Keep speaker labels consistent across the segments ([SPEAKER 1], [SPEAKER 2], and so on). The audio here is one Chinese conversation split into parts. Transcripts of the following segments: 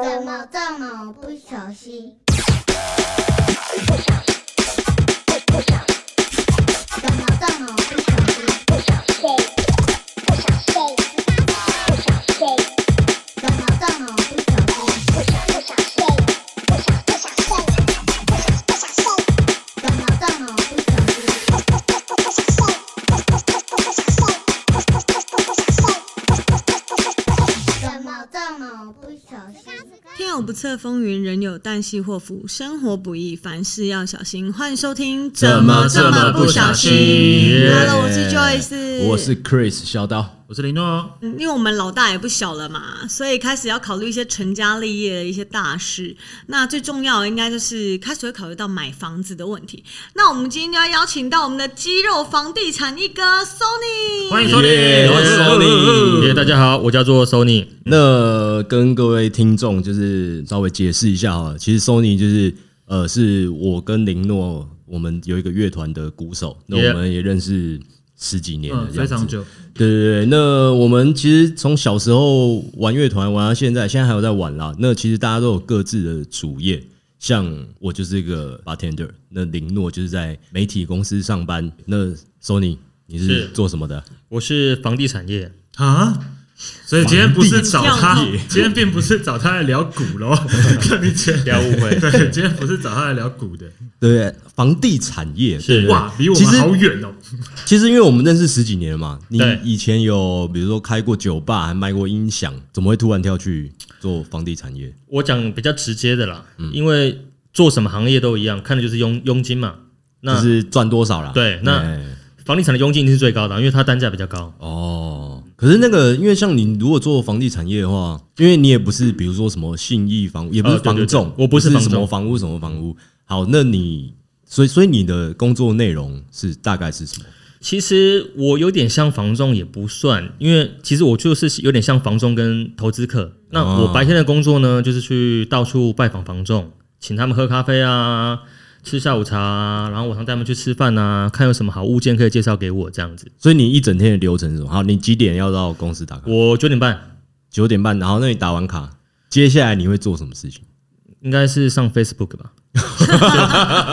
[SPEAKER 1] 怎么这么不小心？怎么这么不小心？怎么这么不小心？怎么这么不小心？怎么这么不小心？
[SPEAKER 2] 天有不测风云，人有旦夕祸福，生活不易，凡事要小心。欢迎收听，
[SPEAKER 3] 怎么这么不小心
[SPEAKER 2] Hello，我是 Joyce，
[SPEAKER 3] 我是 Chris 小刀，
[SPEAKER 4] 我是林诺，
[SPEAKER 2] 嗯因为我们老大也不小了嘛，所以开始要考虑一些成家立业的一些大事。那最重要的应该就是开始会考虑到买房子的问题。那我们今天就要邀请到我们的肌肉房地产一哥 Sony，
[SPEAKER 4] 欢迎收听，
[SPEAKER 3] 耶我是 Sony
[SPEAKER 5] 嗯
[SPEAKER 4] 耶大家好，我叫做 Sony。
[SPEAKER 3] 那跟各位听众就是稍微解释一下哈，其实 Sony 就是呃，是我跟林诺，我们有一个乐团的鼓手，那
[SPEAKER 4] Yeah
[SPEAKER 3] 我们也认识十几年了
[SPEAKER 5] 嗯，，
[SPEAKER 3] 这样
[SPEAKER 5] 非
[SPEAKER 3] 子
[SPEAKER 5] 常久。
[SPEAKER 3] 对对对，那我们其实从小时候玩乐团玩到现在，现在还有在玩啦。那其实大家都有各自的主业，像我就是一个 bartender，那林诺就是在媒体公司上班，那 Sony 你是
[SPEAKER 4] 是
[SPEAKER 3] 做什么的？
[SPEAKER 4] 我是房地产业，
[SPEAKER 5] 啊，所以今天不是找他
[SPEAKER 2] 房，
[SPEAKER 5] 今天并不是找他来聊股 喽，跟你讲，。
[SPEAKER 4] 不要误会
[SPEAKER 5] 对，今天不是找他来聊股的，
[SPEAKER 3] 对不对，房地产业
[SPEAKER 4] 是
[SPEAKER 5] 哇，离我
[SPEAKER 3] 其实
[SPEAKER 5] 们好远哦。
[SPEAKER 3] 其实因为我们认识十几年了嘛，你
[SPEAKER 4] 对
[SPEAKER 3] 以前有比如说开过酒吧，还卖过音响，怎么会突然跳去做房地产业？
[SPEAKER 4] 我讲比较直接的啦，因为做什么行业都一样，看的就是佣佣金嘛。
[SPEAKER 3] 就
[SPEAKER 4] 那
[SPEAKER 3] 是赚多少啦？
[SPEAKER 4] 对那
[SPEAKER 3] 哎
[SPEAKER 4] 房地产的佣金一定是最高的，因为它单价比较高。
[SPEAKER 3] 哦，可是那个，因为像你如果做房地产业的话，因为你也不是比如说什么信义房屋，也不是
[SPEAKER 4] 哦对对
[SPEAKER 3] 房仲，
[SPEAKER 4] 对我不是
[SPEAKER 3] 是
[SPEAKER 4] 房
[SPEAKER 3] 什
[SPEAKER 4] 仲
[SPEAKER 3] 么房屋什么房屋。好，那你所以所以你的工作内容是大概是什么？
[SPEAKER 4] 其实我有点像房仲，也不算，因为其实我就是有点像房仲跟投资客。那
[SPEAKER 5] 哦
[SPEAKER 4] 我白天的工作呢，就是去到处拜访房仲，请他们喝咖啡啊，吃下午茶啊，然后晚上带他们去吃饭啊，看有什么好物件可以介绍给我这样子。
[SPEAKER 3] 所以你一整天的流程是什么？好，你几点要到公司
[SPEAKER 5] 啊
[SPEAKER 3] 打卡？
[SPEAKER 4] 我九点半
[SPEAKER 3] 九点半，然后那你打完卡，接下来你会做什么事情？
[SPEAKER 4] 应该是上 Facebook 吧，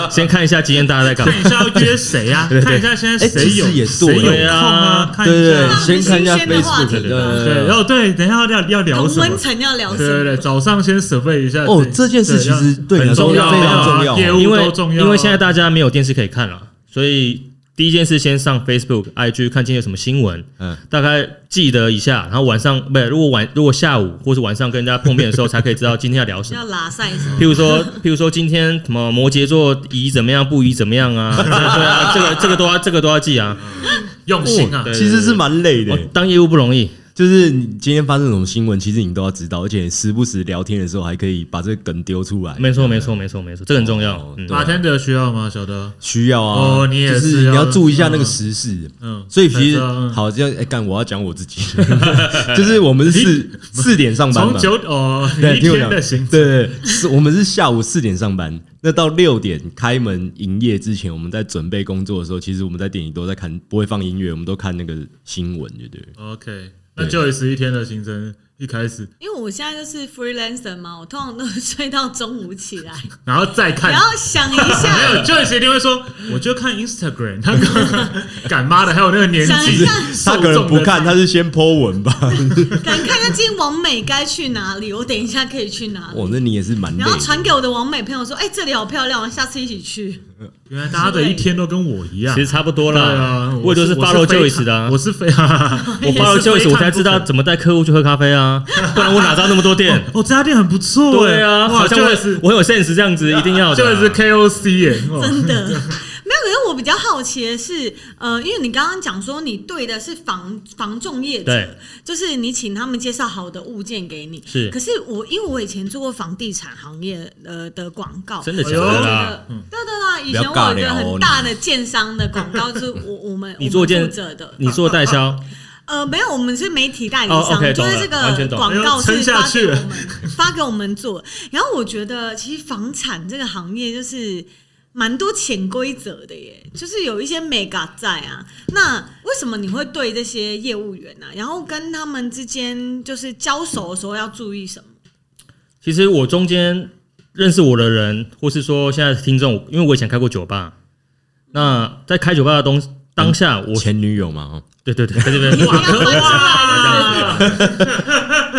[SPEAKER 4] 先看一下今天大家在干 嘛
[SPEAKER 5] 看。一下要约谁啊？看一下现在谁有
[SPEAKER 3] 哎其实也
[SPEAKER 5] 谁有
[SPEAKER 3] 对
[SPEAKER 5] 空
[SPEAKER 4] 啊
[SPEAKER 5] 啊？看
[SPEAKER 3] 对
[SPEAKER 5] 一
[SPEAKER 3] 对
[SPEAKER 5] 下，
[SPEAKER 3] 对，先看一下
[SPEAKER 2] 新鲜的话
[SPEAKER 3] Facebook，
[SPEAKER 2] 题
[SPEAKER 3] 对
[SPEAKER 2] 吧
[SPEAKER 3] 对对
[SPEAKER 5] 对，然后对，等一下要要聊
[SPEAKER 2] 同
[SPEAKER 5] 什
[SPEAKER 2] 温
[SPEAKER 5] 么？
[SPEAKER 2] 层要聊
[SPEAKER 5] 对
[SPEAKER 2] 什
[SPEAKER 5] 对
[SPEAKER 2] 么
[SPEAKER 5] 对，？早上先 survey 一下。
[SPEAKER 3] 哦
[SPEAKER 5] 对，
[SPEAKER 3] 这件事其实对你来说
[SPEAKER 5] 很
[SPEAKER 3] 非
[SPEAKER 5] 重要
[SPEAKER 3] 常重要
[SPEAKER 5] 啊业
[SPEAKER 3] 哦。
[SPEAKER 5] 务
[SPEAKER 4] 呃因
[SPEAKER 5] 都
[SPEAKER 4] 为
[SPEAKER 5] 重要啊
[SPEAKER 4] 因为现在大家没有电视可以看了，所以第一件事先上 Facebook、IG 看今天有什么新闻，
[SPEAKER 3] 嗯
[SPEAKER 4] 大概记得一下，然后晚上不是，如果晚如果下午或是晚上跟人家碰面的时候，才可以知道今天要聊 什
[SPEAKER 2] 要
[SPEAKER 4] 么。
[SPEAKER 2] 拉塞什么？
[SPEAKER 4] 譬如说，譬如说今天什么摩羯座宜怎么样，不宜怎么样啊？ 对啊，这个这个都要这个都要记啊。
[SPEAKER 5] 用心啊，
[SPEAKER 4] 对
[SPEAKER 3] 其实是蛮累的欸
[SPEAKER 4] 哦，当业务不容易，
[SPEAKER 3] 就是你今天发生什么新闻，其实你都要知道，而且时不时聊天的时候还可以把这个梗丢出来。
[SPEAKER 4] 没错没错没错没错，这个很重要
[SPEAKER 3] 哦。
[SPEAKER 4] 嗯
[SPEAKER 3] 对，
[SPEAKER 5] 八天的需要吗？小德，
[SPEAKER 3] 需要啊，
[SPEAKER 5] 哦你也
[SPEAKER 3] 就是是你要注意一下那个时事。
[SPEAKER 5] 嗯，
[SPEAKER 3] 所以其实
[SPEAKER 5] 才知道嗯
[SPEAKER 3] 好，这样哎干、我要讲我自己， 就是我们是四四点上班
[SPEAKER 5] 从
[SPEAKER 3] 嘛，
[SPEAKER 5] 九哦，
[SPEAKER 3] 对，
[SPEAKER 5] 一
[SPEAKER 3] 听我
[SPEAKER 5] 天
[SPEAKER 3] 讲，
[SPEAKER 5] 的行程，
[SPEAKER 3] 对对，对是我们是下午四点上班，那到六点开门营业之前，我们在准备工作的时候，其实我们在店里都在看，不会放音乐，我们都看那个新闻，对不对？
[SPEAKER 5] OK，那
[SPEAKER 3] 对
[SPEAKER 5] 就 o 十一天的行程一开始，
[SPEAKER 2] 因为我现在就是 freelancer 嘛，我通常都是睡到中午起来，
[SPEAKER 5] 然后再看
[SPEAKER 2] 然。后想一
[SPEAKER 5] 没
[SPEAKER 2] 下，
[SPEAKER 5] 有 j o y 一定会说，我就看 Instagram，他个 干妈的，还有那个年
[SPEAKER 2] 想一
[SPEAKER 5] 纪
[SPEAKER 2] 下，
[SPEAKER 3] 他可能不看，他是先 Po 文 吧。
[SPEAKER 2] 可能看一下今天王美该去哪里，我等一下可以去哪里。
[SPEAKER 3] 哦哇，那你也是蛮累
[SPEAKER 2] 然后
[SPEAKER 3] 的。
[SPEAKER 2] 传给我的王美朋友说：“哎、这里好漂亮，我下次一起去。
[SPEAKER 5] 原来大家的一天都跟我一样
[SPEAKER 4] 其。实差不多
[SPEAKER 5] 对
[SPEAKER 4] 啦
[SPEAKER 5] 啊，。
[SPEAKER 4] 我也都是
[SPEAKER 5] 是
[SPEAKER 4] follow
[SPEAKER 5] 我非
[SPEAKER 4] Joyce 的啊。
[SPEAKER 5] 我是非， 哈哈哈
[SPEAKER 4] 我发了 Joyce，我才知道怎么带客户去喝咖啡啊，不然我哪知道那么多店？
[SPEAKER 5] 哦，这家店很不错。哎
[SPEAKER 4] 对啊，
[SPEAKER 5] 哇
[SPEAKER 4] 好像
[SPEAKER 5] j
[SPEAKER 4] 我
[SPEAKER 5] o y c
[SPEAKER 4] 我很有 sense 这样子，一定要
[SPEAKER 5] j
[SPEAKER 4] 的
[SPEAKER 5] o
[SPEAKER 4] 啊
[SPEAKER 5] y c KOC 耶，哇
[SPEAKER 2] 真的没有。可是我比较好奇的是，呃，因为你刚刚讲说你对的是房房仲业者
[SPEAKER 4] 对，
[SPEAKER 2] 就是你请他们介绍好的物件给你。
[SPEAKER 4] 是
[SPEAKER 2] 可是我因为我以前做过房地产行业呃的广告，
[SPEAKER 4] 真的假
[SPEAKER 5] 哎
[SPEAKER 4] 的
[SPEAKER 5] 呦
[SPEAKER 4] 啦？
[SPEAKER 2] 对对对，以
[SPEAKER 3] 不要
[SPEAKER 2] 前我有
[SPEAKER 3] 尬
[SPEAKER 2] 一个
[SPEAKER 3] 聊哦
[SPEAKER 2] 很
[SPEAKER 3] 你
[SPEAKER 2] 大的建商的广告，就是我我们
[SPEAKER 4] 你做
[SPEAKER 2] 我们
[SPEAKER 4] 建
[SPEAKER 2] 负责的，
[SPEAKER 4] 你做代销，
[SPEAKER 2] 呃，没有，我们是媒体代理
[SPEAKER 4] 哦
[SPEAKER 2] 商，
[SPEAKER 4] ，OK，
[SPEAKER 2] 就
[SPEAKER 4] 懂
[SPEAKER 2] 是
[SPEAKER 4] 了
[SPEAKER 2] 这
[SPEAKER 4] 完全
[SPEAKER 2] 个
[SPEAKER 4] 懂
[SPEAKER 2] 广告
[SPEAKER 5] 哎
[SPEAKER 2] 是
[SPEAKER 5] 呦撑下
[SPEAKER 2] 发给
[SPEAKER 5] 去
[SPEAKER 2] 我
[SPEAKER 5] 了
[SPEAKER 2] 们发给我们做。然后我觉得，其实房产这个行业就是蛮多潜规则的耶，就是有一些美嘎在啊。那为什么你会对这些业务员啊，然后跟他们之间就是交手的时候要注意什么？
[SPEAKER 4] 其实我中间认识我的人，或是说现在的听众，因为我以前开过酒吧，那在开酒吧的东当下我，
[SPEAKER 3] 前女友嘛， 哦
[SPEAKER 4] 对 对对，啊在这边
[SPEAKER 2] 一定要分出来的。
[SPEAKER 5] 哇，啊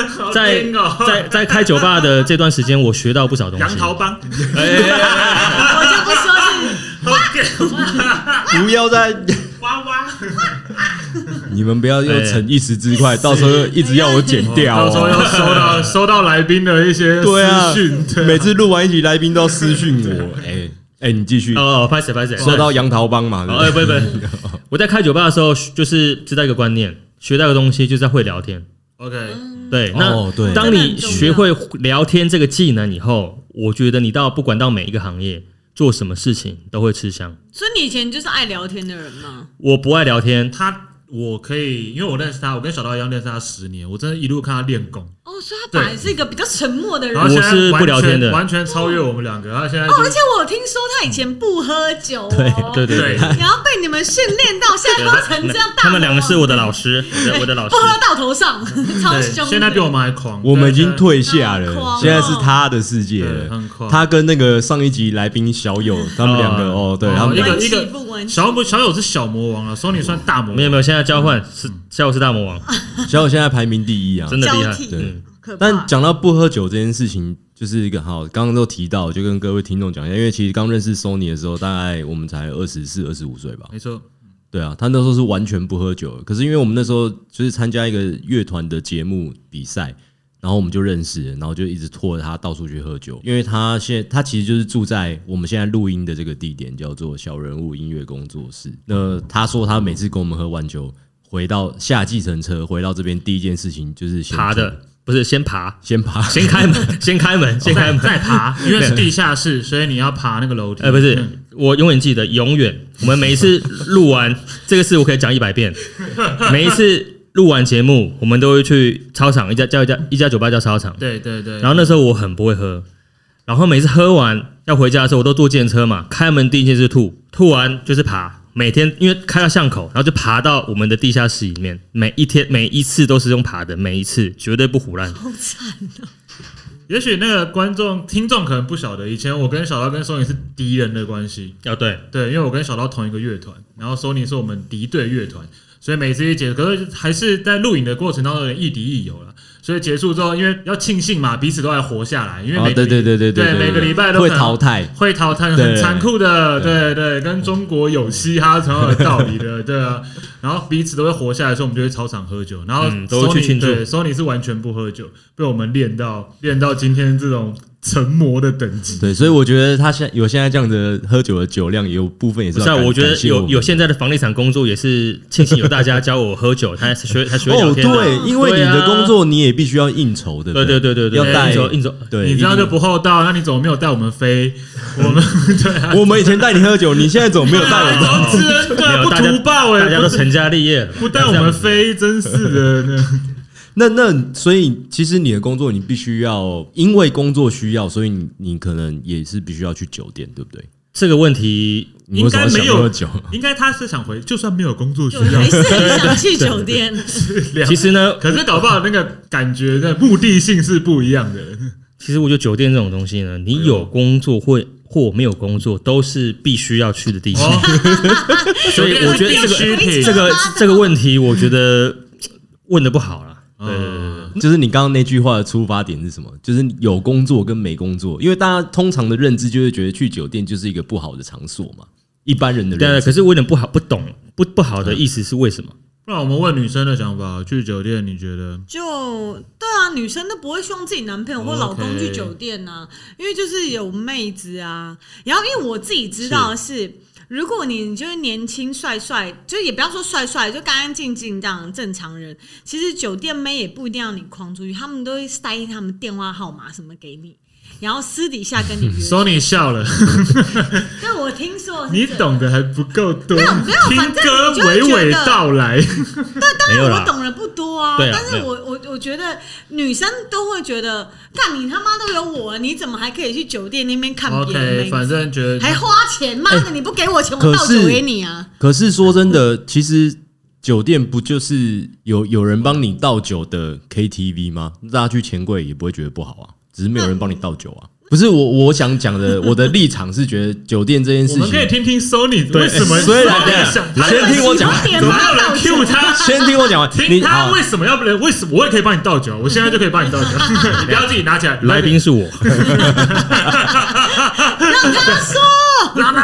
[SPEAKER 5] 好
[SPEAKER 4] 在
[SPEAKER 5] 硬哦
[SPEAKER 4] 在在开酒吧的这段时间，我学到不少东
[SPEAKER 5] 杨
[SPEAKER 4] 西。
[SPEAKER 5] 桃帮，
[SPEAKER 2] 我就不说
[SPEAKER 4] 啊
[SPEAKER 2] 是
[SPEAKER 5] 啊
[SPEAKER 3] 不要再，
[SPEAKER 5] 哇哇，
[SPEAKER 3] 你们不要又逞一时之
[SPEAKER 5] 哎
[SPEAKER 3] 快，到时候又一直要我剪掉
[SPEAKER 5] 到时候
[SPEAKER 3] 哦。
[SPEAKER 5] 要收 到收到来宾的一些
[SPEAKER 3] 对啊
[SPEAKER 5] 私讯，对，
[SPEAKER 3] 每次录完一集，来宾都要私讯 我，哎哎，你继续
[SPEAKER 4] 哦哦，拍谁拍谁，
[SPEAKER 3] 说到杨桃帮嘛，
[SPEAKER 4] 哦
[SPEAKER 3] 对
[SPEAKER 4] 哎，
[SPEAKER 3] 不
[SPEAKER 4] 不
[SPEAKER 3] 对
[SPEAKER 4] 是不是，我在开酒吧的时候，就是知道一个观念，学到一个东西，就是在会聊天。
[SPEAKER 5] OK，
[SPEAKER 4] 对，
[SPEAKER 3] 哦
[SPEAKER 4] 那
[SPEAKER 3] 对
[SPEAKER 4] 当
[SPEAKER 2] 真的很
[SPEAKER 4] 你
[SPEAKER 2] 重要
[SPEAKER 4] 学会聊天这个技能以后，我觉得你到不管到每一个行业做什么事情都会吃香。
[SPEAKER 2] 所以你以前就是爱聊天的人吗？
[SPEAKER 4] 我不爱聊天，
[SPEAKER 5] 他。我可以，因为我认识他，我跟小刀一样认识他十年，我真的一路看他练功，
[SPEAKER 2] 哦，所以他本来是一个比较沉默的人。
[SPEAKER 5] 然
[SPEAKER 2] 哦，
[SPEAKER 5] 后现在
[SPEAKER 4] 我是不聊天的
[SPEAKER 5] 完全完全超越我们两个。他现在就
[SPEAKER 2] 而且我有听说他以前不喝酒、哦，
[SPEAKER 4] 对对
[SPEAKER 5] 对
[SPEAKER 4] 对，
[SPEAKER 2] 然后被你们训练到现在喝成这样大魔王。
[SPEAKER 4] 他们两个是我嗯的老师，我的我的老
[SPEAKER 2] 不。
[SPEAKER 4] 师
[SPEAKER 2] 喝到头上，超凶
[SPEAKER 5] 对，
[SPEAKER 2] 的。
[SPEAKER 5] 现在比我们还狂，
[SPEAKER 3] 我们已经
[SPEAKER 5] 对
[SPEAKER 3] 退下
[SPEAKER 2] 很狂
[SPEAKER 3] 了
[SPEAKER 2] 哦，
[SPEAKER 3] 现在是他的世界
[SPEAKER 5] 对
[SPEAKER 3] 了
[SPEAKER 5] 很。狂
[SPEAKER 3] 他跟那个上一集来宾小友，他们两个
[SPEAKER 4] 哦
[SPEAKER 3] 哦，对
[SPEAKER 5] 哦
[SPEAKER 3] 他们
[SPEAKER 5] 一
[SPEAKER 3] 两
[SPEAKER 5] 个
[SPEAKER 3] 个
[SPEAKER 2] 玩
[SPEAKER 5] 一
[SPEAKER 2] 起
[SPEAKER 5] 个
[SPEAKER 2] 不玩起
[SPEAKER 5] 小魔小友是小魔王了，Sony 算大魔王，嗯
[SPEAKER 4] 没有没有，现在交换是下午是大魔王，
[SPEAKER 3] 小友现在排名第一啊，
[SPEAKER 4] 真的厉
[SPEAKER 2] 交
[SPEAKER 4] 害。
[SPEAKER 2] 替，
[SPEAKER 3] 对
[SPEAKER 4] 嗯，
[SPEAKER 2] 可怕
[SPEAKER 3] 但讲到不喝酒这件事情，就是一个好，刚刚都提到，就跟各位听众讲一下，因为其实刚认识 Sony 的时候，大概我们才二十四、二十五岁吧。
[SPEAKER 5] 没错，
[SPEAKER 3] 对啊，他那时候是完全不喝酒的，可是因为我们那时候就是参加一个乐团的节目比赛，然后我们就认识了，然后就一直拖着他到处去喝酒，因为他现他其实就是住在我们现在录音的这个地点，叫做小人物音乐工作室。那他说他每次跟我们喝完酒，回到下计程车回到这边，第一件事情就是先
[SPEAKER 4] 爬的不是先爬，
[SPEAKER 3] 先爬，
[SPEAKER 4] 先开门， 先开门，先开
[SPEAKER 5] 再
[SPEAKER 4] 门。
[SPEAKER 5] 再爬，因为是地下室，所以你要爬那个楼梯。
[SPEAKER 4] 呃，不是
[SPEAKER 5] 嗯，
[SPEAKER 4] 我永远记得，永远。我们每一次录 完这个事，我可以讲一百遍。每一次录完节目，我们都会去操场一家叫一家一家酒吧叫操场。
[SPEAKER 5] 对对对，
[SPEAKER 4] 然后那时候我很不会喝，然后每次喝完要回家的时候，我都坐电车嘛，开门第一件事吐，吐完就是爬。每天因为开到巷口，然后就爬到我们的地下室里面。每一天每一次都是用爬的，每一次绝对不胡乱。
[SPEAKER 2] 好惨哦。
[SPEAKER 5] 也许那个观众听众可能不晓得，以前我跟小刀跟 Sony 是敌人的关系，
[SPEAKER 4] 要对，
[SPEAKER 5] 对，因为我跟小刀同一个乐团，然后 Sony 是我们敌对乐团，所以每次一结，可是还是在录影的过程当中有点亦敌亦友了。所以结束之后，因为要庆幸嘛，彼此都还活下来，因为
[SPEAKER 3] 哦
[SPEAKER 5] 每，
[SPEAKER 3] 对对对对
[SPEAKER 5] 对
[SPEAKER 3] 对，
[SPEAKER 5] 每个礼拜都
[SPEAKER 3] 会
[SPEAKER 5] 可能
[SPEAKER 3] 淘汰。
[SPEAKER 5] 会淘汰，很
[SPEAKER 3] 对
[SPEAKER 5] 残酷的，对对，跟中国有嘻哈同样的道理的， 对啊。然后彼此都会活下来，所以我们就会操场喝酒，然后
[SPEAKER 4] 嗯都会去
[SPEAKER 5] Sony-
[SPEAKER 4] 庆祝
[SPEAKER 5] 对，Sony 是完全不喝酒，被我们练到练到今天这种成魔的等级。
[SPEAKER 3] 对，所以我觉得他现有现在这样的喝酒的酒量，有部分也是
[SPEAKER 4] 不
[SPEAKER 3] 要
[SPEAKER 4] 是、啊，
[SPEAKER 3] 感
[SPEAKER 4] 我觉得
[SPEAKER 3] 感谢
[SPEAKER 4] 有
[SPEAKER 3] 们
[SPEAKER 4] 有现在的房地产工作也是庆幸有大家教我喝酒，才才学才学会聊
[SPEAKER 3] 哦，
[SPEAKER 4] 天的。
[SPEAKER 3] 对，因为你
[SPEAKER 4] 对
[SPEAKER 3] 的
[SPEAKER 4] 啊
[SPEAKER 3] 工作你也必须要应酬的，
[SPEAKER 4] 对对对对对，哎
[SPEAKER 3] 要带
[SPEAKER 4] 应酬应酬，
[SPEAKER 3] 对，
[SPEAKER 5] 你这样
[SPEAKER 3] 一定
[SPEAKER 5] 就不厚道，那你怎么没有带我们飞？我们对啊，
[SPEAKER 3] 我们以前带你喝酒，你现在怎么没有带我们？
[SPEAKER 5] 真是
[SPEAKER 4] 没
[SPEAKER 5] 的
[SPEAKER 4] 有
[SPEAKER 5] 不
[SPEAKER 4] 大家
[SPEAKER 5] 图报哎，
[SPEAKER 4] 啊大家都
[SPEAKER 5] 不是
[SPEAKER 4] 成家立业了，
[SPEAKER 5] 不带我们飞，真是的。 那
[SPEAKER 3] 那那所以其实你的工作你必须要，因为工作需要，所以你你可能也是必须要去酒店，对不对？
[SPEAKER 4] 这个问题
[SPEAKER 3] 你为什么
[SPEAKER 5] 应该没有
[SPEAKER 3] 想喝酒？
[SPEAKER 5] 应该他是想回，就算没有工作需
[SPEAKER 2] 就
[SPEAKER 5] 要
[SPEAKER 2] 还，是很想去酒店，
[SPEAKER 5] 两
[SPEAKER 4] 其实呢，
[SPEAKER 5] 可是搞不好那个感觉的目的性是不一样的。
[SPEAKER 4] 其实我觉得酒店这种东西呢，你
[SPEAKER 5] 嗯
[SPEAKER 4] 有工作或或没有工作都是必须要去的地方，
[SPEAKER 5] 哦
[SPEAKER 4] 所以我觉得这个
[SPEAKER 5] 必须
[SPEAKER 4] 这个这个问题，我觉得问的不好啦。对对对对
[SPEAKER 5] 嗯，
[SPEAKER 3] 就是你刚刚那句话的出发点是什么？就是有工作跟没工作，因为大家通常的认知就是觉得去酒店就是一个不好的场所嘛，一般人的
[SPEAKER 4] 对，
[SPEAKER 3] 认
[SPEAKER 4] 对
[SPEAKER 3] 知。
[SPEAKER 4] 可是我有点不好，不懂不不好
[SPEAKER 5] 嗯
[SPEAKER 4] 的意思是为什么？
[SPEAKER 5] 不然我们问女生的想法，去酒店你觉得？
[SPEAKER 2] 就对啊，女生都不会希望自己男朋友或
[SPEAKER 5] OK
[SPEAKER 2] 老公去酒店啊因为就是有妹子啊。然后因为我自己知道的是，如果你就是年轻帅帅，就也不要说帅帅，就干干净净这样正常人，其实酒店妹也不一定要你框出去，他们都会塞他们电话号码什么给你。然后私底下跟你 约。
[SPEAKER 5] Sony 笑了，
[SPEAKER 2] 对，我听说是
[SPEAKER 5] 你
[SPEAKER 2] 这样
[SPEAKER 5] 懂得还不够多，
[SPEAKER 2] 没有没有
[SPEAKER 5] 听
[SPEAKER 2] 反正
[SPEAKER 5] 歌
[SPEAKER 2] 你就会
[SPEAKER 5] 娓
[SPEAKER 2] 觉得
[SPEAKER 5] 娓道 来。 哎
[SPEAKER 4] 没
[SPEAKER 2] 哎
[SPEAKER 4] 有
[SPEAKER 2] 我
[SPEAKER 4] 啦，
[SPEAKER 2] 懂得不多啊，
[SPEAKER 4] 对啊
[SPEAKER 2] 但
[SPEAKER 4] 没
[SPEAKER 2] 是
[SPEAKER 4] 有
[SPEAKER 2] 我我我觉得女生都会觉得，干你他妈都有我，你怎么还可以去酒店那边看别人
[SPEAKER 5] OK，
[SPEAKER 2] 妹
[SPEAKER 5] 反
[SPEAKER 2] 子？
[SPEAKER 5] 正觉哎得
[SPEAKER 2] 还花钱，妈的！你不给我钱，我
[SPEAKER 3] 可
[SPEAKER 2] 倒
[SPEAKER 3] 是
[SPEAKER 2] 酒给你啊！
[SPEAKER 3] 可是说真的，其实酒店不就是有有人帮你倒酒的 KTV 吗？大家去钱柜也不会觉得不好啊，只是没有人帮你倒酒啊。不是我我想讲 的，我的立场是觉得酒店这件事
[SPEAKER 5] 我
[SPEAKER 3] 情
[SPEAKER 5] 们可以听听 Sony
[SPEAKER 3] 对
[SPEAKER 5] 为什么
[SPEAKER 3] 哎虽然
[SPEAKER 5] Sony
[SPEAKER 3] 这样
[SPEAKER 5] 想
[SPEAKER 3] 来
[SPEAKER 5] 怎
[SPEAKER 3] 先听我讲
[SPEAKER 2] 喜欢点
[SPEAKER 5] 么
[SPEAKER 2] 妈
[SPEAKER 5] 没有人
[SPEAKER 2] 倒酒
[SPEAKER 5] Q 他？
[SPEAKER 3] 先听我讲完，
[SPEAKER 5] 听
[SPEAKER 3] 你
[SPEAKER 5] 他
[SPEAKER 3] 好
[SPEAKER 5] 为什么要不能？为什么我也可以帮你倒酒？我现在就可以帮你倒酒， 你不要自己拿起来。
[SPEAKER 4] 来宾是 我，
[SPEAKER 5] 让他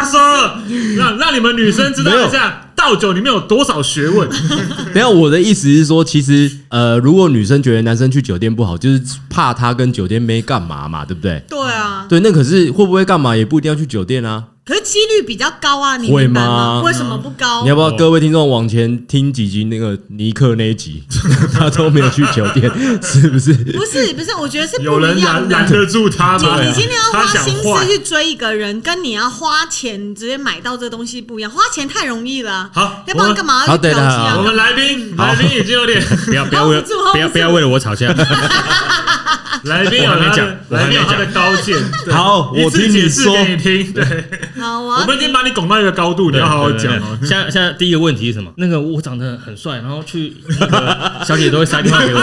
[SPEAKER 5] 说， 让让你们女生知道一下倒酒里面有多少学问。
[SPEAKER 3] 等一下，我的意思是说，其实呃，如果女生觉得男生去酒店不好，就是怕他跟酒店没干嘛嘛，对不对？
[SPEAKER 2] 对啊，
[SPEAKER 3] 对，那可是会不会干嘛也不一定要去酒店啊。
[SPEAKER 2] 可是几率比较高啊，你
[SPEAKER 3] 会
[SPEAKER 2] 明白
[SPEAKER 3] 吗
[SPEAKER 2] 为什么不高
[SPEAKER 3] 你？要不要各位听众往前听几集那个尼克那一集， 他都没有去酒店， 是不是？
[SPEAKER 2] 不是不是，我觉得是
[SPEAKER 5] 有
[SPEAKER 2] 不
[SPEAKER 5] 人
[SPEAKER 2] 一样
[SPEAKER 5] 拦拦
[SPEAKER 2] 的。
[SPEAKER 5] 得住他
[SPEAKER 2] 就
[SPEAKER 5] 吗？
[SPEAKER 2] 你今天要
[SPEAKER 5] 他
[SPEAKER 2] 花
[SPEAKER 5] 想
[SPEAKER 2] 心
[SPEAKER 5] 坏
[SPEAKER 2] 思去追一个人，跟你要花钱直接买到这东西不一样。花钱太容易了啊，
[SPEAKER 5] 好
[SPEAKER 2] 要不然干嘛
[SPEAKER 3] 我
[SPEAKER 2] 要
[SPEAKER 3] 们
[SPEAKER 2] 去嫖妓
[SPEAKER 3] 好对的
[SPEAKER 5] 我
[SPEAKER 2] 啊？
[SPEAKER 5] 们来宾来宾已经有点，
[SPEAKER 4] 不要不要为 了
[SPEAKER 2] ，hold 不住，hold
[SPEAKER 4] 不要
[SPEAKER 2] 不住
[SPEAKER 4] 不要为了我吵架。
[SPEAKER 5] 来宾有
[SPEAKER 4] 我还
[SPEAKER 5] 他
[SPEAKER 4] 没讲
[SPEAKER 5] 的，
[SPEAKER 4] 我还
[SPEAKER 5] 来
[SPEAKER 4] 没
[SPEAKER 5] 宾有他的高见。对
[SPEAKER 3] 好
[SPEAKER 5] 一
[SPEAKER 3] 我
[SPEAKER 5] 次
[SPEAKER 3] 听
[SPEAKER 5] 解
[SPEAKER 3] 你
[SPEAKER 5] 释
[SPEAKER 3] 说
[SPEAKER 5] 给你听。对，
[SPEAKER 2] 好，啊我
[SPEAKER 5] 我
[SPEAKER 2] 要
[SPEAKER 5] 们已经把你拱到一个高度，你要好好讲哦
[SPEAKER 4] 对对对。现在现在第一个问题是什么？那个我长得很帅，然后去那个小姐都会塞电话 给我，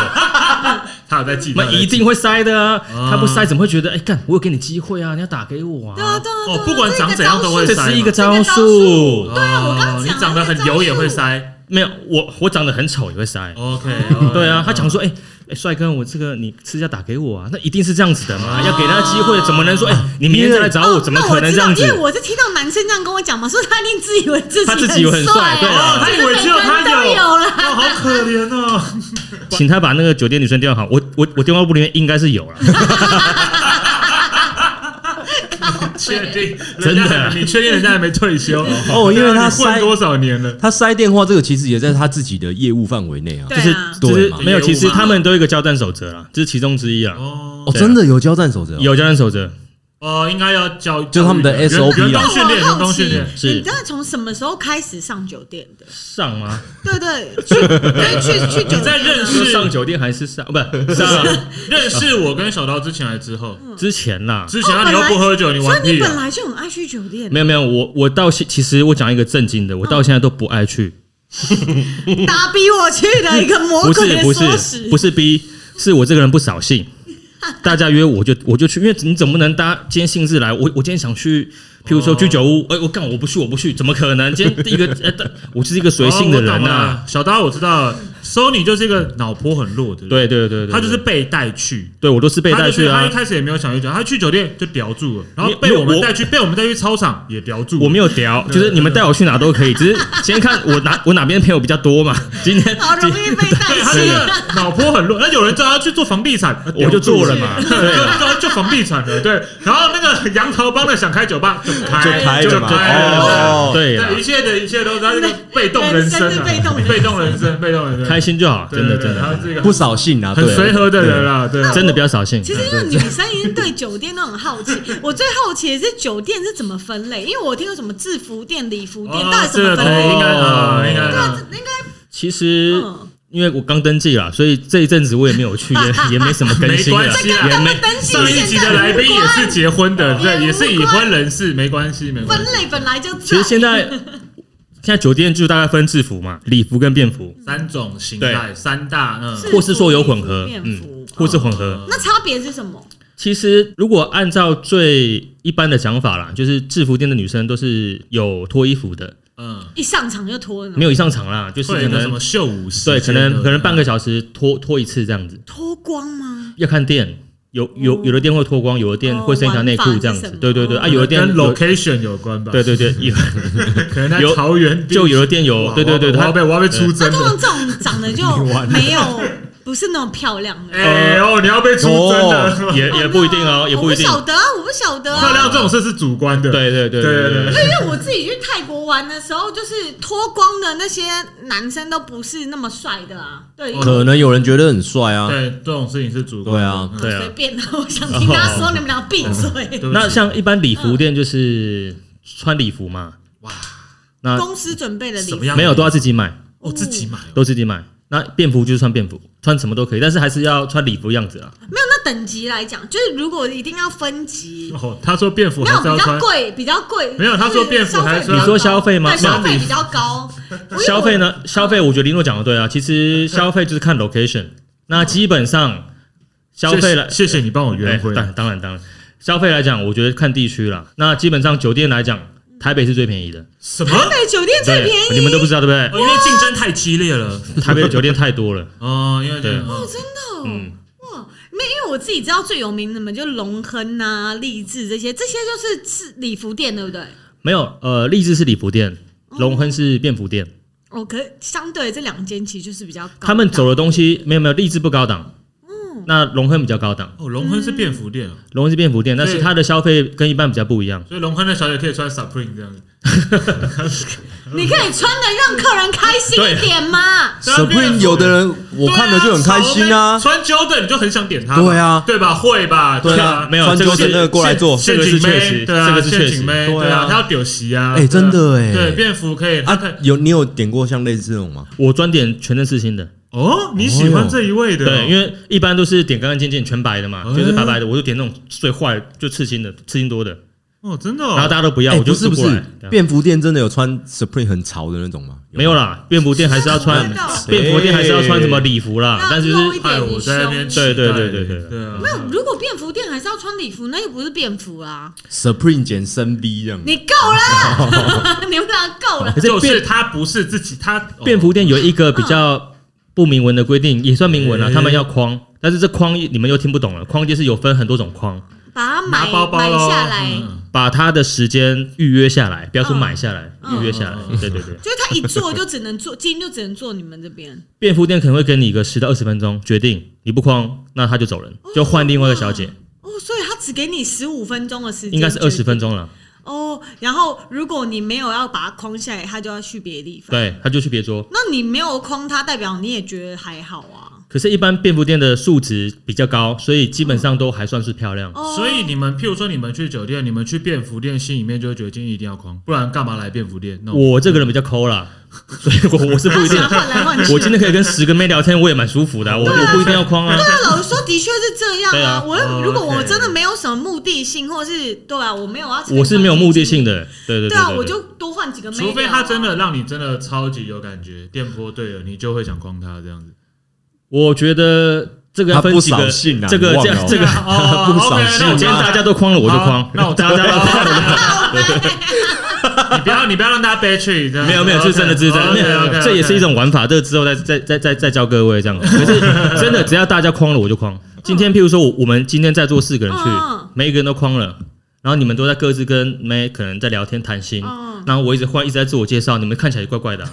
[SPEAKER 5] 他有在记，他有
[SPEAKER 4] 那
[SPEAKER 5] 在记
[SPEAKER 4] 一定会塞的啊！
[SPEAKER 5] 啊
[SPEAKER 4] 他不塞怎么会觉得？哎，干，我有给你机会啊，你要打给我
[SPEAKER 2] 对啊
[SPEAKER 4] 啊！
[SPEAKER 2] 对啊，
[SPEAKER 5] 哦
[SPEAKER 2] 对啊，
[SPEAKER 5] 不管长怎样都会
[SPEAKER 2] 这
[SPEAKER 4] 这
[SPEAKER 5] 塞
[SPEAKER 2] 个
[SPEAKER 5] 嘛
[SPEAKER 4] 是一个
[SPEAKER 2] 这
[SPEAKER 4] 招
[SPEAKER 2] 个
[SPEAKER 4] 数，
[SPEAKER 2] 对啊我刚讲
[SPEAKER 5] 哦
[SPEAKER 2] 的
[SPEAKER 5] 你长得很油也会塞。哦
[SPEAKER 4] 没有我我长得很丑也会塞。
[SPEAKER 2] 哦
[SPEAKER 5] OK，
[SPEAKER 4] 对啊，他讲说，哎、哎，帅哥，我这个你私下打给我啊，那一定是这样子的嘛，要给他机会，怎么能说，哎、你明天再来找我，
[SPEAKER 2] 哦
[SPEAKER 4] 怎么
[SPEAKER 2] 那
[SPEAKER 4] 可能
[SPEAKER 2] 知
[SPEAKER 4] 这
[SPEAKER 2] 道
[SPEAKER 4] 样子
[SPEAKER 2] 因？为我是听到男生这样跟我讲嘛，所以他一定自以为自己
[SPEAKER 4] 他自己很帅对
[SPEAKER 5] 哦，
[SPEAKER 4] 啊
[SPEAKER 5] 他以为只有他
[SPEAKER 2] 这个每个人都有啦
[SPEAKER 5] 哦，好可 怜哦。
[SPEAKER 4] 请他把那个酒店女生电话号，我我我电话簿里面应该是有
[SPEAKER 2] 啊
[SPEAKER 4] 了，
[SPEAKER 5] 确定，
[SPEAKER 4] 真的啊
[SPEAKER 5] 人家还你确定人家还没退休？
[SPEAKER 3] 哦因为他
[SPEAKER 5] 对啊你
[SPEAKER 3] 塞
[SPEAKER 5] 混多少年了？
[SPEAKER 3] 他塞电话这个其实也在他自己的业务范围内啊。
[SPEAKER 4] 就
[SPEAKER 2] 对
[SPEAKER 4] 是
[SPEAKER 2] 啊，
[SPEAKER 4] 就是
[SPEAKER 3] 对嘛
[SPEAKER 4] 没有，
[SPEAKER 5] 业务嘛
[SPEAKER 4] 其实他们都有一个交战守则啦，这是其中之一啊，
[SPEAKER 5] 哦
[SPEAKER 3] 哦，真的有交战守则哦，
[SPEAKER 4] 有交战守则，
[SPEAKER 5] 哦，应该要教，
[SPEAKER 3] 就他们的
[SPEAKER 5] 教育
[SPEAKER 3] SOP
[SPEAKER 5] 员
[SPEAKER 3] 啦
[SPEAKER 5] 工
[SPEAKER 2] 那
[SPEAKER 5] 训练，
[SPEAKER 2] 我
[SPEAKER 5] 员
[SPEAKER 2] 好
[SPEAKER 5] 工
[SPEAKER 2] 奇
[SPEAKER 5] 训练，
[SPEAKER 4] 是
[SPEAKER 2] 你知道从什么时候开始上酒店的？
[SPEAKER 4] 上吗？
[SPEAKER 2] 对对，去对去去酒
[SPEAKER 5] 你在
[SPEAKER 2] 店
[SPEAKER 5] 认
[SPEAKER 4] 是
[SPEAKER 5] 识
[SPEAKER 4] 上酒店还 是啊上？不上
[SPEAKER 5] 认识我跟小刀之前还是之后，
[SPEAKER 4] 之前啦，
[SPEAKER 5] 之前啊你又不喝酒，你
[SPEAKER 2] 哦所
[SPEAKER 5] 玩
[SPEAKER 2] 以你
[SPEAKER 5] 屁
[SPEAKER 2] 本
[SPEAKER 5] 啊！
[SPEAKER 2] 来就很爱去酒店，
[SPEAKER 4] 没有没有，我我到现其实我讲一个正经的，我到现在都不爱去，
[SPEAKER 2] 打逼我去的一个魔
[SPEAKER 4] 不
[SPEAKER 2] 鬼
[SPEAKER 4] 是
[SPEAKER 2] 的
[SPEAKER 4] 不
[SPEAKER 2] 唆
[SPEAKER 4] 是
[SPEAKER 2] 使，
[SPEAKER 4] 不是逼，是我这个人不扫 兴。大家约我就我就去，因为你总不能大家今天兴致来，我我今天想去，譬如说
[SPEAKER 5] 哦
[SPEAKER 4] 居酒屋，哎、我干我不去我不去，怎么可能？今天第一个， 哎、但我就是一个随性的人啊
[SPEAKER 5] 哦我
[SPEAKER 4] 呐、
[SPEAKER 5] 懂了小刀我知道了，Sony 就是一个脑波很弱的人，
[SPEAKER 4] 对对对对，
[SPEAKER 5] 他就是
[SPEAKER 4] 对
[SPEAKER 5] 被带去。
[SPEAKER 4] 对我都是被带去
[SPEAKER 5] 他就是他
[SPEAKER 4] 啊
[SPEAKER 5] 一，开始也没有想去酒店，他去酒店就叼住了，然后
[SPEAKER 4] 没
[SPEAKER 5] 被
[SPEAKER 4] 没有
[SPEAKER 5] 我们
[SPEAKER 4] 我
[SPEAKER 5] 带去，被我们带去操场也叼住了。
[SPEAKER 4] 我没有屌，就是你们带我去哪都可以，只 是先看我哪我哪边朋友比较多嘛。今天
[SPEAKER 2] 好容易被带
[SPEAKER 5] 对，他
[SPEAKER 2] 去
[SPEAKER 5] 这。个脑波很弱。那有人叫他去做房地产，呃
[SPEAKER 4] 我就做了嘛
[SPEAKER 5] 对，就就房地产了。对，然后那个杨桃帮的想开酒吧，就开
[SPEAKER 3] 就开
[SPEAKER 5] 就
[SPEAKER 3] 了嘛
[SPEAKER 5] 开了。
[SPEAKER 3] 哦
[SPEAKER 4] 对啦
[SPEAKER 5] 对，一切的一切都是他这个被动人生
[SPEAKER 2] 人生
[SPEAKER 5] 啊，
[SPEAKER 2] 是被动人生
[SPEAKER 5] 被动人生，被动人生，
[SPEAKER 4] 开心就好，
[SPEAKER 5] 对
[SPEAKER 4] 真的
[SPEAKER 5] 对
[SPEAKER 4] 真
[SPEAKER 5] 对他
[SPEAKER 4] 的
[SPEAKER 5] 是一个
[SPEAKER 3] 不扫兴啊，
[SPEAKER 5] 很
[SPEAKER 3] 对
[SPEAKER 5] 随和的人啦，对。啊
[SPEAKER 2] 啊
[SPEAKER 4] 真的不要扫兴。
[SPEAKER 2] 其实因为女生已经对酒店都很好 奇，我最好奇的是酒店是怎么分类，因为我听过什么制服店、礼服店，
[SPEAKER 5] 哦
[SPEAKER 2] 到底怎
[SPEAKER 5] 这
[SPEAKER 2] 么
[SPEAKER 5] 个
[SPEAKER 2] 分
[SPEAKER 5] 可以，
[SPEAKER 2] 类？
[SPEAKER 5] 应该啊，应
[SPEAKER 2] 对啊，
[SPEAKER 5] 该
[SPEAKER 4] 嗯
[SPEAKER 2] 这应该
[SPEAKER 4] 其实
[SPEAKER 2] 嗯
[SPEAKER 4] 因为我刚登记啦，所以这一阵子我也没有去，也也没什么更新
[SPEAKER 5] 没
[SPEAKER 4] 了
[SPEAKER 5] 关系，啦
[SPEAKER 4] 也没
[SPEAKER 2] 登记
[SPEAKER 5] 啊上一集的来宾也是结婚的，对，
[SPEAKER 2] 也
[SPEAKER 5] 也是已婚人士，没关系，没关
[SPEAKER 2] 分
[SPEAKER 5] 系。
[SPEAKER 2] 类本来就在
[SPEAKER 4] 其实现在现在酒店就大概分制服嘛，礼服跟便服，
[SPEAKER 5] 三种形态，
[SPEAKER 4] 对
[SPEAKER 5] 三大，嗯，
[SPEAKER 2] 制服
[SPEAKER 4] 或是说有混合
[SPEAKER 2] 礼服，哦便服
[SPEAKER 4] 嗯，或是混合。
[SPEAKER 2] 那差别是什么？
[SPEAKER 4] 其实如果按照最一般的讲法啦，就是制服店的女生都是有脱衣服的，
[SPEAKER 5] 嗯，
[SPEAKER 2] 一上场就脱了呢，
[SPEAKER 4] 没有一上场啦，就是
[SPEAKER 5] 会
[SPEAKER 4] 可
[SPEAKER 5] 有一个什么
[SPEAKER 4] 能
[SPEAKER 5] 秀舞时
[SPEAKER 4] 对，
[SPEAKER 5] 间
[SPEAKER 4] 可能可能半
[SPEAKER 5] 个
[SPEAKER 4] 个小时脱脱一次这样子，
[SPEAKER 2] 脱光吗？
[SPEAKER 4] 要看店。有有有的店会脱光，有的店
[SPEAKER 2] 哦
[SPEAKER 4] 会剩一条内
[SPEAKER 2] 玩
[SPEAKER 4] 裤
[SPEAKER 2] 法
[SPEAKER 4] 这样
[SPEAKER 2] 是什
[SPEAKER 4] 子
[SPEAKER 2] 么，
[SPEAKER 4] 对对对
[SPEAKER 2] 哦
[SPEAKER 4] 啊，有的店
[SPEAKER 5] 跟
[SPEAKER 4] 有
[SPEAKER 5] location 有关吧？
[SPEAKER 4] 对，对对，有
[SPEAKER 5] 可能在
[SPEAKER 4] 有
[SPEAKER 5] 桃园地 区
[SPEAKER 4] 就有的店有
[SPEAKER 5] 哇
[SPEAKER 4] 对对对
[SPEAKER 5] 我要
[SPEAKER 4] 他
[SPEAKER 5] 被我要被出
[SPEAKER 2] 那
[SPEAKER 5] 征
[SPEAKER 2] 啊 通
[SPEAKER 5] 了
[SPEAKER 2] 常这种长得就没有不是那么漂亮的。
[SPEAKER 5] 哎哦，你要被出征了。
[SPEAKER 4] 呃哦也 也不一定 哦，也
[SPEAKER 2] 我不
[SPEAKER 4] 不一定。
[SPEAKER 2] 晓得啊，我不晓得
[SPEAKER 5] 漂
[SPEAKER 2] 啊。
[SPEAKER 5] 亮这种事是主观的，
[SPEAKER 4] 对对对
[SPEAKER 5] 对对
[SPEAKER 4] 对，
[SPEAKER 2] 因为我自己去泰国玩的时候，就是脱光的那些男生都不是那么帅的啊。对，
[SPEAKER 5] 哦
[SPEAKER 3] 可能有人觉得很帅啊，
[SPEAKER 5] 对，这种事情是主观的。
[SPEAKER 3] 对啊
[SPEAKER 5] 嗯
[SPEAKER 4] 对啊
[SPEAKER 2] 随便的，我想听他说，你们俩闭嘴。
[SPEAKER 5] 对不起
[SPEAKER 4] 那像一般礼服店就是穿礼服嘛，
[SPEAKER 5] 哇，
[SPEAKER 4] 那
[SPEAKER 2] 公司准备的礼
[SPEAKER 5] 什
[SPEAKER 2] 服
[SPEAKER 5] 么，样的
[SPEAKER 4] 没有都要自己嗯买，
[SPEAKER 5] 哦，自己买哦，
[SPEAKER 4] 都自己买。那便服就是穿便服，穿什么都可以，但是还是要穿礼服样子啊。
[SPEAKER 2] 没有那等级来讲，就是如果一定要分级，
[SPEAKER 5] 哦，他说便服
[SPEAKER 2] 没有
[SPEAKER 5] 还是
[SPEAKER 2] 比
[SPEAKER 5] 要
[SPEAKER 2] 较
[SPEAKER 5] 穿，
[SPEAKER 2] 贵，比较贵。
[SPEAKER 5] 没有他说便服还是
[SPEAKER 2] 就是
[SPEAKER 4] 你说消费吗
[SPEAKER 2] 对，
[SPEAKER 4] 没有
[SPEAKER 2] 消费比较高。哦我
[SPEAKER 4] 消费？呢？消费，我觉得林诺讲的对啊。其实消费就是看 location，那基本上消费了，
[SPEAKER 5] 谢谢谢谢你帮我圆回
[SPEAKER 4] 哎当
[SPEAKER 5] 来。
[SPEAKER 4] 当然当然，消费来讲，我觉得看地区啦。那基本上酒店来讲，台北是最便宜的，
[SPEAKER 5] 什么？
[SPEAKER 2] 台北酒店最便宜，
[SPEAKER 4] 对，你们都不知道对不
[SPEAKER 5] 哦因为竞争太激烈了。
[SPEAKER 4] 对？台北的酒店太多了，
[SPEAKER 5] 哦，因为这
[SPEAKER 4] 对
[SPEAKER 5] 样哦
[SPEAKER 2] 真的哦、
[SPEAKER 4] 嗯，
[SPEAKER 2] 哇！没有，因为我自己知道最有名的嘛，就龙亨啊、励志这些，这些就是是礼服店，对不对？
[SPEAKER 4] 没有，呃，励志是礼服店，龙亨是便服店，
[SPEAKER 2] 哦，可是相对这两间其实就是比较高档，嗯
[SPEAKER 4] 他们走的东西没有没有，励志不高档，那龙亨比较高档，
[SPEAKER 5] 哦，龙亨是便服店哦，
[SPEAKER 4] 龙亨是便服店，但是
[SPEAKER 5] 对
[SPEAKER 4] 它的消费跟一般比较不一样。
[SPEAKER 5] 所以龙亨的小姐可以穿 Supreme 这样子。
[SPEAKER 2] 你可以穿的让客人开心一点嘛。
[SPEAKER 3] Supreme 有的人我看了就很开心啊
[SPEAKER 5] 对，穿 Jordan 你就很想点他嘛，
[SPEAKER 3] 对啊
[SPEAKER 5] 对吧？会吧？
[SPEAKER 3] 对啊
[SPEAKER 5] 吧
[SPEAKER 4] 没有
[SPEAKER 3] 穿
[SPEAKER 4] 这个
[SPEAKER 3] Jordan
[SPEAKER 4] 是
[SPEAKER 3] 那个过来坐
[SPEAKER 4] 这个
[SPEAKER 5] 陷阱
[SPEAKER 4] 是
[SPEAKER 5] 妹
[SPEAKER 4] 确实，
[SPEAKER 5] 对啊，
[SPEAKER 4] 这个是确
[SPEAKER 5] 陷阱
[SPEAKER 4] 实，
[SPEAKER 5] 妹，
[SPEAKER 3] 对啊
[SPEAKER 5] 对啊，他要屌席啊，
[SPEAKER 3] 哎真的
[SPEAKER 5] 对啊
[SPEAKER 3] 哎
[SPEAKER 5] 对，便服可以，他可以
[SPEAKER 3] 啊，有你有点过像类似这种吗？
[SPEAKER 4] 我专点全身是新的，
[SPEAKER 5] 哦，你喜欢这一位的哦，
[SPEAKER 4] 对，因为一般都是点干干净净全白的嘛，
[SPEAKER 5] 哎
[SPEAKER 4] 就是白白的，我就点那种最坏的就刺青的，刺青多的，
[SPEAKER 5] 哦，真的
[SPEAKER 4] 然后
[SPEAKER 5] 哦，
[SPEAKER 4] 大家都不要，
[SPEAKER 3] 哎
[SPEAKER 4] 我就
[SPEAKER 3] 不是不
[SPEAKER 4] 过来
[SPEAKER 3] 是
[SPEAKER 4] 对啊
[SPEAKER 3] 便服店真的有穿 Supreme 很潮的那种吗？
[SPEAKER 4] 没有啦，便服店还是要穿
[SPEAKER 2] 真的哦，
[SPEAKER 4] 便服店还是要穿什么礼服啦
[SPEAKER 2] 哎，
[SPEAKER 4] 但是就
[SPEAKER 2] 那露一
[SPEAKER 4] 是
[SPEAKER 2] 点
[SPEAKER 5] 哎，我在那边期
[SPEAKER 4] 对
[SPEAKER 5] 待，
[SPEAKER 4] 对对对对对
[SPEAKER 5] 对啊，
[SPEAKER 2] 没
[SPEAKER 4] 嗯
[SPEAKER 2] 有，如果便服店还是要穿礼服，那又不是便服啊！
[SPEAKER 3] Supreme 减深 B 这样，
[SPEAKER 4] 嗯
[SPEAKER 2] 你够了， 你们俩够了
[SPEAKER 4] 可。是
[SPEAKER 5] 就是
[SPEAKER 4] 便
[SPEAKER 5] 他不是自己，他哦
[SPEAKER 4] 便服店有一个比较不明文的规定，也算明文了，
[SPEAKER 5] 哎
[SPEAKER 4] 他们要框，但是这框你们又听不懂了，框就是有分很多种框，
[SPEAKER 2] 把它买
[SPEAKER 5] 拿包包
[SPEAKER 2] 买
[SPEAKER 5] 咯
[SPEAKER 2] 下来，
[SPEAKER 5] 嗯
[SPEAKER 4] 把他的时间预约下来，不要说买下来，
[SPEAKER 2] 嗯
[SPEAKER 4] 预约下来
[SPEAKER 5] 嗯，
[SPEAKER 4] 对对对。
[SPEAKER 2] 就是他一坐就只能坐，今天就只能坐你们这边。
[SPEAKER 4] 便服店可能会给你一个十到二十分钟决定，你不框，那他就走人，就换另外一个小姐，
[SPEAKER 2] 哦，所以他只给你十五分钟的时间，
[SPEAKER 4] 应该是二十分。钟了。
[SPEAKER 2] 哦，然后如果你没有要把它框下来，他就要去别的地方。，
[SPEAKER 4] 对，他就去别桌。
[SPEAKER 2] 那你没有框它，代表你也觉得还好啊。
[SPEAKER 4] 可是，一般便服店的数值比较高，所以基本上都还算是漂亮。
[SPEAKER 2] 哦，
[SPEAKER 5] 所以你们，譬如说你们去酒店，你们去便服店，心里面就会觉得今天一定要框，不然干嘛来便服店？那种
[SPEAKER 4] 我这个人比较抠啦， 所以我我是不
[SPEAKER 2] 他
[SPEAKER 4] 一
[SPEAKER 2] 喜
[SPEAKER 4] 定啊
[SPEAKER 2] 欢。换来换去。啊
[SPEAKER 4] 我今天可以跟十个妹聊天，我也蛮舒服的啊、我我不一定要框啊。
[SPEAKER 2] 对啊，老实说，的确是这样
[SPEAKER 4] 对
[SPEAKER 2] 啊。
[SPEAKER 4] 啊
[SPEAKER 2] 我
[SPEAKER 5] 哦
[SPEAKER 2] 又如果我
[SPEAKER 5] OK
[SPEAKER 2] 真的没有什么目的性，或是对啊，我没有要，
[SPEAKER 4] 我是没有目的性。的，对对对
[SPEAKER 2] 对啊，
[SPEAKER 4] 对
[SPEAKER 2] 我就多换几个妹。
[SPEAKER 5] 除非他真的，让你真的超级有感觉，电波对了，你就会想框他 这样子。
[SPEAKER 4] 我觉得这个要分几
[SPEAKER 3] 他不
[SPEAKER 4] 个
[SPEAKER 3] 扫兴啊，
[SPEAKER 4] 这个
[SPEAKER 3] 你忘
[SPEAKER 4] 这
[SPEAKER 3] 了哦
[SPEAKER 4] 样这个，
[SPEAKER 5] 哦
[SPEAKER 3] 不扫兴啊
[SPEAKER 4] 今天大家都框了，我就框
[SPEAKER 5] 好。那我大 家都框你不要你不要让大家悲催，这样
[SPEAKER 4] 没有没有，是真的，是真的，没有没有，这也是一。种玩法。这个之后再再再再再教各位这样。可 是真的，只要大家框了，我就框。今天譬如说，我我们今天在座四个人去
[SPEAKER 2] 嗯，
[SPEAKER 4] 每一个人都框了，然后你们都在各自跟妹可能在聊天谈心
[SPEAKER 2] 嗯，
[SPEAKER 4] 然后我一直换，一直在自我介绍，你们看起来也怪怪的啊。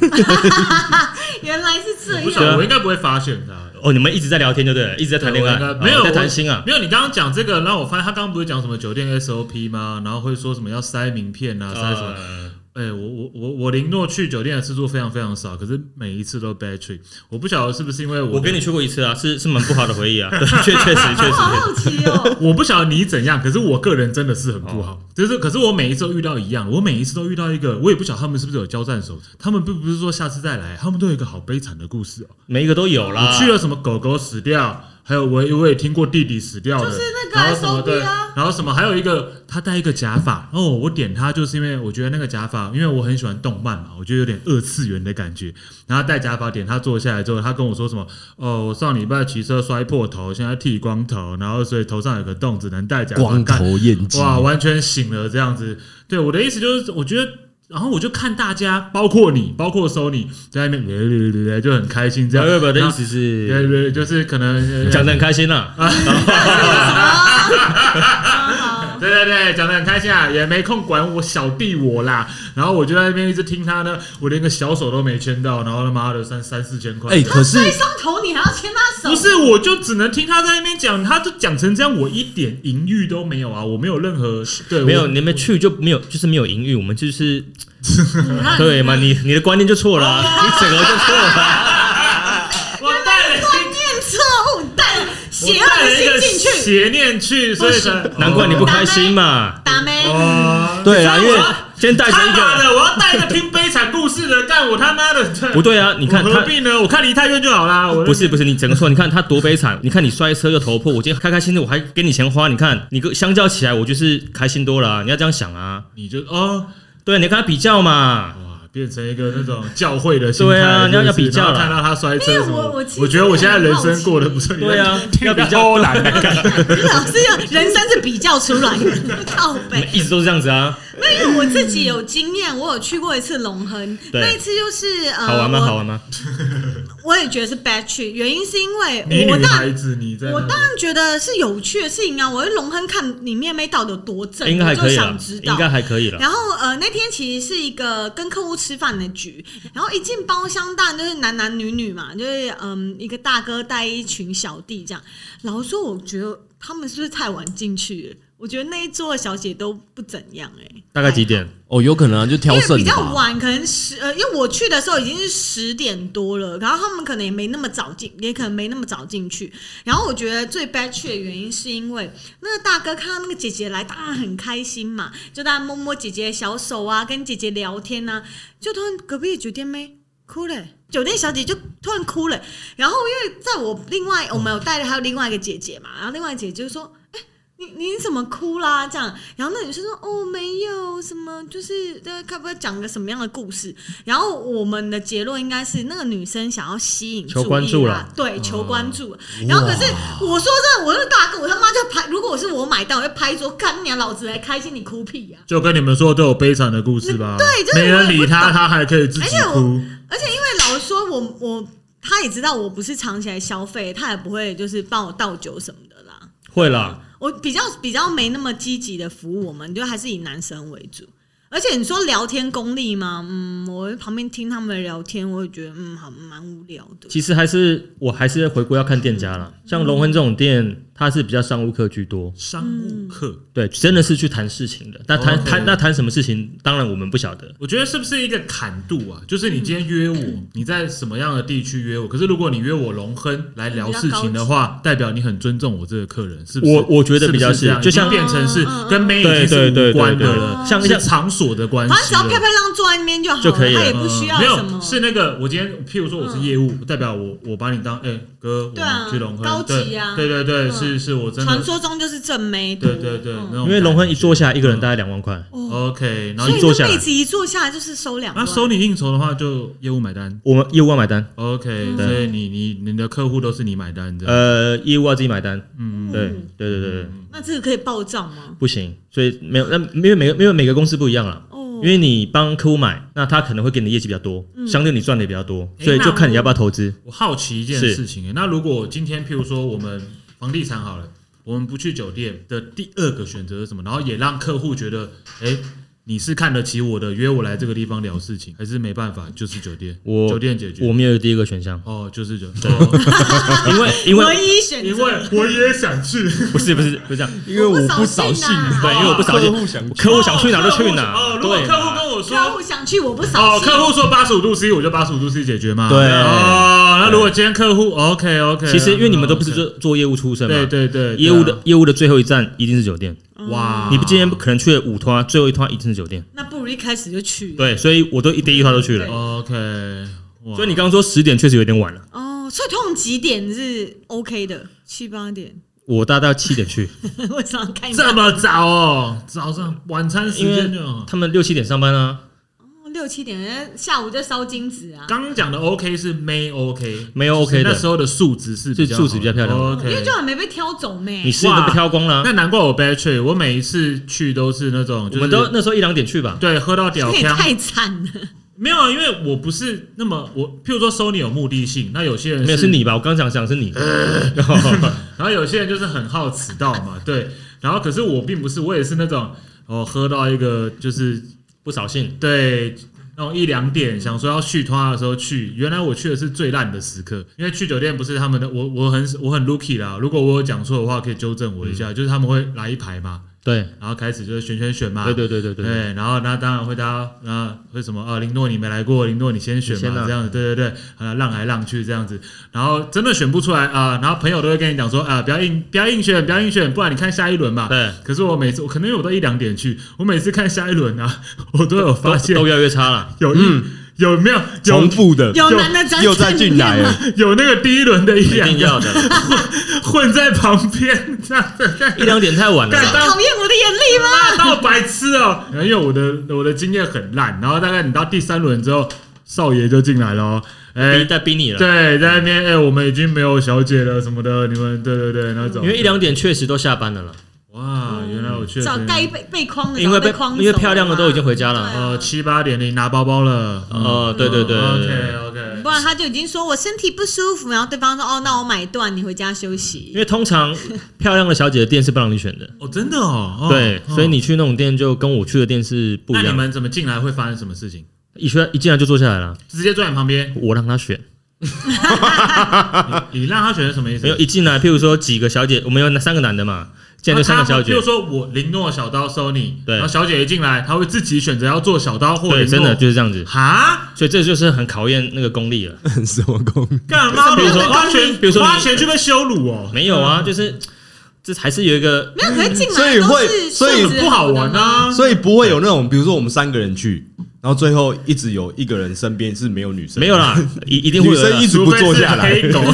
[SPEAKER 2] 原来是这
[SPEAKER 5] 不是
[SPEAKER 2] 样。
[SPEAKER 5] 啊我应该不会发现他。
[SPEAKER 4] 哦，你们一直在聊天，对不对？一直在谈恋爱
[SPEAKER 5] 对我应，
[SPEAKER 4] 哦
[SPEAKER 5] 该没有
[SPEAKER 4] 在谈心啊。
[SPEAKER 5] 没有，你刚刚讲这个，让我发现他刚刚不是讲什么酒店 SOP 吗？然后会说什么要塞名片啊，塞什么？
[SPEAKER 4] 呃
[SPEAKER 5] 哎、我我我我林诺去酒店的次数非常非常少，可是每一次都 bad trip。我不晓得是不是因为我
[SPEAKER 4] 我跟你去过一次啊，是是蛮不好的回忆啊。 对，确确实确
[SPEAKER 2] 我好
[SPEAKER 4] 实，
[SPEAKER 2] 好奇 哦。
[SPEAKER 5] 我不晓得你怎样，可是我个人真的是很不好。
[SPEAKER 4] 哦
[SPEAKER 5] 就是，可是我每一次都遇到一样，我每一次都遇到一个，我也不晓得他们是不是有交战手，他们并不是说下次再来，他们都有一个好悲惨的故事哦、
[SPEAKER 4] 每一个都有啦。
[SPEAKER 5] 我去了什么狗狗死掉，还有我我也听过弟弟死掉的，
[SPEAKER 2] 就是那个
[SPEAKER 5] 然后什么
[SPEAKER 2] SOP
[SPEAKER 5] 对
[SPEAKER 2] 啊，
[SPEAKER 5] 然后什么还有一个他戴一个假发，哦，我点他就是因为我觉得那个假发，因为我很喜欢动漫嘛，我觉得有点二次元的感觉。然后他戴假发点他坐下来之后，他跟我说什么？哦，我上礼拜骑车摔破头，现在剃光头，然后所以头上有个洞，只能戴假发。
[SPEAKER 3] 光
[SPEAKER 5] 干
[SPEAKER 3] 头燕姬，
[SPEAKER 5] 哇，完全醒了这样子。对，我的意思就是，我觉得，然后我就看大家，包括你，包括 Sony 在那边，就很开心这样。
[SPEAKER 4] 不不不的
[SPEAKER 5] 然
[SPEAKER 4] 意
[SPEAKER 5] 后
[SPEAKER 4] 思
[SPEAKER 5] 对
[SPEAKER 4] 是
[SPEAKER 5] 对，就是可能呃
[SPEAKER 4] 啊
[SPEAKER 5] 啊
[SPEAKER 4] 讲的很开心啦。
[SPEAKER 2] 嗯什么？好好
[SPEAKER 5] 对对对，讲的很开心啊，也没空管我小弟我啦。然后我就在那边一直听他呢，我连个小手都没牵到，然后他妈的三三四千块。
[SPEAKER 3] 哎、可是
[SPEAKER 2] 摔伤头你还要牵他手？
[SPEAKER 5] 不是，我就只能听他在那边讲，他就讲成这样，我一点淫欲都没有啊，我没有任何对，
[SPEAKER 4] 没有
[SPEAKER 5] 我
[SPEAKER 4] 你们去就没有，就是没有淫欲，我们就是
[SPEAKER 2] 你看，
[SPEAKER 4] 对嘛？你你的观念就错了啊、你整个就错
[SPEAKER 5] 哦
[SPEAKER 4] 了啊、
[SPEAKER 5] 我带了
[SPEAKER 2] 观
[SPEAKER 5] 心，
[SPEAKER 2] 念错误，带了邪
[SPEAKER 5] 我
[SPEAKER 2] 恶
[SPEAKER 5] 带
[SPEAKER 2] 的
[SPEAKER 5] 了一个
[SPEAKER 2] 心进去，
[SPEAKER 5] 邪念去，所以才
[SPEAKER 4] 难怪你不开心嘛。
[SPEAKER 2] 打没？
[SPEAKER 5] 哦。
[SPEAKER 4] 对啊，因为
[SPEAKER 5] 你知道吗
[SPEAKER 4] 先带着
[SPEAKER 5] 他
[SPEAKER 4] 一
[SPEAKER 5] 妈
[SPEAKER 4] 个
[SPEAKER 5] 的，我要带一个听悲惨故事的，干我他妈的！
[SPEAKER 4] 不对啊，你
[SPEAKER 5] 你
[SPEAKER 4] 看
[SPEAKER 5] 何
[SPEAKER 4] 他。
[SPEAKER 5] 必呢？我看离太远就好啦。我
[SPEAKER 4] 不是不是，你整个错，你看他多悲惨！你看你摔车又头破，我今天开开心心，我还给你钱花。你看你跟相较起来，我就是开心多了啊、你要这样想啊，
[SPEAKER 5] 你就哦，
[SPEAKER 4] 对，啊你要跟他比较嘛。
[SPEAKER 5] 哇，变成一个那种教会的心态，
[SPEAKER 4] 对啊你要要比较啦
[SPEAKER 5] 然后看到他摔车
[SPEAKER 2] 没有
[SPEAKER 5] 什么，
[SPEAKER 2] 我我其实
[SPEAKER 5] 我觉得我现在人生过得啊不错。
[SPEAKER 4] 对啊
[SPEAKER 5] 你
[SPEAKER 4] 要比较
[SPEAKER 5] 欧兰的 感觉，
[SPEAKER 2] 老师要人生是比较出来的，靠背。
[SPEAKER 4] 一直都是这样子啊，
[SPEAKER 2] 那因为我自己有经验，我有去过一次龙亨，
[SPEAKER 4] 对
[SPEAKER 2] 那一次就是呃，
[SPEAKER 4] 好玩吗？
[SPEAKER 2] 我
[SPEAKER 4] 好玩吗？
[SPEAKER 2] 我也觉得是 bad trip，原因是因
[SPEAKER 4] 哎
[SPEAKER 5] 你
[SPEAKER 2] 为我
[SPEAKER 5] 女
[SPEAKER 2] 当
[SPEAKER 5] 孩子，你
[SPEAKER 4] 嗯
[SPEAKER 5] 在那
[SPEAKER 2] 我
[SPEAKER 5] 里
[SPEAKER 2] 当然觉得是有趣的事情啊，我在龙亨看里面没到底有多正，
[SPEAKER 4] 应该还
[SPEAKER 2] 我就
[SPEAKER 4] 可以
[SPEAKER 2] 想
[SPEAKER 4] 了
[SPEAKER 2] 知，道
[SPEAKER 4] 应。该还可以啊了。
[SPEAKER 2] 然后呃，那天其实是一个跟客户吃饭的局，然后一进包厢，当然就是男男女女嘛，就是嗯，一个大哥带一群小弟这样。老实说，我觉得他们是不是太晚进去了？我觉得那一桌的小姐都不怎样哎、
[SPEAKER 4] 大概几点？
[SPEAKER 3] 哦，有可能啊，就挑
[SPEAKER 2] 因为
[SPEAKER 3] 剩
[SPEAKER 2] 比
[SPEAKER 3] 的
[SPEAKER 2] 较
[SPEAKER 3] 吧。
[SPEAKER 2] 晚，可能十呃，因为我去的时候已经是十点多了，然后他们可能也没那么早进，也可能没那么早进去。然后我觉得最 bad trip 的原因是因为那个大哥看到那个姐姐来，当然很开心嘛，就大家摸摸姐姐的小手啊，跟姐姐聊天啊，就突然隔壁的酒店妹哭了、酒店小姐就突然哭了、然后因为在我另外我们有带着还有另外一个姐姐嘛，然后另外一个姐姐就说。哎你你怎么哭啦？这样，然后那女生说：“哦，没有什么，就是呃，该不会讲个什么样的故事？”然后我们的结论应该是，那个女生想要吸引
[SPEAKER 4] 求
[SPEAKER 2] 注
[SPEAKER 4] 关
[SPEAKER 2] 意
[SPEAKER 4] 注
[SPEAKER 2] 啦
[SPEAKER 4] 啦哦
[SPEAKER 2] 对，求关注。然后可是我说真的，我是大哥，我他妈就拍，如果我是我买单，我就拍桌，干你、啊、老子还开心，你哭屁啊呀、
[SPEAKER 5] 就跟你们说都有悲惨的故事吧？
[SPEAKER 2] 对就是
[SPEAKER 5] 没人理
[SPEAKER 2] 我也
[SPEAKER 5] 他，
[SPEAKER 2] 不懂
[SPEAKER 5] 他还可以自
[SPEAKER 2] 而
[SPEAKER 5] 己
[SPEAKER 2] 且我
[SPEAKER 5] 哭。
[SPEAKER 2] 而且因为老实说我我他也知道我不是藏起来消费，他也不会就是帮我倒酒什么的啦。
[SPEAKER 4] 会啦，
[SPEAKER 2] 我比较比较没那么积极的服务我们，就还是以男生为主。而且你说聊天功力嘛，嗯，我在旁边听他们聊天，我也觉得嗯，好蛮无聊的。
[SPEAKER 4] 其实还是我还是回归要看店家
[SPEAKER 2] 嗯
[SPEAKER 4] 啦。像龙亨这种店，它是比较商务客居多，
[SPEAKER 5] 商务课，
[SPEAKER 4] 对，真的是去谈事情的。那谈
[SPEAKER 5] OK
[SPEAKER 4] 谈那谈什么事情，当然我们不晓得。
[SPEAKER 5] 我觉得是不是一个坎度啊？就是你今天约我，你在什么样的地区约我？可是如果你约我龙亨来聊事情的话，代表你很尊重我这个客人，是不是？
[SPEAKER 4] 我我觉得比较
[SPEAKER 5] 是不是这样，
[SPEAKER 4] 是就像
[SPEAKER 5] 已经变成是
[SPEAKER 2] 嗯嗯嗯
[SPEAKER 5] 跟妹已经是
[SPEAKER 4] 对对对
[SPEAKER 5] 无关的
[SPEAKER 4] 对对
[SPEAKER 5] 了，
[SPEAKER 4] 对像
[SPEAKER 5] 是
[SPEAKER 4] 像
[SPEAKER 5] 场所的关系
[SPEAKER 2] 反
[SPEAKER 5] 了。
[SPEAKER 2] 正只要漂漂亮亮坐在那边就好
[SPEAKER 4] 就可以了
[SPEAKER 2] 他也不需要
[SPEAKER 5] 嗯没
[SPEAKER 2] 什
[SPEAKER 5] 有
[SPEAKER 2] 么。嗯
[SPEAKER 5] 是那个，我今天譬如说我是业务，代表我我把你当哎、哥，我
[SPEAKER 2] 对啊
[SPEAKER 5] 们去龙亨，
[SPEAKER 2] 高级
[SPEAKER 5] 对
[SPEAKER 2] 啊
[SPEAKER 5] 对对对，
[SPEAKER 2] 嗯
[SPEAKER 5] 是是我真的
[SPEAKER 2] 传，说中就是正妹多，
[SPEAKER 5] 对对对，
[SPEAKER 2] 嗯哦
[SPEAKER 5] 那哦种
[SPEAKER 4] 因为龙亨一坐下，一个人大
[SPEAKER 5] 感
[SPEAKER 4] 概两万块，
[SPEAKER 5] 觉、OK，然后
[SPEAKER 2] 所以
[SPEAKER 5] 一
[SPEAKER 4] 坐下
[SPEAKER 2] 那
[SPEAKER 4] 来
[SPEAKER 2] 妹子一坐下来就是收两
[SPEAKER 5] 那
[SPEAKER 2] 万，
[SPEAKER 5] 啊收你应酬的话，就业务买单。
[SPEAKER 4] 我们业务要买单，
[SPEAKER 2] 嗯
[SPEAKER 5] OK，所以你你你的客户都是你买单的，
[SPEAKER 4] 呃，业务要自己买单。
[SPEAKER 5] 嗯，
[SPEAKER 4] 对
[SPEAKER 2] 嗯
[SPEAKER 4] 对对对对，
[SPEAKER 2] 那这个可以报账吗？
[SPEAKER 4] 不行，所以没有那因为每个因为每个公司不一样啦。
[SPEAKER 2] 哦
[SPEAKER 5] 嗯
[SPEAKER 4] 因，为你帮客户买，那他可能会给你的业绩比较多，相对你赚的也比较多，所以就看你要不要投资。
[SPEAKER 5] 我好奇一件事情，欸那如果今天譬如说我们房地产好了，我们不去酒店的第二个选择是什么？然后也让客户觉得，哎、你是看得起我的，约我来这个地方聊事情，还是没办法，就是酒店，
[SPEAKER 4] 我
[SPEAKER 5] 酒店解决。，
[SPEAKER 4] 我没有第一个选项
[SPEAKER 5] 哦，就是酒店，哦
[SPEAKER 4] 因为因为
[SPEAKER 2] 唯一选择，
[SPEAKER 5] 因为我也想去，
[SPEAKER 4] 不是不是不是这 样，
[SPEAKER 3] 因为我
[SPEAKER 2] 不扫
[SPEAKER 3] 不扫
[SPEAKER 2] 兴
[SPEAKER 3] 兴
[SPEAKER 2] 啊，
[SPEAKER 4] 对，因为我不扫
[SPEAKER 3] 客户想
[SPEAKER 4] 兴，客户想去哪就去哪。
[SPEAKER 5] 哦，如果
[SPEAKER 4] 对
[SPEAKER 5] 客户跟我
[SPEAKER 2] 客
[SPEAKER 5] 说
[SPEAKER 2] 户想去我不
[SPEAKER 5] 哦
[SPEAKER 2] 扫，兴，
[SPEAKER 5] 客户说八十五度 C，我就八十五度 C 解决嘛。
[SPEAKER 3] 对
[SPEAKER 5] 哦，那如果今天客户 OK OK，
[SPEAKER 4] 其实因为你们都不是做做业务出身嘛，
[SPEAKER 5] 对对啊对
[SPEAKER 4] 业务的业务的最后一站一定是酒店。
[SPEAKER 2] 嗯
[SPEAKER 5] 哇，
[SPEAKER 4] 你不今天可能去了五趟，最后一趟一定是酒店。
[SPEAKER 5] 嗯
[SPEAKER 2] 那不如一开始就去。
[SPEAKER 4] 对，所以我都一第一趟都去
[SPEAKER 2] 对
[SPEAKER 4] 了。
[SPEAKER 5] OK，哇
[SPEAKER 4] 所以你刚刚说十点确实有点晚了，
[SPEAKER 2] 哦，所以通常几点是 OK 的？七八点，
[SPEAKER 4] 我大概七点 去，
[SPEAKER 2] 我想看一下
[SPEAKER 5] 这么早哦，早上晚餐时
[SPEAKER 4] 因
[SPEAKER 5] 间
[SPEAKER 4] 为
[SPEAKER 5] 就好
[SPEAKER 4] 他们六七点上班啊，
[SPEAKER 2] 哦六七点，下午就烧金子啊。
[SPEAKER 5] 刚刚讲的 OK 是没 OK，
[SPEAKER 4] 没有 OK
[SPEAKER 5] 那
[SPEAKER 4] 的
[SPEAKER 5] 时，候的数值是较
[SPEAKER 4] 是数值比较漂亮
[SPEAKER 5] 好的
[SPEAKER 2] 哦因为
[SPEAKER 5] OK
[SPEAKER 2] 就。很没被挑走咩，
[SPEAKER 4] 你是都被挑光了啊
[SPEAKER 5] 那。难怪我 bad trip，我每一次去都是那种，
[SPEAKER 4] 我
[SPEAKER 5] 就是
[SPEAKER 4] 们都那时候一两点去吧，
[SPEAKER 5] 对喝到屌
[SPEAKER 2] 这也
[SPEAKER 5] 腔，
[SPEAKER 2] 太惨了。
[SPEAKER 5] 没有啊，因为我不是那么我，譬如说收你有目的性，那有些人
[SPEAKER 4] 没有是你吧？我刚想想 是你，
[SPEAKER 5] 然后有些人就是很好迟到嘛，对。然后可是我并不是，我也是那种哦，喝到一个就是
[SPEAKER 4] 不扫兴。
[SPEAKER 5] 对那种一两点想说要续团的时候去，原来我去的是最烂的时刻，因为去酒店不是他们的，我我很我很 lucky 啦。如果我有讲错的话，可以纠正我一下，
[SPEAKER 4] 嗯
[SPEAKER 5] 就是他们会来一排嘛，
[SPEAKER 4] 对，
[SPEAKER 5] 然后开始就是选选选嘛，
[SPEAKER 4] 对对对对对对，
[SPEAKER 5] 对，然后那当然会大家那会什么啊？林诺你没来过，林诺你先选
[SPEAKER 4] 你先
[SPEAKER 5] 嘛，
[SPEAKER 4] 啊
[SPEAKER 5] 这样子，对对对，啊让来让去这样子，然后真的选不出来啊，然后朋友都会跟你讲说啊，不要硬不要硬选，不要硬选，不然你看下一轮嘛。
[SPEAKER 4] 对
[SPEAKER 5] 可是我每次我可能因为我都一两点去，我每次看下一轮啊， 我都有发现
[SPEAKER 4] 都嗯越来越差了。
[SPEAKER 5] 有一有没有有
[SPEAKER 3] 重复的
[SPEAKER 2] 有男的
[SPEAKER 3] 又再进来了，
[SPEAKER 5] 有那个第一轮的一
[SPEAKER 4] 一
[SPEAKER 5] 两
[SPEAKER 4] 定
[SPEAKER 5] 个
[SPEAKER 4] 要的啦，
[SPEAKER 5] 混在旁边 这样子。
[SPEAKER 4] 一两点太晚了
[SPEAKER 5] 干
[SPEAKER 4] 啦。
[SPEAKER 5] 当
[SPEAKER 2] 讨厌我的眼力吗？
[SPEAKER 5] 啊，当我白痴哦、 因为我的我的经验很烂，然后大概你到第三轮之后，少爷就进来了哦、哎、
[SPEAKER 4] 逼在逼你了，
[SPEAKER 5] 对，在那边哎、我们已经没有小姐了什么的，你们对对对那种。
[SPEAKER 4] 因为一两点确实都下班了啦，
[SPEAKER 5] 哇，原来我去
[SPEAKER 2] 找
[SPEAKER 5] 了
[SPEAKER 2] 该被被框的，
[SPEAKER 4] 因为
[SPEAKER 2] 早被
[SPEAKER 4] 被
[SPEAKER 2] 框走了嘛，
[SPEAKER 4] 因为漂亮的都已经回家
[SPEAKER 2] 对
[SPEAKER 4] 了。
[SPEAKER 2] 啊
[SPEAKER 5] 呃七八点零拿包包了。
[SPEAKER 4] 哦，对对对对对
[SPEAKER 5] ，OK
[SPEAKER 4] 对
[SPEAKER 5] OK。
[SPEAKER 2] 不然他就已经说我身体不舒服，然后对方说哦，那我买断，你回家休
[SPEAKER 4] 因
[SPEAKER 2] 息。
[SPEAKER 4] 为通常漂亮的小姐的店是不让你选的，
[SPEAKER 5] 哦，真的哦，哦
[SPEAKER 4] 对，
[SPEAKER 5] 哦
[SPEAKER 4] 所以你去那种店就跟我去的店是不
[SPEAKER 5] 那
[SPEAKER 4] 一
[SPEAKER 5] 你
[SPEAKER 4] 样的。
[SPEAKER 5] 们怎么进来会发生什么事情？
[SPEAKER 4] 一去一进来就坐下来了，
[SPEAKER 5] 直接坐在你旁边，
[SPEAKER 4] 我让她选，
[SPEAKER 5] 你让他选是什么意思？
[SPEAKER 4] 没有一进来，譬如说几个小姐，我们有三个男的嘛，进来就三个小姐
[SPEAKER 5] 比如，说我林诺小刀收你，
[SPEAKER 4] 对
[SPEAKER 5] 然后小姐一进来，她会自己选择要做小刀或
[SPEAKER 4] 对，
[SPEAKER 5] 林诺
[SPEAKER 4] 真的就是这哦样子，
[SPEAKER 5] 哈，
[SPEAKER 4] 所以这就是很考验那个功力了。
[SPEAKER 3] 什么功？
[SPEAKER 5] 干嘛？
[SPEAKER 4] 比如说
[SPEAKER 5] 花钱，
[SPEAKER 4] 比如说你
[SPEAKER 5] 花钱就被羞辱哦，
[SPEAKER 4] 没有 啊，就是这还是有一个
[SPEAKER 2] 没有，可是进
[SPEAKER 3] 所
[SPEAKER 2] 来
[SPEAKER 3] 以
[SPEAKER 2] 都
[SPEAKER 3] 会
[SPEAKER 2] 是
[SPEAKER 3] 所以
[SPEAKER 2] 素质
[SPEAKER 5] 不好
[SPEAKER 2] 的
[SPEAKER 5] 玩
[SPEAKER 2] 吗。
[SPEAKER 4] 哦
[SPEAKER 5] 啊。
[SPEAKER 3] 所以不会有那种，比如说我们三个人去，然后最后一直有一个人身边是没有女生，
[SPEAKER 4] 没有， 啦，一一定会
[SPEAKER 3] 女
[SPEAKER 4] 有的啦
[SPEAKER 3] 生一直不坐下来
[SPEAKER 5] 除非，是黑狗，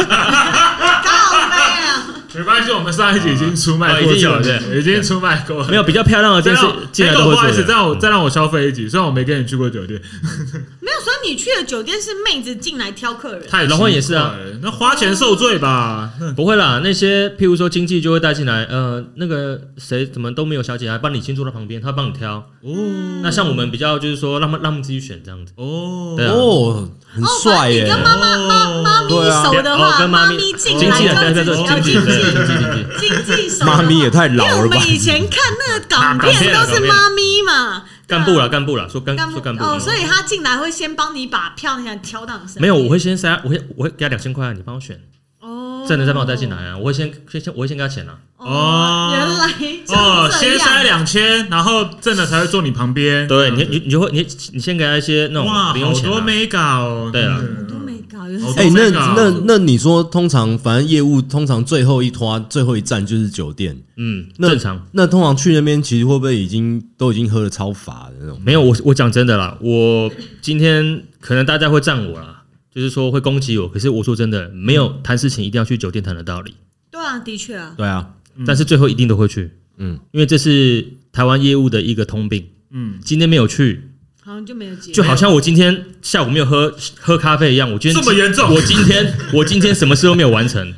[SPEAKER 2] 靠背啊！
[SPEAKER 5] 没关系，我们上一集已经出
[SPEAKER 4] 哦
[SPEAKER 5] 卖过
[SPEAKER 4] 已经
[SPEAKER 5] 这
[SPEAKER 4] 有
[SPEAKER 5] 个，
[SPEAKER 4] 了
[SPEAKER 5] 已经出卖过 了。
[SPEAKER 4] 没有比较漂亮的
[SPEAKER 5] 再
[SPEAKER 4] 店
[SPEAKER 5] 让
[SPEAKER 4] 是进
[SPEAKER 5] 黑
[SPEAKER 4] 来
[SPEAKER 5] 狗
[SPEAKER 4] 都
[SPEAKER 5] 不
[SPEAKER 4] 会
[SPEAKER 5] 好意
[SPEAKER 4] 坐
[SPEAKER 5] 思，
[SPEAKER 4] 的
[SPEAKER 5] 再。让我再让我消费一集。虽然我没跟你去过酒店，
[SPEAKER 2] 没有，所以你去的酒店是妹子进来挑客人，
[SPEAKER 5] 太
[SPEAKER 4] 老
[SPEAKER 5] 欢
[SPEAKER 4] 欢也是啊，
[SPEAKER 5] 那花钱受罪吧？
[SPEAKER 4] 不会啦，那些譬如说经济就会带进来，呃，那个谁怎么都没有小姐来帮你先坐到旁边，她帮你挑。
[SPEAKER 5] 哦
[SPEAKER 4] 那像我们比较就是说让他们让他们自己选这样子，
[SPEAKER 5] 哦，
[SPEAKER 4] 对啊
[SPEAKER 3] 哦，很
[SPEAKER 2] 哦，
[SPEAKER 3] 帅耶、
[SPEAKER 2] 反正你跟妈妈妈妈咪
[SPEAKER 3] 对啊
[SPEAKER 2] 熟的话，
[SPEAKER 4] 哦跟妈
[SPEAKER 2] 妈
[SPEAKER 4] 咪
[SPEAKER 2] 咪进
[SPEAKER 4] 经
[SPEAKER 2] 来
[SPEAKER 4] 纪人
[SPEAKER 2] 就
[SPEAKER 4] 对对
[SPEAKER 2] 自己
[SPEAKER 4] 对
[SPEAKER 2] 要
[SPEAKER 4] 经纪
[SPEAKER 2] 经
[SPEAKER 4] 人对
[SPEAKER 2] 济
[SPEAKER 4] 经纪经 纪。
[SPEAKER 2] 经济熟的话。
[SPEAKER 3] 妈咪也太
[SPEAKER 2] 因为
[SPEAKER 3] 老
[SPEAKER 2] 我
[SPEAKER 3] 了吧
[SPEAKER 2] 们？ 以前看那个港
[SPEAKER 4] 港片
[SPEAKER 2] 片
[SPEAKER 4] 啊
[SPEAKER 2] 都是妈咪嘛，对
[SPEAKER 4] 干
[SPEAKER 2] 啊
[SPEAKER 4] 部啦，干部啦，说干
[SPEAKER 2] 干
[SPEAKER 4] 说
[SPEAKER 2] 部
[SPEAKER 4] 干部
[SPEAKER 2] 哦，所以他进来会先帮你把票那样挑到你身边。
[SPEAKER 4] 没有，我会先塞，我会我会给他两千块，你帮我选，
[SPEAKER 2] 哦，
[SPEAKER 4] 真的再帮我带进来啊，我会先先先我会先给他钱啊，
[SPEAKER 2] 哦
[SPEAKER 5] 哦，
[SPEAKER 2] 原来
[SPEAKER 5] 哦，先塞
[SPEAKER 2] 两。
[SPEAKER 5] 两千，然后挣的才会坐你旁边。
[SPEAKER 4] 对你你你就会你你先给他一些那
[SPEAKER 5] 哇，
[SPEAKER 4] 种零
[SPEAKER 5] 好
[SPEAKER 4] 用钱
[SPEAKER 5] 多
[SPEAKER 4] 啊，
[SPEAKER 5] mega 哦。
[SPEAKER 4] 对啊
[SPEAKER 5] 嗯
[SPEAKER 2] 都没搞，原来
[SPEAKER 5] 好
[SPEAKER 2] 是
[SPEAKER 5] 多
[SPEAKER 3] 哎、
[SPEAKER 4] Oh
[SPEAKER 3] 那
[SPEAKER 5] mega 哦
[SPEAKER 3] 那那你说，通常反正业务通常最后一拖最后一站就是酒店，
[SPEAKER 4] 嗯，
[SPEAKER 3] 那
[SPEAKER 4] 正常。
[SPEAKER 3] 那通常去那边其实会不会已经都已经喝的超乏的那种？
[SPEAKER 4] 没有，我我讲真的啦，我今天可能大家会赞我啦，就是说会攻击我，可是我说真的，没有谈事情一定要去酒店谈的道理，
[SPEAKER 2] 对啊，的确啊，
[SPEAKER 3] 对啊，
[SPEAKER 5] 嗯
[SPEAKER 4] 但是最后一定都会去，
[SPEAKER 3] 嗯，
[SPEAKER 4] 因为这是台湾业务的一个通病。
[SPEAKER 5] 嗯，
[SPEAKER 4] 今天没有去，
[SPEAKER 2] 好像就没有结。
[SPEAKER 4] 就好像我今天下午没有喝喝咖啡一样，我今天
[SPEAKER 5] 这么严重
[SPEAKER 4] 嗯我今天我今天什么事都没有完成，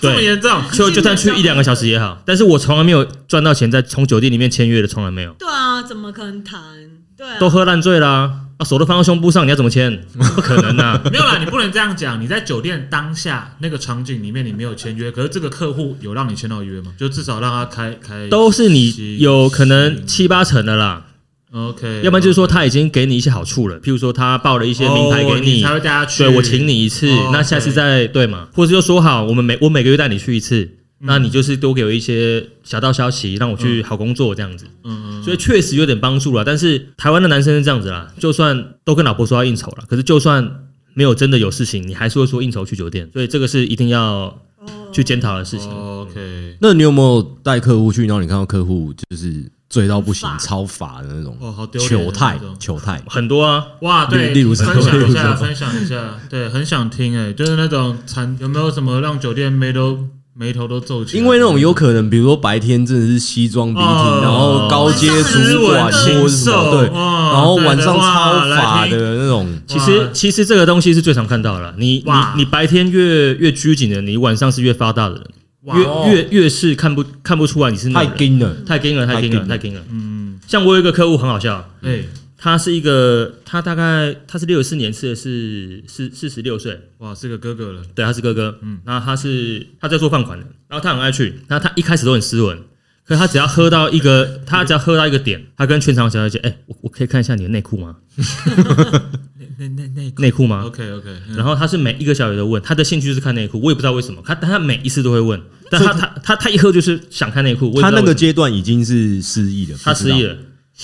[SPEAKER 5] 这么
[SPEAKER 4] 对，
[SPEAKER 5] 严重。
[SPEAKER 4] 就就算去一两个小时也好，但是我从来没有赚到钱，在从酒店里面签约的，从来没有，
[SPEAKER 2] 对啊，怎么可能谈？对啊，
[SPEAKER 4] 都喝烂醉啦、啊，手都放到胸部上，你要怎么签？不可能啊！
[SPEAKER 5] 没有啦，你不能这样讲。你在酒店当下那个场景里面，你没有签约，可是这个客户有让你签到约吗？就至少让他开开
[SPEAKER 4] 都是你有可能七八成的啦，
[SPEAKER 5] OK，
[SPEAKER 4] 要不然就是说他已经给你一些好处了，譬如说他报了一
[SPEAKER 5] 一
[SPEAKER 4] 些名牌给
[SPEAKER 5] 你
[SPEAKER 4] 你
[SPEAKER 5] 才，会带哦他去。
[SPEAKER 4] 对我请你一次
[SPEAKER 5] 哦，
[SPEAKER 4] 那下次
[SPEAKER 5] OK
[SPEAKER 4] 再对嘛，或者就说好，我们每我每个月带你去一次，
[SPEAKER 5] 嗯
[SPEAKER 4] 那你就是多给我一些小道消息，让我去好工作这样子，
[SPEAKER 5] 嗯，嗯，
[SPEAKER 4] 所以确实有点帮助了。但是台湾的男生是这样子啦，就算都跟老婆说要应酬了，可是就算没有真的有事情，你还是会说应酬去酒店，所以这个是一定要去检讨的事情。
[SPEAKER 5] 哦 OK，
[SPEAKER 3] 那你有没有带客户去，然后你看到客户就是醉到不行
[SPEAKER 2] 很、乏
[SPEAKER 3] 超乏的那种？
[SPEAKER 5] 哦好丢脸的
[SPEAKER 3] 糗态
[SPEAKER 5] 那种，
[SPEAKER 3] 糗态。
[SPEAKER 4] 很多啊，
[SPEAKER 5] 哇，对，
[SPEAKER 3] 例例如什么
[SPEAKER 5] 分享
[SPEAKER 3] 例
[SPEAKER 5] 一
[SPEAKER 3] 如什
[SPEAKER 5] 下，
[SPEAKER 3] 么
[SPEAKER 5] 分享一下，对，很想听哎，就是那种惨，有没有什么让酒店眉头眉头都皱起来？
[SPEAKER 3] 因为那种有可能，比如说白天真的是西装笔挺，
[SPEAKER 5] 哦
[SPEAKER 3] 然后高阶主管
[SPEAKER 5] 斯文禽
[SPEAKER 3] 或是什么
[SPEAKER 5] 兽
[SPEAKER 3] 对，
[SPEAKER 5] 哦
[SPEAKER 3] 然后晚上
[SPEAKER 5] 对对
[SPEAKER 3] 超
[SPEAKER 5] 哇
[SPEAKER 3] 法
[SPEAKER 5] 来听
[SPEAKER 3] 的那种，
[SPEAKER 4] 其实
[SPEAKER 5] 哇
[SPEAKER 4] 其实这个东西是最常看到的啦，你你
[SPEAKER 5] 哇
[SPEAKER 4] 你白天越越拘谨的，你晚上是越发达的人，
[SPEAKER 5] 哇哦
[SPEAKER 4] 越越越是看不看不出来你是那
[SPEAKER 3] 太
[SPEAKER 4] 种人
[SPEAKER 3] 硬了。
[SPEAKER 4] 太硬了，太硬了，太硬了。
[SPEAKER 5] 嗯，
[SPEAKER 4] 像我有一个客户很好笑，
[SPEAKER 5] 哎，
[SPEAKER 4] 他是一个，他大概他是六四年次的是是四十六岁，
[SPEAKER 5] 哇，是个哥哥了，
[SPEAKER 4] 对，他是哥哥，嗯，那他是他在做饭馆的，然后他很爱去，那他一开始都很斯文，可是他只要喝到一个，他只要喝到一个点，他跟全场小姐姐，哎、我我可以看一下你的内裤吗？
[SPEAKER 5] 那那那
[SPEAKER 4] 内裤吗？
[SPEAKER 5] ，OK OK，
[SPEAKER 4] 然后他是每一个小时都问，他的兴趣就是看内裤，我也不知道为什么，他但他每一次都会问，但他他他他一喝就是想看内裤，我也不
[SPEAKER 3] 他
[SPEAKER 4] 知道
[SPEAKER 3] 那
[SPEAKER 4] 为什
[SPEAKER 3] 个
[SPEAKER 4] 么
[SPEAKER 3] 阶段已经是失忆了，
[SPEAKER 4] 他
[SPEAKER 3] 不知
[SPEAKER 4] 失
[SPEAKER 3] 道
[SPEAKER 4] 忆了，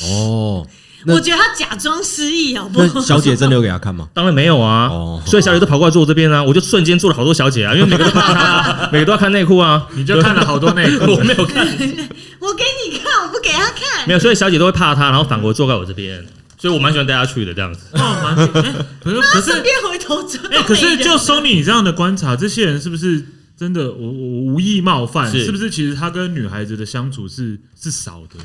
[SPEAKER 3] 哦。那
[SPEAKER 2] 我觉得他假装失忆，好不
[SPEAKER 3] 那
[SPEAKER 2] 好？
[SPEAKER 3] 小姐真的有给他看吗？
[SPEAKER 4] 当然没有啊，
[SPEAKER 3] 哦
[SPEAKER 4] 所以小姐都跑过来坐我这边啊，我就瞬间坐了好多小姐啊，因为每个都怕他、啊，每个都要看内裤啊，
[SPEAKER 5] 你就看了好多内
[SPEAKER 4] 我
[SPEAKER 5] 裤，
[SPEAKER 4] 没有看，
[SPEAKER 2] 我给你看，我不给他看
[SPEAKER 4] 没。有，所以小姐都会怕他，然后反过来坐在我这边，所以我蛮喜欢带他去的这样子。
[SPEAKER 5] 哇，蛮哎，可是可
[SPEAKER 2] 他
[SPEAKER 5] 是
[SPEAKER 2] 身边回头转，
[SPEAKER 5] 哎、可
[SPEAKER 2] 啊
[SPEAKER 5] 是就 Sony 你这样的观察，这些人是不是真的我我无意冒犯？
[SPEAKER 4] 是
[SPEAKER 5] 是不是其实他跟女孩子的相处是是少的？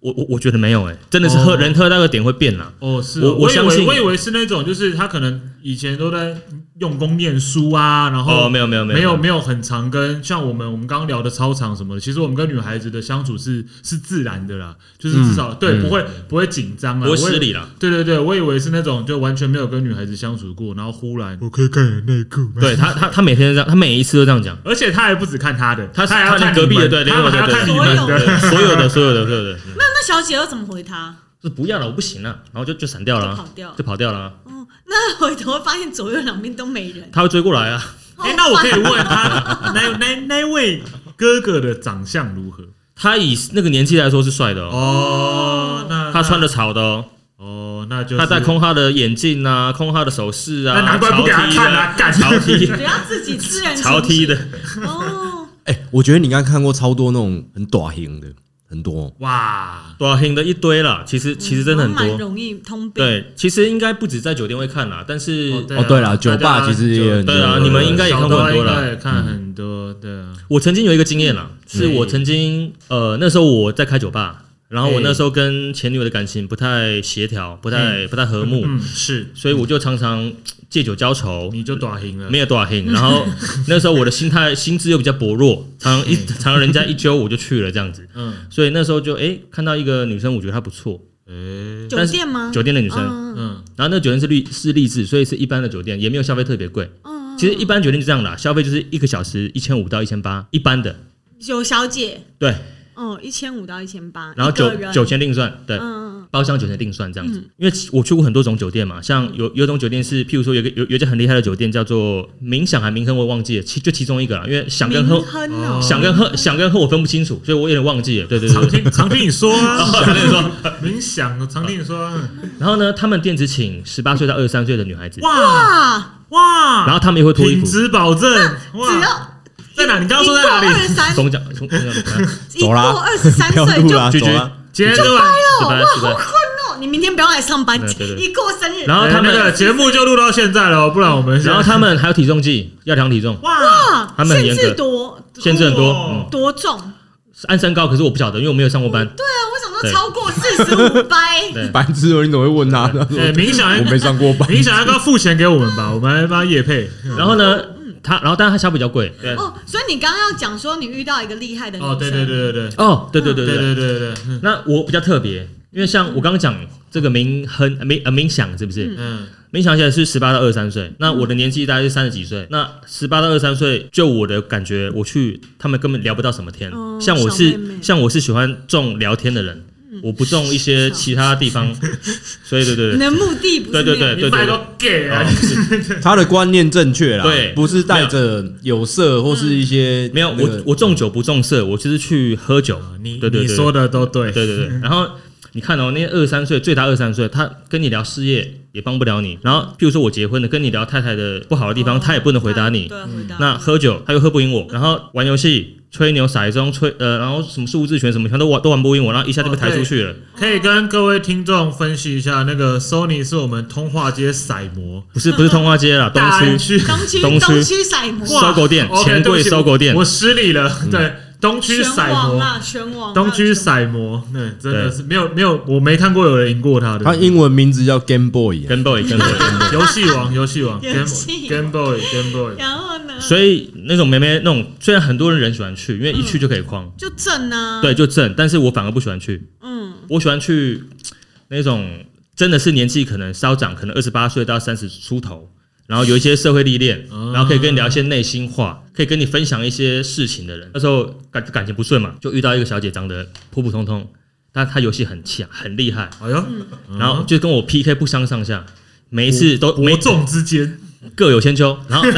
[SPEAKER 4] 我我我觉得没有哎、真的是喝、
[SPEAKER 5] 哦
[SPEAKER 4] 人喝到个点会变啦。
[SPEAKER 5] 哦，是
[SPEAKER 4] 我
[SPEAKER 5] 哦
[SPEAKER 4] 我
[SPEAKER 5] 我以
[SPEAKER 4] 相信
[SPEAKER 5] 为我以为是那种，就是他可能以前都在用功念书啊，然后
[SPEAKER 4] 哦，没有没有没有
[SPEAKER 5] 没有没有很常跟像我们我们刚聊的操场什么的，其实我们跟女孩子的相处是是自然的啦，就是至少、对
[SPEAKER 4] 嗯
[SPEAKER 5] 不会不会紧张啦，
[SPEAKER 4] 不会
[SPEAKER 5] 我以
[SPEAKER 4] 失礼啦。
[SPEAKER 5] 对对对，我以为是那种就完全没有跟女孩子相处过，然后忽然我可以看你的内裤吗？
[SPEAKER 4] 对他他他每天都这样，他每一次都这样讲。
[SPEAKER 5] 而且他还不止看他的，
[SPEAKER 4] 他是
[SPEAKER 5] 还要
[SPEAKER 4] 他连
[SPEAKER 5] 看
[SPEAKER 4] 隔壁的，
[SPEAKER 5] 你们
[SPEAKER 4] 对，连
[SPEAKER 5] 他
[SPEAKER 4] 我
[SPEAKER 5] 还
[SPEAKER 4] 的，
[SPEAKER 5] 要
[SPEAKER 4] 对，
[SPEAKER 5] 看你
[SPEAKER 4] 对
[SPEAKER 5] 们的，
[SPEAKER 4] 对所有的，所有的，所有的，
[SPEAKER 2] 那那小姐要怎么回他？
[SPEAKER 4] 就是不要了，我不行了，然后就就闪掉了啊，
[SPEAKER 2] 就跑掉
[SPEAKER 4] 就跑掉了啊。
[SPEAKER 2] 哦，那回头发现左右两边都没人。哦
[SPEAKER 4] 他会追过来啊，
[SPEAKER 5] 哎、那我可以问他，那那那位哥哥的长相如何？
[SPEAKER 4] 他以那个年纪来说是帅的哦，
[SPEAKER 5] 哦，那
[SPEAKER 4] 他穿的潮的哦，
[SPEAKER 5] 哦，那就是
[SPEAKER 4] 他戴空哈的眼镜啊，空哈的首饰啊，
[SPEAKER 5] 那难怪不给他看啊，干
[SPEAKER 4] 潮 T
[SPEAKER 2] 不要自己自然
[SPEAKER 4] 潮 T 的，
[SPEAKER 2] 哦，
[SPEAKER 3] 哎、我觉得你应该看过超多那种很短型的，很多哦、
[SPEAKER 5] 哇，
[SPEAKER 4] 短黑的一堆啦，其实其实真的很
[SPEAKER 2] 蛮
[SPEAKER 4] 多。
[SPEAKER 2] 容易通病。，
[SPEAKER 4] 对，其实应该不止在酒店会看啦，但是
[SPEAKER 5] 哦对啊
[SPEAKER 3] 哦，对了，酒
[SPEAKER 5] 大
[SPEAKER 3] 吧
[SPEAKER 5] 家
[SPEAKER 3] 其实也很多
[SPEAKER 4] 对啊你们应该也看过很多啦
[SPEAKER 5] 小时候应该也看很多，对啊，
[SPEAKER 4] 我曾经有一个经验啦，是
[SPEAKER 5] 嗯
[SPEAKER 4] 我曾经呃那时候我在开酒吧，然
[SPEAKER 5] 嗯
[SPEAKER 4] 后我那时候跟前女友的感情不太协调，不太不太和睦，
[SPEAKER 5] 嗯，是，
[SPEAKER 4] 所以我就常常借酒浇愁，
[SPEAKER 5] 你就短赢了，
[SPEAKER 4] 没有多少黑。然 后那时候我的心态心智又比较薄弱，常常一常常人家一揪我就去了这样子，
[SPEAKER 5] 嗯，
[SPEAKER 4] 所以那时候就哎、诶看到一个女生，我觉得她不错，
[SPEAKER 5] 哎，
[SPEAKER 2] 酒店吗？
[SPEAKER 4] 酒店的女生，
[SPEAKER 2] 嗯
[SPEAKER 5] 嗯，
[SPEAKER 4] 然后那个酒店是绿是励志，所以是一般的酒店，也没有消费特别贵。
[SPEAKER 2] 嗯，
[SPEAKER 4] 其实一般酒店就这样啦，消费就是一个小时一千五到一千八，一般的
[SPEAKER 2] 有小姐，
[SPEAKER 4] 对，
[SPEAKER 2] 哦，一千五到一千八，
[SPEAKER 4] 然后
[SPEAKER 2] 一个
[SPEAKER 4] 酒
[SPEAKER 2] 人
[SPEAKER 4] 酒，钱另算，对。
[SPEAKER 2] 嗯嗯
[SPEAKER 4] 包厢酒店另算这样子，因为其我去过很多种酒店嘛，像有有一种酒店是，譬如说有一个有有一家很厉害的酒店叫做冥想还冥亨，我也忘记了，其就其中一个啦，因为想
[SPEAKER 2] 嗯，
[SPEAKER 4] 跟
[SPEAKER 2] 明
[SPEAKER 4] 喝
[SPEAKER 2] 亨哦，
[SPEAKER 4] 想跟喝想跟喝我分不清楚，所以我有点忘记了，对 对对
[SPEAKER 5] 常
[SPEAKER 4] 对。
[SPEAKER 5] 听常听你 说啊，
[SPEAKER 4] 跟你哦说，
[SPEAKER 5] 冥想，常听你说啊，
[SPEAKER 4] 然后呢，他们店只请十八岁到二十三岁的女孩子，
[SPEAKER 5] 哇
[SPEAKER 2] 哇，
[SPEAKER 5] 哇，
[SPEAKER 4] 然后他们也会脱衣
[SPEAKER 5] 品
[SPEAKER 4] 服，
[SPEAKER 5] 质保证，
[SPEAKER 2] 只
[SPEAKER 5] 哇，
[SPEAKER 2] 要
[SPEAKER 5] 在哪？你刚刚说在哪
[SPEAKER 2] 一过二十
[SPEAKER 5] 里？
[SPEAKER 2] 三，
[SPEAKER 4] 总讲从
[SPEAKER 2] 一
[SPEAKER 3] 走
[SPEAKER 2] 过
[SPEAKER 3] 啦
[SPEAKER 2] 二十三
[SPEAKER 3] 不要
[SPEAKER 2] 岁
[SPEAKER 3] 录
[SPEAKER 2] 就
[SPEAKER 3] 啦，
[SPEAKER 4] 就
[SPEAKER 3] 走啊啦。
[SPEAKER 5] 接着吧。
[SPEAKER 4] 十
[SPEAKER 2] 哇，
[SPEAKER 4] 八
[SPEAKER 2] 好
[SPEAKER 4] 十
[SPEAKER 2] 困
[SPEAKER 4] 八，
[SPEAKER 2] 哦！你明天不要来上班
[SPEAKER 4] 对对，对
[SPEAKER 2] 一过生日，
[SPEAKER 4] 然后
[SPEAKER 5] 哎
[SPEAKER 4] 他们
[SPEAKER 5] 那个节目就录到现在了哦，不然我们
[SPEAKER 4] 然后他们还有体重计，要量体重，
[SPEAKER 5] 哇，
[SPEAKER 2] 哇
[SPEAKER 4] 他们很
[SPEAKER 2] 限
[SPEAKER 4] 严格
[SPEAKER 2] 制啊多
[SPEAKER 4] 限制很多，
[SPEAKER 5] 哇
[SPEAKER 4] 嗯，
[SPEAKER 2] 多重？
[SPEAKER 4] 是按身高，可是我不晓得，因为我没有上过班，
[SPEAKER 2] 对啊，我想说
[SPEAKER 4] 对
[SPEAKER 2] 超过四十五 掰，
[SPEAKER 4] 对
[SPEAKER 3] 白痴哦，你怎么会问他？他说
[SPEAKER 5] 哎，冥想，
[SPEAKER 3] 我没上过班。
[SPEAKER 5] 冥想要不要付钱给我们吧？我们来帮他夜 配。
[SPEAKER 4] 然后呢，他然后但是他消费比较贵，嗯对，
[SPEAKER 2] 哦，所以你刚刚要讲说你遇到一个厉害的女生，
[SPEAKER 5] 哦，对对对对对
[SPEAKER 4] 哦，对对对
[SPEAKER 5] 对
[SPEAKER 4] 对对，
[SPEAKER 5] 对对对，嗯
[SPEAKER 4] 那我比较特别，因为像我刚刚讲这个冥亨冥呃冥想是不是？
[SPEAKER 5] 嗯，
[SPEAKER 4] 冥想现在是十八到二三岁，那我
[SPEAKER 2] 嗯
[SPEAKER 4] 的年纪大概是三十几岁。那十八到二三岁，就我的感觉，我去他们根本聊不到什么天。
[SPEAKER 2] 哦
[SPEAKER 4] 像我
[SPEAKER 2] 小
[SPEAKER 4] 是
[SPEAKER 2] 妹妹嗯
[SPEAKER 4] 像我是喜欢重聊天的人，我不重一些其他 地方，所以对对
[SPEAKER 2] 你
[SPEAKER 4] 对
[SPEAKER 2] 的目的不是
[SPEAKER 4] 对对
[SPEAKER 2] 那个
[SPEAKER 4] 对对
[SPEAKER 5] 卖
[SPEAKER 4] 对
[SPEAKER 5] 都
[SPEAKER 4] 对。
[SPEAKER 5] 给啊
[SPEAKER 4] 哦！
[SPEAKER 3] 他的观念正确啦，
[SPEAKER 4] 对嗯
[SPEAKER 3] 不是带着有色或是一些
[SPEAKER 4] 没有
[SPEAKER 3] 那个
[SPEAKER 4] 我我重酒不重色，我就是去喝酒。
[SPEAKER 5] 啊你
[SPEAKER 4] 对对对
[SPEAKER 5] 你
[SPEAKER 4] 对
[SPEAKER 5] 说的都对，
[SPEAKER 4] 对对对，然后你看哦，那二三岁最大二三岁，他跟你聊事业也帮不了你。然后譬如说我结婚了，跟你聊太太的不好的地
[SPEAKER 2] 哦
[SPEAKER 4] 方，他也不能回答你。嗯
[SPEAKER 2] 对，啊回答
[SPEAKER 4] 那喝酒他又喝不赢我，然后玩游戏吹牛骰盅吹呃，然后什么数字拳什么全都玩都玩不赢我，然后一下就被抬出去了。
[SPEAKER 5] 可以跟各位听众分析一下，那个 Sony 是我们通化街色魔
[SPEAKER 4] 不是不是通花街啦，东
[SPEAKER 5] 大安
[SPEAKER 4] 区
[SPEAKER 5] 区
[SPEAKER 2] 东区
[SPEAKER 4] 东区
[SPEAKER 2] 东区赛啊魔，
[SPEAKER 4] 哇搜狗店
[SPEAKER 5] OK，
[SPEAKER 4] 钱柜
[SPEAKER 5] 对不起
[SPEAKER 4] 搜狗店嗯
[SPEAKER 5] 我失礼了，对，东区
[SPEAKER 2] 拳
[SPEAKER 5] 色
[SPEAKER 2] 王
[SPEAKER 5] 魔。
[SPEAKER 2] 啦，拳王啦，
[SPEAKER 5] 东区
[SPEAKER 2] 赛
[SPEAKER 5] 色魔，对，真的
[SPEAKER 4] 对
[SPEAKER 5] 是没有没有，我没看过有人赢过他的。
[SPEAKER 3] 他英文名字叫 Game Boy，啊
[SPEAKER 4] 跟 boy 跟 boy。
[SPEAKER 5] 游戏王，游戏王
[SPEAKER 2] 游戏嗯
[SPEAKER 5] ，Game Game Boy Game Boy，
[SPEAKER 2] 然后呢，
[SPEAKER 4] 所以那种妹妹那种，虽然很多人人喜欢去，因为一去就可以框，
[SPEAKER 2] 就正啊，
[SPEAKER 4] 对，就正，但是我反而不喜欢去，
[SPEAKER 2] 嗯，
[SPEAKER 4] 我喜欢去那种真的是年纪可能稍长，可能二十八岁到三十出头，然后有一些社会历练，然后可以跟你聊一些内心话，可以跟你分享一些事情的人。那时候感感情不顺嘛，就遇到一个小姐长得普普通通，但她游戏很强，很厉害，
[SPEAKER 5] 哎呦，
[SPEAKER 4] 然后就跟我 PK 不相上下，每一次都每
[SPEAKER 5] 伯仲之间，
[SPEAKER 4] 各有千秋，然后。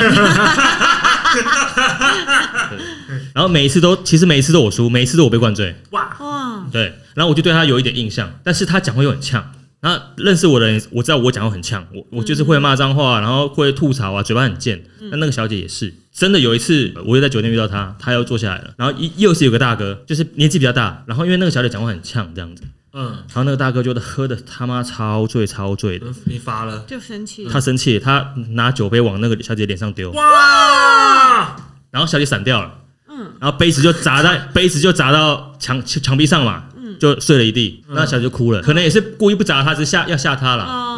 [SPEAKER 4] 然后每一次都，其实每一次都我输，每一次都我被灌醉。
[SPEAKER 2] 哇，
[SPEAKER 4] 对，然后我就对他有一点印象，但是他讲话又很呛。然后认识我的人，我知道我讲话很呛，我我就是会骂脏话，然后会吐槽啊，嘴巴很贱。那那个小姐也是，真的有一次，我又在酒店遇到她，她又坐下来了，然后一又是有个大哥，就是年纪比较大，然后因为那个小姐讲话很呛这样子，
[SPEAKER 5] 嗯，
[SPEAKER 4] 然后那个大哥就喝的他妈超醉超醉的，
[SPEAKER 5] 你发了，
[SPEAKER 2] 就生气 了。
[SPEAKER 4] 他生气，他拿酒杯往那个小姐脸上丢，
[SPEAKER 5] 哇，
[SPEAKER 4] 然后小姐闪掉了，
[SPEAKER 2] 嗯，
[SPEAKER 4] 然后杯子就 砸在杯子就砸到墙墙壁上嘛，
[SPEAKER 2] 嗯
[SPEAKER 4] 就碎了一地，
[SPEAKER 5] 嗯
[SPEAKER 4] 那小姐就哭了，可能也是故意不砸她，只是吓要吓她啦。
[SPEAKER 2] 哦，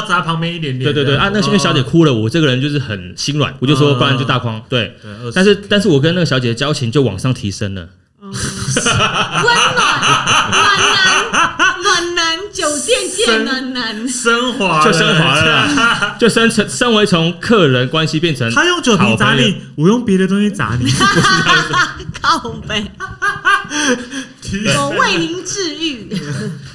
[SPEAKER 5] 哦，砸旁边一点点，
[SPEAKER 4] 对对对啊，那因为小姐
[SPEAKER 5] 哦，
[SPEAKER 4] 哭了，我这个人就是很心软，我就说
[SPEAKER 5] 嗯
[SPEAKER 4] 不然就大框。对，
[SPEAKER 5] 对20
[SPEAKER 4] 但是但是我跟那个小姐的交情就往上提升了，
[SPEAKER 2] 温暖，暖男，暖男，酒店界
[SPEAKER 5] 生
[SPEAKER 2] 暖男，
[SPEAKER 5] 升华了
[SPEAKER 4] 就升华了， 啦，就升成升为从客人关系变成
[SPEAKER 5] 他用酒瓶砸
[SPEAKER 4] 好朋友
[SPEAKER 5] 你，我用别的东西砸你，
[SPEAKER 2] 靠背，我为您治愈。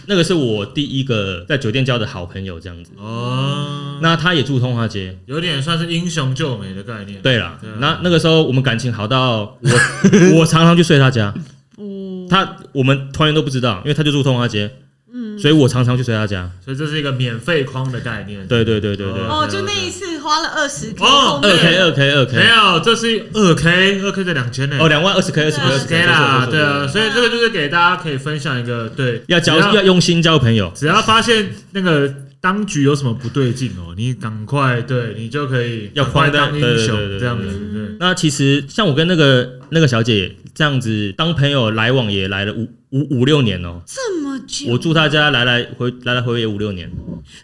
[SPEAKER 4] 那个是我第一个在酒店交的好朋友这样子。
[SPEAKER 5] 哦，
[SPEAKER 4] 那他也住通化街，
[SPEAKER 5] 有点算是英雄救美的概念，
[SPEAKER 4] 对啦
[SPEAKER 5] 对啊，
[SPEAKER 4] 那那个时候我们感情好到我 我常常去睡他家，
[SPEAKER 5] 嗯
[SPEAKER 2] 哦，
[SPEAKER 4] 他我们团员都不知道，因为他就住通化街，
[SPEAKER 5] 嗯
[SPEAKER 4] 所以我常常去睡他家。
[SPEAKER 5] 所以这是一个免费框的概念，
[SPEAKER 4] 对对对对对，
[SPEAKER 5] 哦
[SPEAKER 2] 哦，就那一次花了二十 K，
[SPEAKER 5] 哦
[SPEAKER 2] 后面
[SPEAKER 4] 二 k 二 k 二
[SPEAKER 5] 没
[SPEAKER 4] k
[SPEAKER 5] 有，这是二 K，二 K 在两千呢，
[SPEAKER 4] 哦，两万二十 k 二十 k 二
[SPEAKER 5] 二
[SPEAKER 4] 十
[SPEAKER 5] 十
[SPEAKER 4] k
[SPEAKER 5] K 啦，对
[SPEAKER 4] 对
[SPEAKER 5] 啊，所以这个就是给大家可以分享一个，对，
[SPEAKER 4] 要交
[SPEAKER 5] 只
[SPEAKER 4] 要用心交朋友，
[SPEAKER 5] 只要发现那个当局有什么不对劲哦，你赶快对你就可以
[SPEAKER 4] 要
[SPEAKER 5] 赶快
[SPEAKER 4] 宽大
[SPEAKER 5] 当英
[SPEAKER 4] 对
[SPEAKER 5] 雄
[SPEAKER 4] 对对对
[SPEAKER 5] 这样
[SPEAKER 4] 对
[SPEAKER 5] 子，对。
[SPEAKER 4] 那其实像我跟那个那个小姐这样子当朋友来往也来了五五五六年哦、
[SPEAKER 2] 这么久，
[SPEAKER 4] 我住她家来来回来来回回也五六年。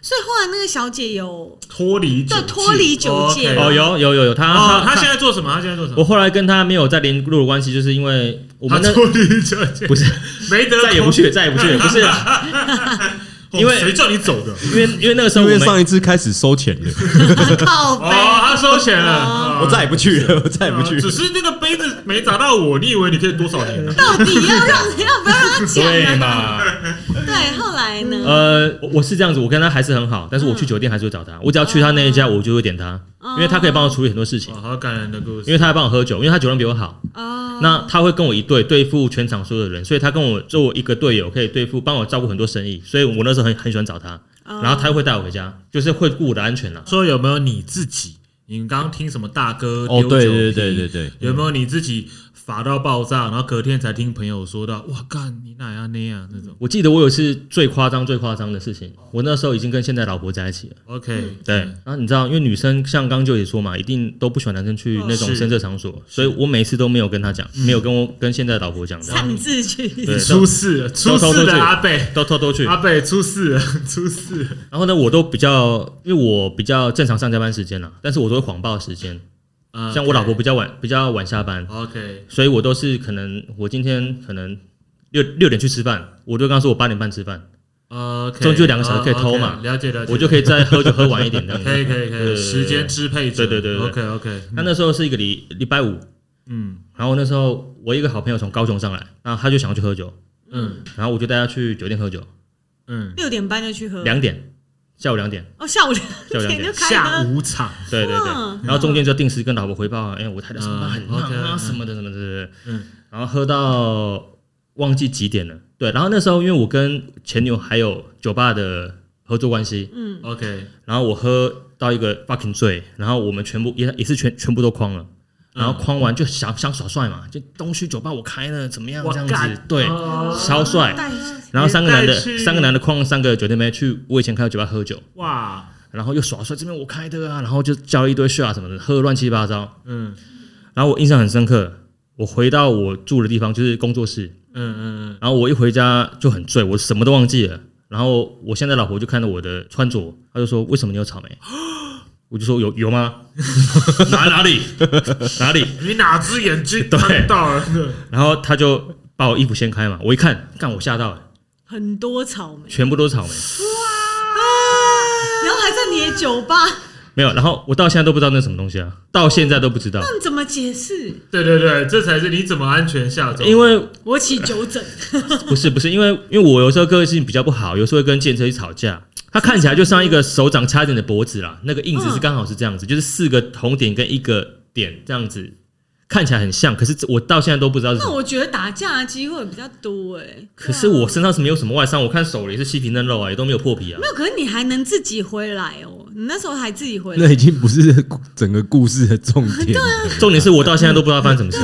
[SPEAKER 2] 所以后来那个小姐有
[SPEAKER 5] 脱离酒
[SPEAKER 2] 对脱离酒界
[SPEAKER 5] 界
[SPEAKER 4] 哦，有有有有，她
[SPEAKER 5] 啊哦，他
[SPEAKER 4] 她
[SPEAKER 5] 现在做什么？他现在做什
[SPEAKER 4] 我
[SPEAKER 5] 么？
[SPEAKER 4] 后来跟她没有再联络的关系，就是因为我
[SPEAKER 5] 他
[SPEAKER 4] 们那
[SPEAKER 5] 脱离酒界，
[SPEAKER 4] 不是
[SPEAKER 5] 没得
[SPEAKER 4] 再也不去，再也不 去，不是啦，
[SPEAKER 5] 空，
[SPEAKER 4] 因为
[SPEAKER 5] 谁叫你走的？
[SPEAKER 4] 因为因为那个时候
[SPEAKER 3] 因
[SPEAKER 4] 我
[SPEAKER 3] 为
[SPEAKER 4] 们
[SPEAKER 3] 上一次开始收钱 了，
[SPEAKER 2] 靠背
[SPEAKER 5] 哦，，他收钱了，
[SPEAKER 3] 我再也不去
[SPEAKER 4] 嗯
[SPEAKER 3] 了，我 再也不去
[SPEAKER 5] 啊只
[SPEAKER 3] 了。
[SPEAKER 5] 是那个杯子没砸到我，你以为你可以多少 年啊？
[SPEAKER 2] 到底要让要不要让她讲
[SPEAKER 4] 对
[SPEAKER 2] 啊？
[SPEAKER 4] 嘛？
[SPEAKER 2] 对，后来呢？
[SPEAKER 4] 呃，我我是这样子，我跟他还是很好，但是我去酒店还是会找
[SPEAKER 3] 嗯
[SPEAKER 4] 他，我只要去他那一家，我就会点他，
[SPEAKER 3] 哦
[SPEAKER 4] 因为他可以帮我处理很多事情
[SPEAKER 5] 哇，，哦好感人的故事，
[SPEAKER 4] 因为他还帮我喝酒，因为他酒量比我好，
[SPEAKER 2] 哦，
[SPEAKER 4] 那他会跟我一队对付全场所有的人，所以他跟我做我一个队友，可以对付帮我照顾很多生意，所以我那时候很很喜欢找他，
[SPEAKER 3] 哦
[SPEAKER 2] 哦
[SPEAKER 4] 然后他会带我回家，就是会顾我的安全啦。
[SPEAKER 5] 说有没有你自己？你刚刚听什么大哥？
[SPEAKER 3] 哦，
[SPEAKER 5] 丢
[SPEAKER 3] 对
[SPEAKER 5] 酒
[SPEAKER 3] 对
[SPEAKER 5] 瓶
[SPEAKER 3] 对对对，
[SPEAKER 5] 有没有你自己罚到爆炸，然后隔天才听朋友说到，哇干，你哪样那样那种
[SPEAKER 4] 我记得我有一次最夸张最夸张的事情，我那时候已经跟现在老婆在一起了。
[SPEAKER 5] ？OK，
[SPEAKER 4] 对，然后你知道，因为女生像刚就也说嘛，一定都不喜欢男生去那种
[SPEAKER 5] 哦是嗯
[SPEAKER 4] 深色场所，所以我每次都没有跟他讲，没有跟我跟现在的老婆讲，然后
[SPEAKER 2] 擅自去，
[SPEAKER 4] 对
[SPEAKER 5] 出事了，出
[SPEAKER 4] 偷偷去
[SPEAKER 5] 事了，阿贝，
[SPEAKER 4] 都偷偷去。
[SPEAKER 5] 阿贝出事 了，出事了，
[SPEAKER 4] 然后呢，我都比较，因为我比较正常上下班时间啦，啊但是我都会谎报时间，
[SPEAKER 5] 啊
[SPEAKER 4] 像我老婆比较晚，比较晚下班，
[SPEAKER 5] OK，
[SPEAKER 4] 所以我都是可能我今天可能六六点去吃饭，我就跟她说我八点半吃饭，
[SPEAKER 5] 呃，OK，
[SPEAKER 4] 中间有两个小时可以
[SPEAKER 5] 啊
[SPEAKER 4] 偷嘛
[SPEAKER 5] OK，了解了解，
[SPEAKER 4] 我就可以再喝酒喝晚一点这样子。
[SPEAKER 5] 可以可以可
[SPEAKER 4] 对对
[SPEAKER 5] 以，
[SPEAKER 4] 对
[SPEAKER 5] 时间支配者，
[SPEAKER 4] 对对对对
[SPEAKER 5] ，OK OK，
[SPEAKER 4] 那那时候是一个礼礼拜五，
[SPEAKER 5] 嗯
[SPEAKER 4] 然后那时候我一个好朋友从高雄上来，然后他就想要去喝酒，
[SPEAKER 5] 嗯
[SPEAKER 4] 然后我就带他去酒店喝酒，
[SPEAKER 5] 嗯，
[SPEAKER 2] 六点半就去喝，
[SPEAKER 4] 两点，下午两点，
[SPEAKER 2] 哦，下午两
[SPEAKER 4] 下午两
[SPEAKER 2] 点就嗯
[SPEAKER 4] 点。
[SPEAKER 2] 开
[SPEAKER 5] 下
[SPEAKER 2] 喝，
[SPEAKER 5] 午场，
[SPEAKER 4] 对对对
[SPEAKER 2] 哇，
[SPEAKER 4] 然后中间就定时跟老婆汇报啊，哎、我太太上班
[SPEAKER 5] 嗯
[SPEAKER 4] 很忙啊，
[SPEAKER 5] OK，
[SPEAKER 4] 什么的什么的，对对
[SPEAKER 5] 嗯
[SPEAKER 4] 然后喝到忘记几点了，对，然后那时候因为我跟前女友还有酒吧的合作关系，
[SPEAKER 2] 嗯，
[SPEAKER 5] ，OK，
[SPEAKER 4] 然后我喝到一个 fucking 醉，然后我们全部也也是全全部都框了。然后
[SPEAKER 5] 嗯
[SPEAKER 4] 框完就想想耍帅嘛，就东区酒吧我开了，怎么样
[SPEAKER 5] 哇
[SPEAKER 4] 这样子
[SPEAKER 5] 干？
[SPEAKER 4] 对，
[SPEAKER 5] 哦
[SPEAKER 4] 超帅。
[SPEAKER 2] 带
[SPEAKER 4] 然后三个男的
[SPEAKER 5] 带，去
[SPEAKER 4] 三个男的框三个酒店妹去我以前开的酒吧喝酒，
[SPEAKER 5] 哇，
[SPEAKER 4] 然后又耍帅，这边我开的啊，然后就叫了一堆 shot 什么的，喝得乱七八糟。
[SPEAKER 5] 嗯
[SPEAKER 4] 然后我印象很深刻，我回到我住的地方就是工作室，
[SPEAKER 5] 嗯嗯
[SPEAKER 4] 然后我一回家就很醉，我什么都忘记了。然后我现在老婆就看到我的穿着，她就说：“为什么你有草莓？” 我就说：“有有吗？哪哪里哪里
[SPEAKER 5] 嗯，你哪只眼睛看到 了？？”
[SPEAKER 4] 然后她就把我衣服掀开嘛，我一看，干我吓到了，
[SPEAKER 2] 很多草莓，
[SPEAKER 4] 全部都是草莓。
[SPEAKER 2] 然后还在你的酒吧，那
[SPEAKER 4] 没有，然后我到现在都不知道那是什么东西啊，到现在都不知道，
[SPEAKER 2] 你怎么解释？
[SPEAKER 5] 对对对，这才是你怎么安全下走。
[SPEAKER 4] 因为
[SPEAKER 2] 我起酒 疹，
[SPEAKER 4] 不是不是，因为因为我有时候个性比较不好，有时候会跟健车去吵架。他看起来就像一个手掌掐着你的脖子啦，那个印子
[SPEAKER 2] 嗯
[SPEAKER 4] 是刚好是这样子，就是四个红点跟一个点这样子，看起来很像，可是这我到现在都不知道是什
[SPEAKER 2] 那
[SPEAKER 4] 么。
[SPEAKER 2] 我觉得打架的机会比较多哎、
[SPEAKER 4] 可是我身上是没有什么外伤，我看手也是细皮嫩肉啊，也都没有破皮啊
[SPEAKER 2] 没。有，可是你还能自己回来哦，你那时候还自己回
[SPEAKER 3] 那
[SPEAKER 2] 来，
[SPEAKER 3] 已经不是整个故事的重点。
[SPEAKER 4] 重点是我到现在都不知道发生什么事，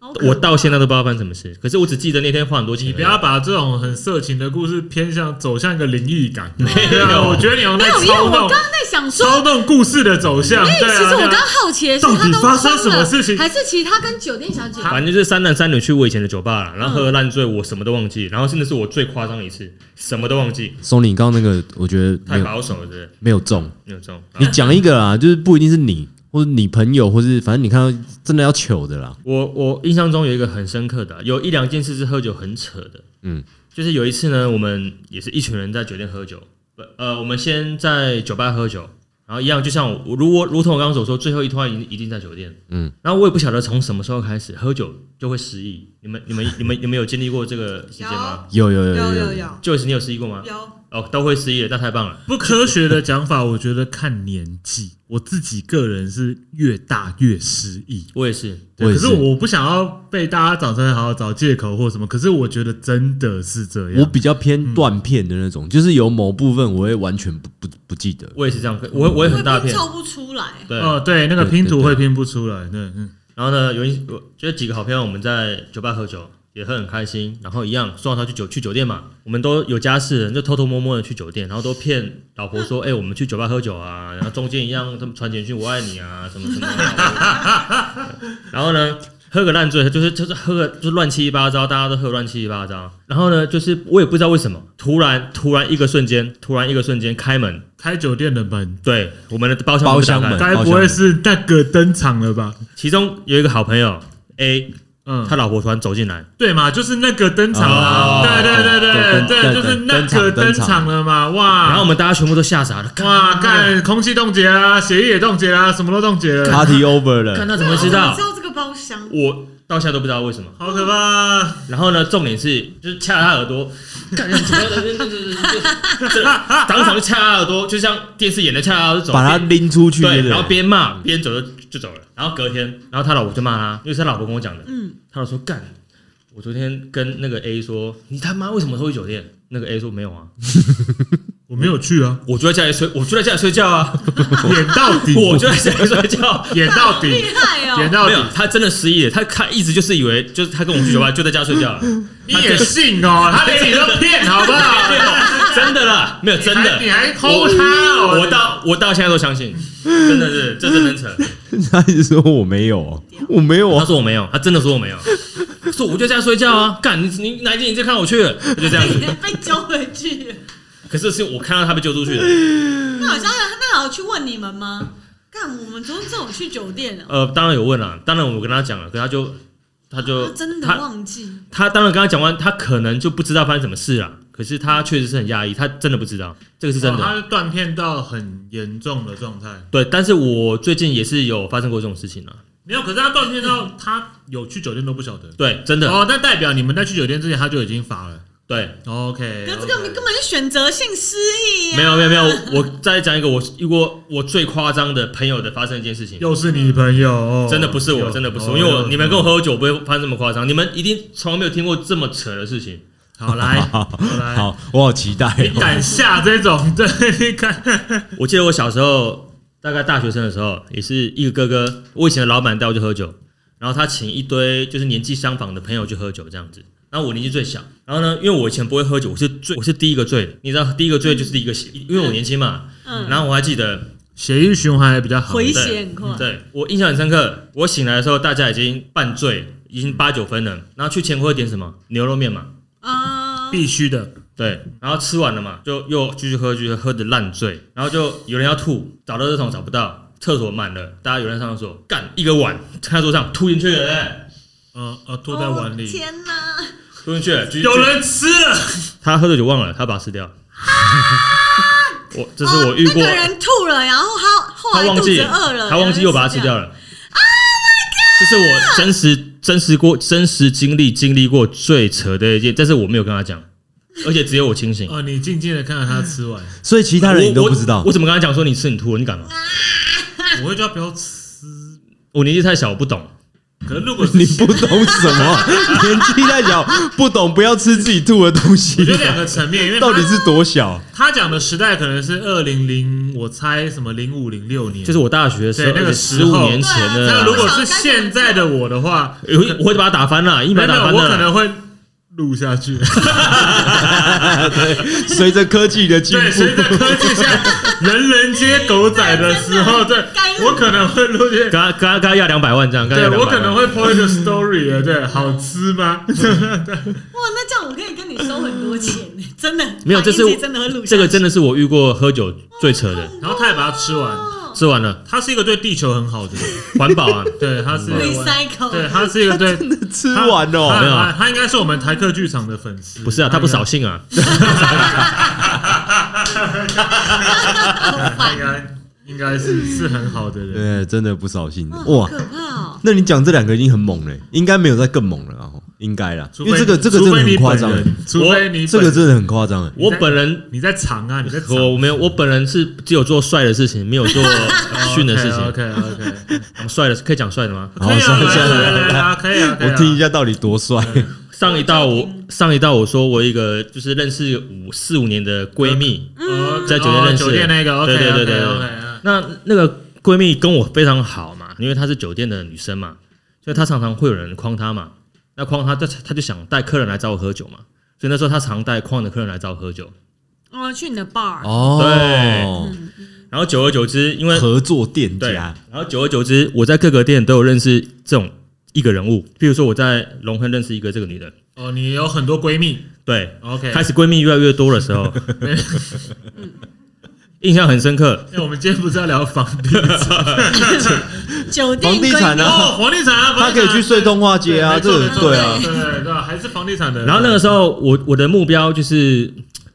[SPEAKER 2] 好可
[SPEAKER 4] 我
[SPEAKER 2] 怕
[SPEAKER 4] 到现在都不知道发生什么事。可是我只记得那天花很多钱而已。
[SPEAKER 5] 你不要把这种很色情的故事偏向走向一个灵异感，没
[SPEAKER 4] 有
[SPEAKER 5] 我觉得你有
[SPEAKER 2] 没
[SPEAKER 5] 在
[SPEAKER 2] 有，因为
[SPEAKER 5] 操
[SPEAKER 2] 我刚
[SPEAKER 5] 弄
[SPEAKER 2] 刚在想说，
[SPEAKER 5] 操弄故事的走向。
[SPEAKER 2] 因为
[SPEAKER 5] 对啊，
[SPEAKER 2] 其实
[SPEAKER 5] 对
[SPEAKER 2] 我
[SPEAKER 5] 啊
[SPEAKER 2] 刚好奇的是，
[SPEAKER 5] 到
[SPEAKER 2] 他
[SPEAKER 5] 底
[SPEAKER 2] 都
[SPEAKER 5] 发生
[SPEAKER 2] 穿
[SPEAKER 5] 什么
[SPEAKER 2] 了
[SPEAKER 5] 事情
[SPEAKER 2] 还是其实他跟酒店小姐
[SPEAKER 4] 反正就是三男三女去我以前的酒吧啦，然
[SPEAKER 2] 嗯
[SPEAKER 4] 后喝烂醉，我什么都忘记，然后甚至是我最夸张的一次，什么都忘记，
[SPEAKER 3] 松林刚刚那个，我觉得没
[SPEAKER 4] 太
[SPEAKER 3] 有
[SPEAKER 4] 保守了，对不对？
[SPEAKER 3] 没有中。
[SPEAKER 4] 没有这种。
[SPEAKER 3] 你讲一个啦，就是不一定是你，或者你朋友，或是反正你看到真的要糗的啦。
[SPEAKER 4] 我我印象中有一个很深刻的啊，有一两件事是喝酒很扯的。
[SPEAKER 3] 嗯，
[SPEAKER 4] 就是有一次呢，我们也是一群人在酒店喝酒，不呃，我们先在酒吧喝酒，然后一样，就像我如我如同我刚刚所说，最后一趟一定一定在酒店。
[SPEAKER 3] 嗯，
[SPEAKER 4] 然后我也不晓得从什么时候开始喝酒就会失忆。你们你们你们你们有经历过这个事件吗？
[SPEAKER 3] 有有
[SPEAKER 2] 有
[SPEAKER 3] 有
[SPEAKER 2] 有
[SPEAKER 3] 有
[SPEAKER 2] 有
[SPEAKER 4] 就是你有失忆过吗？
[SPEAKER 2] 有，
[SPEAKER 4] 哦，都会失忆了，那太棒了。
[SPEAKER 5] 不科学的讲法，我觉得看年纪，我自己个人是越大越失忆。
[SPEAKER 4] 我也是，
[SPEAKER 5] 对
[SPEAKER 3] 我也
[SPEAKER 5] 可
[SPEAKER 3] 是
[SPEAKER 5] 是我不想要被大家找出来好好找借口或什么，可是我觉得真的是这
[SPEAKER 3] 我
[SPEAKER 5] 样。
[SPEAKER 3] 比较偏断片的那种，就是有某部分我会完全不不不记得。
[SPEAKER 4] 我也是这样，我我也很大
[SPEAKER 2] 会
[SPEAKER 4] 片。
[SPEAKER 2] 凑不出来，
[SPEAKER 4] 对，
[SPEAKER 5] 哦，对，那个
[SPEAKER 3] 对
[SPEAKER 5] 拼图
[SPEAKER 3] 对
[SPEAKER 5] 会拼不出来。对，嗯，
[SPEAKER 4] 然后呢，有一我就是几个好朋友，我们在酒吧喝酒，也喝很开心。然后一样送他去酒去酒店嘛，我们都有家室人，就偷偷摸摸的去酒店，然后都骗老婆说：“哎、我们去酒吧喝酒啊。” 然后中间一样，他们传简讯“我爱你啊”什么什么 啊。然后呢，喝个烂醉，就是就是喝个就乱七八糟，大家都喝乱七八糟。然后呢，就是我也不知道为什么，突然突然一个瞬间，突然一个瞬间开门，
[SPEAKER 5] 开酒店的门，
[SPEAKER 4] 对我们的包厢
[SPEAKER 3] 包
[SPEAKER 4] 门被打
[SPEAKER 3] 厢
[SPEAKER 4] 开
[SPEAKER 3] 门
[SPEAKER 5] 该不会是那个登场了吧？
[SPEAKER 4] 其中有一个好朋友 A，
[SPEAKER 5] 嗯，
[SPEAKER 4] 他老婆突然走进来。
[SPEAKER 5] 对嘛，就是那个登场啊，
[SPEAKER 3] 哦
[SPEAKER 5] 对对对对
[SPEAKER 3] 对
[SPEAKER 5] 对，
[SPEAKER 3] 对
[SPEAKER 5] 就是
[SPEAKER 3] 对
[SPEAKER 5] 那个登场了嘛，哇，
[SPEAKER 4] 然后我们大家全部都吓傻了，
[SPEAKER 5] 哇，
[SPEAKER 4] 看
[SPEAKER 5] 看空气冻结啊，血液也冻结啊，什么都冻结了，
[SPEAKER 3] Party over
[SPEAKER 4] 看
[SPEAKER 3] 了，
[SPEAKER 4] 他怎么会知道
[SPEAKER 2] 知？道这个包厢，
[SPEAKER 4] 我到现在都不知道为什么。
[SPEAKER 5] 好可怕啊！
[SPEAKER 4] 然后呢，重点是就是掐他耳朵，干你怎么对对对对对对当场就掐他耳朵，就像电视演的掐他耳朵走，
[SPEAKER 3] 把他
[SPEAKER 4] 边
[SPEAKER 3] 拎出去，
[SPEAKER 4] 对，
[SPEAKER 3] 不
[SPEAKER 4] 然后边骂边走就就走了。然后隔天，然后他老婆就骂他，因为是他老婆跟我讲的，
[SPEAKER 2] 嗯，
[SPEAKER 4] 他老婆说干。我昨天跟那个 A 说，你他妈为什么会去酒店？那个 A 说没有啊，
[SPEAKER 5] 我没有去啊，
[SPEAKER 4] 我就在家里睡，我就在家里睡觉啊，
[SPEAKER 5] 演到底，
[SPEAKER 4] 我就在家里睡觉，
[SPEAKER 5] 演到 底
[SPEAKER 2] 厉，害
[SPEAKER 5] 演
[SPEAKER 2] 哦，
[SPEAKER 5] 到
[SPEAKER 4] 没
[SPEAKER 5] 底
[SPEAKER 4] 有，，他真的失忆了。他他一直就是以为就是他跟我去酒 吧就在家睡觉了，
[SPEAKER 5] 你也信哦，他连你都骗，好 不好？
[SPEAKER 4] 真的啦，没有真的
[SPEAKER 5] 你。还抠他哦，
[SPEAKER 4] 我到我到现在都相信，真的是这真能扯。
[SPEAKER 3] 他一直说我没有哦，我没有
[SPEAKER 4] 他
[SPEAKER 3] 啊，
[SPEAKER 4] 说我没有，他真的说我没有，他说我就在家睡觉啊。干你你哪一天你再看我去了，他就这样 子。
[SPEAKER 2] 被揪回去了，
[SPEAKER 4] 可是是我看到他被揪出去的。
[SPEAKER 2] 那好像那好像去问你们吗？干，我们都这种去酒店了，
[SPEAKER 4] 呃，当然有问了，当然我跟他讲了，可他就他就
[SPEAKER 2] 他啊真的
[SPEAKER 4] 他
[SPEAKER 2] 忘记，
[SPEAKER 4] 他当然跟他讲完，他可能就不知道发生什么事了。可是他确实是很压抑，他真的不知道，这个是真的。
[SPEAKER 5] 哦他是断片到很严重的状态。
[SPEAKER 4] 对，但是我最近也是有发生过这种事情啊。
[SPEAKER 5] 没有，可是他断片到他有去酒店都不晓得。
[SPEAKER 4] 对，真的，
[SPEAKER 5] 哦，那代表你们在去酒店之前他就已经发了。
[SPEAKER 4] 对，
[SPEAKER 5] OK，
[SPEAKER 2] 可这个根本就选择性失忆
[SPEAKER 4] 没
[SPEAKER 2] 呀，
[SPEAKER 4] 有没有没有，我再讲一个我遇过我最夸张的朋友的发生一件事情，
[SPEAKER 5] 又是你朋友，哦
[SPEAKER 4] 真的不是我，真的不是我，因为我你们跟我喝酒不会发生这么夸张，你们一定从来没有听过这么扯的事情。
[SPEAKER 5] 好来，
[SPEAKER 3] 好
[SPEAKER 5] 好 来，
[SPEAKER 3] 好，我好期待
[SPEAKER 5] 你
[SPEAKER 3] 哦。
[SPEAKER 5] 敢下这种？ 对，你敢？
[SPEAKER 4] 我记得我小时候，大概大学生的时候，也是一个哥哥，我以前的老板带我去喝酒，然后他请一堆就是年纪相仿的朋友去喝酒这样子。然后我年纪最小，然后呢，因为我以前不会喝酒，我是最我是第一个醉的，你知道，第一个醉就是第一个醒，因为我年轻嘛。
[SPEAKER 2] 嗯，
[SPEAKER 4] 然后我还记得
[SPEAKER 5] 血液循环还比较好。
[SPEAKER 2] 回
[SPEAKER 4] 对
[SPEAKER 2] 血很快，
[SPEAKER 4] 对我印象很深刻，我醒来的时候大家已经半醉，已经八九分了。然后去前会点什么牛肉面嘛，
[SPEAKER 2] 啊，
[SPEAKER 5] 必须的，
[SPEAKER 4] 对，然后吃完了嘛，就又继续喝，继续喝的烂醉，然后就有人要吐，找到热桶找不到，厕所满了，大家有人上厕所，干一个碗看到桌上吐进去了，哎对
[SPEAKER 5] 嗯呃，吐在
[SPEAKER 2] 哦
[SPEAKER 5] 碗里，
[SPEAKER 2] 天哪，
[SPEAKER 4] 不对吐进去了，继续
[SPEAKER 5] 有人吃了，
[SPEAKER 4] 他喝的酒忘了，他把它吃掉， 我这是我遇过
[SPEAKER 2] 哦、那个人吐了，然后他后
[SPEAKER 4] 他
[SPEAKER 2] 来
[SPEAKER 4] 忘
[SPEAKER 2] 肚
[SPEAKER 4] 记
[SPEAKER 2] 子饿了，
[SPEAKER 4] 他忘记又把它吃掉
[SPEAKER 2] Oh
[SPEAKER 4] 了。这是我真实真实过真实经历经历过最扯的一件，但是我没有跟他讲，而且只有我清醒。
[SPEAKER 5] 哦，你静静的看着他吃 完，
[SPEAKER 3] 所以其他人你都不知
[SPEAKER 4] 我
[SPEAKER 3] 道
[SPEAKER 4] 我，我怎么跟他讲说你吃你吐了，你敢吗？
[SPEAKER 5] 我会叫他不要吃。
[SPEAKER 4] 我年纪太小，我不懂。
[SPEAKER 5] 可是如果 是
[SPEAKER 3] 你不懂什么，年纪太小，不懂不要吃自己吐的东西
[SPEAKER 5] 我觉，得两个层面，因为他
[SPEAKER 3] 到底是多小？
[SPEAKER 5] 他讲的时代可能是二零零，我猜什么零五零六年，
[SPEAKER 4] 就是我大学的时候，
[SPEAKER 5] 对那个时
[SPEAKER 4] 十
[SPEAKER 5] 候
[SPEAKER 4] 五年前
[SPEAKER 2] 对啊
[SPEAKER 5] 那
[SPEAKER 4] 的，
[SPEAKER 5] 如果是现在的我的话，
[SPEAKER 4] 我会我会把他打翻了，一
[SPEAKER 5] 没
[SPEAKER 4] 把
[SPEAKER 5] 有，
[SPEAKER 4] 他打翻
[SPEAKER 5] 我可
[SPEAKER 4] 了。
[SPEAKER 5] 能会录 下去。
[SPEAKER 3] 随着科技的进
[SPEAKER 5] 对，随着
[SPEAKER 3] 步，
[SPEAKER 5] 科技下，人人皆狗仔的 时候，对
[SPEAKER 2] 该录
[SPEAKER 5] 我可能会录
[SPEAKER 4] 跟
[SPEAKER 5] 下。
[SPEAKER 4] 他跟他跟他要两百万这样，跟他
[SPEAKER 5] 对
[SPEAKER 4] 要
[SPEAKER 5] 我
[SPEAKER 4] 200
[SPEAKER 5] 可能
[SPEAKER 4] 万。
[SPEAKER 5] 会 po 一个 story 的，对，好 吃吗？
[SPEAKER 2] 哇，那这样我可以跟你收很多钱呢，真的。
[SPEAKER 4] 没有，这是
[SPEAKER 2] 反应自己真的会录下去，
[SPEAKER 4] 这个真的是我遇过喝酒最扯的，
[SPEAKER 5] 然后他也把它吃完，
[SPEAKER 4] 吃完了
[SPEAKER 5] 他是一个对地球很好的人，
[SPEAKER 4] 环保啊，
[SPEAKER 5] 对，他是
[SPEAKER 2] recycle，
[SPEAKER 5] 对，他是一个对
[SPEAKER 3] 吃
[SPEAKER 5] 他
[SPEAKER 3] 完
[SPEAKER 5] 他
[SPEAKER 3] 哦，
[SPEAKER 4] 没有啊
[SPEAKER 5] 他他应该是我们台客剧场的粉丝，
[SPEAKER 4] 不是啊，他不扫兴啊，
[SPEAKER 2] 好
[SPEAKER 5] 他
[SPEAKER 2] 烦啊
[SPEAKER 5] 应该应该是是很好的人。
[SPEAKER 3] 对，真的不扫兴的
[SPEAKER 2] 嗯哇，好
[SPEAKER 3] 哇。
[SPEAKER 2] 可怕哦！
[SPEAKER 3] 那你讲这两个已经很猛了，应该没有再更猛了啊，应该啦，
[SPEAKER 5] 除
[SPEAKER 3] 因为
[SPEAKER 5] 非
[SPEAKER 3] 这个
[SPEAKER 5] 你
[SPEAKER 3] 这个真的很夸张
[SPEAKER 5] 除，非你本人除非你
[SPEAKER 3] 这个
[SPEAKER 5] 本
[SPEAKER 3] 真的很夸张哎。
[SPEAKER 4] 我本人
[SPEAKER 5] 你在藏啊，你在藏
[SPEAKER 4] 我我没有，我本人是只有做帅的事情，没有做训的事情。
[SPEAKER 5] OK OK，
[SPEAKER 4] 帅的可以讲帅的吗？
[SPEAKER 3] 好
[SPEAKER 5] 哦可以啊，
[SPEAKER 3] 算了
[SPEAKER 5] 来
[SPEAKER 3] 算了
[SPEAKER 5] 来来来啊，可以啊，可以啊
[SPEAKER 3] 我听一下到底多帅，
[SPEAKER 4] 上一道我上一道我说我一个就是认识五四五年的闺蜜，
[SPEAKER 5] 哦
[SPEAKER 4] 在酒店认识
[SPEAKER 5] 酒店那个，OK
[SPEAKER 4] 对对对对
[SPEAKER 5] OK
[SPEAKER 4] 对
[SPEAKER 5] OK，
[SPEAKER 4] 那那个闺蜜跟我非常好嘛，因为她是酒店的女生嘛，所以她常常会有人诓她嘛。那诓她，她她就想带客人来找我喝酒嘛，所以那时候她常带诓的客人来找我喝酒。
[SPEAKER 2] 哦，去你的 bar，
[SPEAKER 3] 哦，
[SPEAKER 4] 然后久而久之，因为
[SPEAKER 3] 合作店
[SPEAKER 4] 对，
[SPEAKER 3] 家
[SPEAKER 4] 然后久而久之，我在各个店都有认识这种一个人物，譬如说我在龙亨认识一个这个女的，
[SPEAKER 5] 哦，你有很多闺蜜
[SPEAKER 4] 对，
[SPEAKER 5] ，OK，
[SPEAKER 4] 开始闺蜜越来越多的时候，印象很深刻。
[SPEAKER 5] 哎因为我们今天不是要聊房 地产
[SPEAKER 2] 酒店
[SPEAKER 3] 房地产
[SPEAKER 2] 闺
[SPEAKER 3] 啊
[SPEAKER 2] 蜜
[SPEAKER 5] 哦，房地产啊，
[SPEAKER 3] 他
[SPEAKER 5] 房地产
[SPEAKER 3] 可以去睡通化街啊，
[SPEAKER 5] 没
[SPEAKER 3] 这
[SPEAKER 5] 错
[SPEAKER 3] 个
[SPEAKER 5] 没错
[SPEAKER 3] 对啊
[SPEAKER 5] 对，对对，还是房地产的。
[SPEAKER 4] 然后那个时候，我我的目标就是，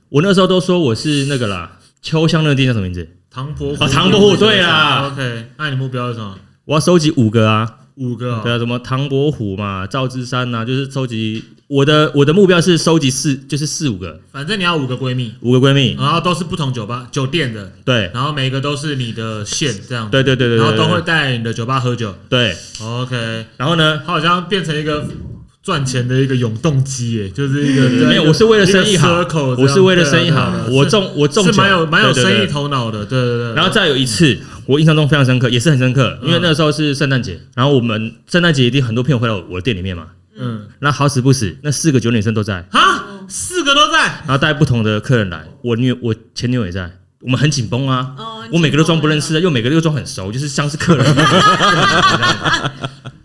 [SPEAKER 4] 我那时候都说我是那个啦，秋香那个店叫什么名字？
[SPEAKER 5] 唐伯虎
[SPEAKER 4] 哦唐伯虎对
[SPEAKER 3] 啊
[SPEAKER 4] 啦
[SPEAKER 5] ，OK，那你目标是什么？
[SPEAKER 4] 我要收集五个啊，
[SPEAKER 5] 五个哦，
[SPEAKER 4] 对啊，什么唐伯虎嘛、赵之山呐、就是收集我的我的目标是收集四，就是四五个
[SPEAKER 5] 反正你要五个闺蜜，
[SPEAKER 4] 五个闺蜜，
[SPEAKER 5] 然后都是不同酒吧酒店的，
[SPEAKER 4] 对
[SPEAKER 5] 然后每一个都是你的线这样子，
[SPEAKER 4] 对对对对，
[SPEAKER 5] 然后都
[SPEAKER 4] 对
[SPEAKER 5] 会带你的酒吧喝酒。
[SPEAKER 4] 对，
[SPEAKER 5] OK，
[SPEAKER 4] 然后呢，
[SPEAKER 5] 它好像变成一个赚钱的一个永动机耶，就是一个
[SPEAKER 4] 嗯没有，我是为了生意好，我是为了生意好，我
[SPEAKER 5] 中
[SPEAKER 4] 中我中
[SPEAKER 5] 啊是
[SPEAKER 4] 奖
[SPEAKER 5] 蛮有蛮有
[SPEAKER 4] 对对
[SPEAKER 5] 生意
[SPEAKER 4] 对
[SPEAKER 5] 头脑的，对对对。
[SPEAKER 4] 然后再有一次，我印象中非常深刻，也是很深刻，因为
[SPEAKER 5] 嗯
[SPEAKER 4] 那时候是圣诞节，然后我们圣诞节一定很多朋友会到我的店里面嘛。
[SPEAKER 5] 嗯，
[SPEAKER 4] 那好死不死，那四个酒女生都在，
[SPEAKER 5] 啊，四个都在，
[SPEAKER 4] 然后带不同的客人来，我女我前女友也在，我们很紧绷啊。
[SPEAKER 2] 哦你
[SPEAKER 4] 我每个都装不认
[SPEAKER 2] 紧
[SPEAKER 4] 识，啊又每个都装很熟，就是像是客人。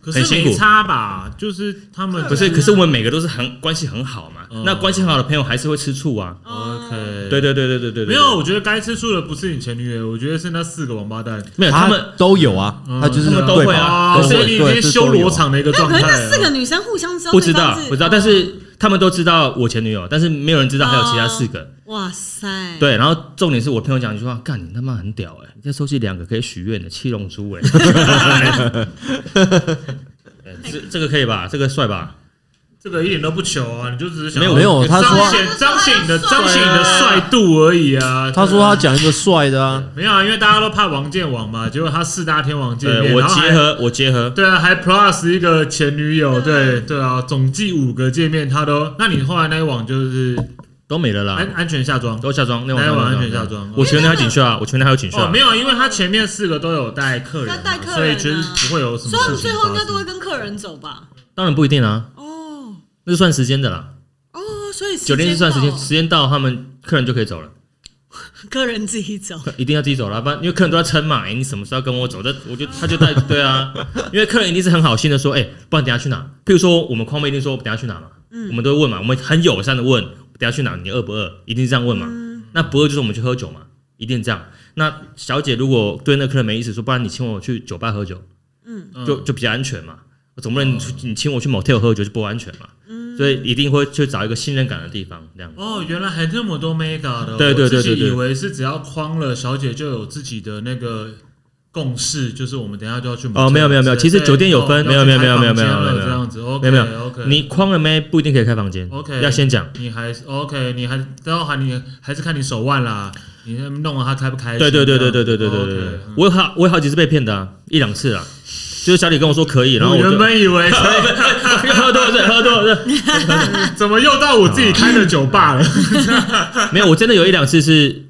[SPEAKER 5] 可
[SPEAKER 4] 很
[SPEAKER 5] 是
[SPEAKER 4] 辛
[SPEAKER 5] 没
[SPEAKER 4] 苦
[SPEAKER 5] 差吧？就是他们
[SPEAKER 4] 可是，可是我们每个都是很关系很好嘛。那关系很好的朋友还是会吃醋啊。
[SPEAKER 5] OK，
[SPEAKER 4] 对对对对对对，对
[SPEAKER 5] 哦没有，我觉得该吃醋的不是你前女友，我觉得是那四个王八蛋。
[SPEAKER 4] 没有，他们
[SPEAKER 3] 都有啊，
[SPEAKER 5] 嗯
[SPEAKER 3] 他就是
[SPEAKER 4] 他们都会啊
[SPEAKER 5] 哦
[SPEAKER 4] 可是
[SPEAKER 5] 所以你已经修
[SPEAKER 3] 啊
[SPEAKER 5] 罗，场的一个
[SPEAKER 2] 没有，哦
[SPEAKER 5] 状
[SPEAKER 2] 可
[SPEAKER 5] 态啊
[SPEAKER 2] 是
[SPEAKER 5] 了。
[SPEAKER 2] 那四个女生互相知道
[SPEAKER 4] 啊不
[SPEAKER 2] 对
[SPEAKER 4] 知道
[SPEAKER 2] 方是，
[SPEAKER 4] 不知道，但是他们都知道我前女友，但是没有人知道还有其他四个。
[SPEAKER 2] 哦哇塞，
[SPEAKER 4] 对，然后重点是我朋友讲一句话，干你他妈很屌哎、欸，你再收集两个可以许愿的七龙珠哎、 对这这个可以吧？这个帅吧？
[SPEAKER 5] 这个一点都不糗啊，你就只是想
[SPEAKER 4] 没有
[SPEAKER 3] 没有他说
[SPEAKER 5] 彰显彰显你的彰显你的
[SPEAKER 2] 啊
[SPEAKER 5] 帅度而已啊。
[SPEAKER 3] 他说他讲一个帅的啊，
[SPEAKER 5] 没有啊，因为大家都怕王建王嘛，结果他四大天王见面，
[SPEAKER 4] 对，我
[SPEAKER 5] 然后还
[SPEAKER 4] 结合我结合，
[SPEAKER 5] 对啊，还 plus 一个前女友，对对啊，总计五个见面，他都。那你后来那一网就是
[SPEAKER 4] 都没了啦
[SPEAKER 5] 安，安全下妆
[SPEAKER 4] 啊都下妆，那晚
[SPEAKER 5] 那
[SPEAKER 4] 上都
[SPEAKER 5] 晚安哎全下妆
[SPEAKER 4] 我前面还有警讯啊，我前面还有警讯
[SPEAKER 5] 哦，
[SPEAKER 4] 啊
[SPEAKER 5] 没，有，因为他前面四个都有带客人嘛，
[SPEAKER 2] 要带客人啊
[SPEAKER 5] 所以其实不会有什么
[SPEAKER 2] 所以他
[SPEAKER 5] 事
[SPEAKER 2] 们
[SPEAKER 5] 情
[SPEAKER 2] 最
[SPEAKER 5] 发
[SPEAKER 2] 后应该都会
[SPEAKER 5] 生。
[SPEAKER 2] 跟客人走吧？
[SPEAKER 4] 当然不一定啊，
[SPEAKER 2] 哦
[SPEAKER 4] 那是算时间的啦，
[SPEAKER 2] 哦，所以时
[SPEAKER 4] 酒店是算时间，时
[SPEAKER 2] 间
[SPEAKER 4] 间到他们客人就可以走了，
[SPEAKER 2] 到客人自己 走。
[SPEAKER 4] 一定要自己走了，不然因为客人都在撑嘛，哎，你什么时候要跟我走？这我就他就带对 啊，因为客人一定是很好心的说，哎，不然等一下去哪？譬如说我们匡妹一定说等一下去哪嘛，
[SPEAKER 5] 嗯
[SPEAKER 4] 我们都会问嘛，我们很友善的问，等一下去哪？你饿不饿？一定是这样问嘛。
[SPEAKER 5] 嗯
[SPEAKER 4] 那不饿就是我们去喝酒嘛，一定这样。那小姐如果对那客人没意思，说不然你请我去酒吧喝酒，
[SPEAKER 5] 嗯
[SPEAKER 4] 就就比较安全嘛。总不能你去你请我去 motel 喝酒就不安全嘛。所所以一定会去找一个信任感的地方，这样。
[SPEAKER 5] 哦，原来还那么多 mega 的哦，
[SPEAKER 4] 对对对
[SPEAKER 5] 我自己
[SPEAKER 4] 对对
[SPEAKER 5] 以为是只要框了小姐就有自己的那个共识，就是我们等一下就要去买
[SPEAKER 4] 哦没有没有没有
[SPEAKER 5] 这样子
[SPEAKER 4] 其实酒店有分
[SPEAKER 5] 对
[SPEAKER 4] 没有没有没有没有
[SPEAKER 5] 要去开
[SPEAKER 4] 没有
[SPEAKER 5] 房间了
[SPEAKER 4] 没有
[SPEAKER 5] 这样子
[SPEAKER 4] 没
[SPEAKER 5] ，OK
[SPEAKER 4] 有没
[SPEAKER 5] OK，
[SPEAKER 4] 有，你框了没不一定可以开房间
[SPEAKER 5] OK
[SPEAKER 4] 要先讲。
[SPEAKER 5] 你还是 OK，你还都要喊你还是看你手腕啦，你那弄了他开不开心？
[SPEAKER 4] 对对对对对对对
[SPEAKER 5] 这
[SPEAKER 4] 对
[SPEAKER 5] 样
[SPEAKER 4] 对对
[SPEAKER 5] OK，嗯
[SPEAKER 4] 我有好我有好几次被骗的、啊，一两次啊，就是小李跟我说可以，然后
[SPEAKER 5] 我
[SPEAKER 4] 我就
[SPEAKER 5] 原本以为
[SPEAKER 4] 喝多了对喝多了对，
[SPEAKER 5] 怎么又到我自己开的酒 吧了？
[SPEAKER 4] 没有，我真的有一两次是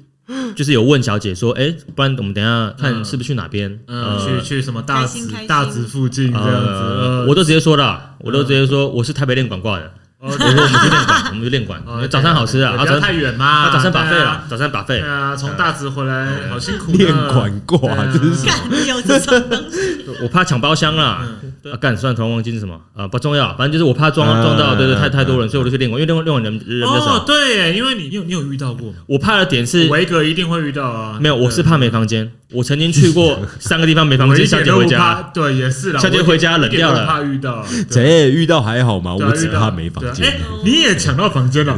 [SPEAKER 4] 就是有问小姐说，哎、不然我们等一下看
[SPEAKER 5] 嗯
[SPEAKER 4] 是不是去哪边，
[SPEAKER 5] 嗯，
[SPEAKER 4] 呃
[SPEAKER 5] 去去什么大
[SPEAKER 2] 开心
[SPEAKER 5] 直
[SPEAKER 2] 开心
[SPEAKER 5] 大直附近这样子，
[SPEAKER 4] 呃
[SPEAKER 5] 呃
[SPEAKER 4] 我都直接说了，我都直接说我是台北练馆挂的，
[SPEAKER 5] 哦
[SPEAKER 4] 我说我们去练馆，我们去练馆，
[SPEAKER 5] 哦
[SPEAKER 4] 早餐好吃啊，
[SPEAKER 5] 也
[SPEAKER 4] 啊
[SPEAKER 5] 不
[SPEAKER 4] 早
[SPEAKER 5] 要
[SPEAKER 4] 餐
[SPEAKER 5] 太远嘛，
[SPEAKER 4] 啊早餐把费
[SPEAKER 5] 对
[SPEAKER 4] 了
[SPEAKER 5] 啊，，
[SPEAKER 4] 早餐把费
[SPEAKER 5] 对，啊，从大直回来好辛苦呢，哦
[SPEAKER 3] 练管挂，
[SPEAKER 5] 啊
[SPEAKER 3] 这是什么？
[SPEAKER 2] 干有这 种东西，
[SPEAKER 4] 我怕抢包厢啦，
[SPEAKER 5] 嗯
[SPEAKER 4] 啊干，算突然忘记是什么啊，不重要，反正就是我怕撞
[SPEAKER 3] 啊
[SPEAKER 4] 撞到，对对，
[SPEAKER 3] 啊
[SPEAKER 4] 太太多
[SPEAKER 3] 啊
[SPEAKER 4] 人，所以我就去练馆，因为练馆练馆人人比较
[SPEAKER 5] 哦，
[SPEAKER 4] 少，
[SPEAKER 5] 对耶，因为你你有你有遇到过吗？
[SPEAKER 4] 我怕的点是
[SPEAKER 5] 维格一定会遇到啊，
[SPEAKER 4] 没有，我是
[SPEAKER 5] 对
[SPEAKER 4] 怕没房间。我曾经去过 三个地方没房
[SPEAKER 5] 嗯我一
[SPEAKER 4] 间，小
[SPEAKER 5] 点
[SPEAKER 4] 姐
[SPEAKER 5] 都
[SPEAKER 4] 回
[SPEAKER 5] 不怕，
[SPEAKER 4] 家，
[SPEAKER 5] 对，也是啦，
[SPEAKER 4] 小姐
[SPEAKER 5] 我一
[SPEAKER 4] 回家冷
[SPEAKER 5] 一点都
[SPEAKER 4] 掉
[SPEAKER 5] 不
[SPEAKER 4] 了
[SPEAKER 5] 怕遇到，对
[SPEAKER 3] 谁遇到还好吗？
[SPEAKER 5] 对啊
[SPEAKER 3] 我只
[SPEAKER 5] 遇到
[SPEAKER 3] 怕没房
[SPEAKER 5] 对啊
[SPEAKER 3] 间
[SPEAKER 5] 哎。你也抢到房间了，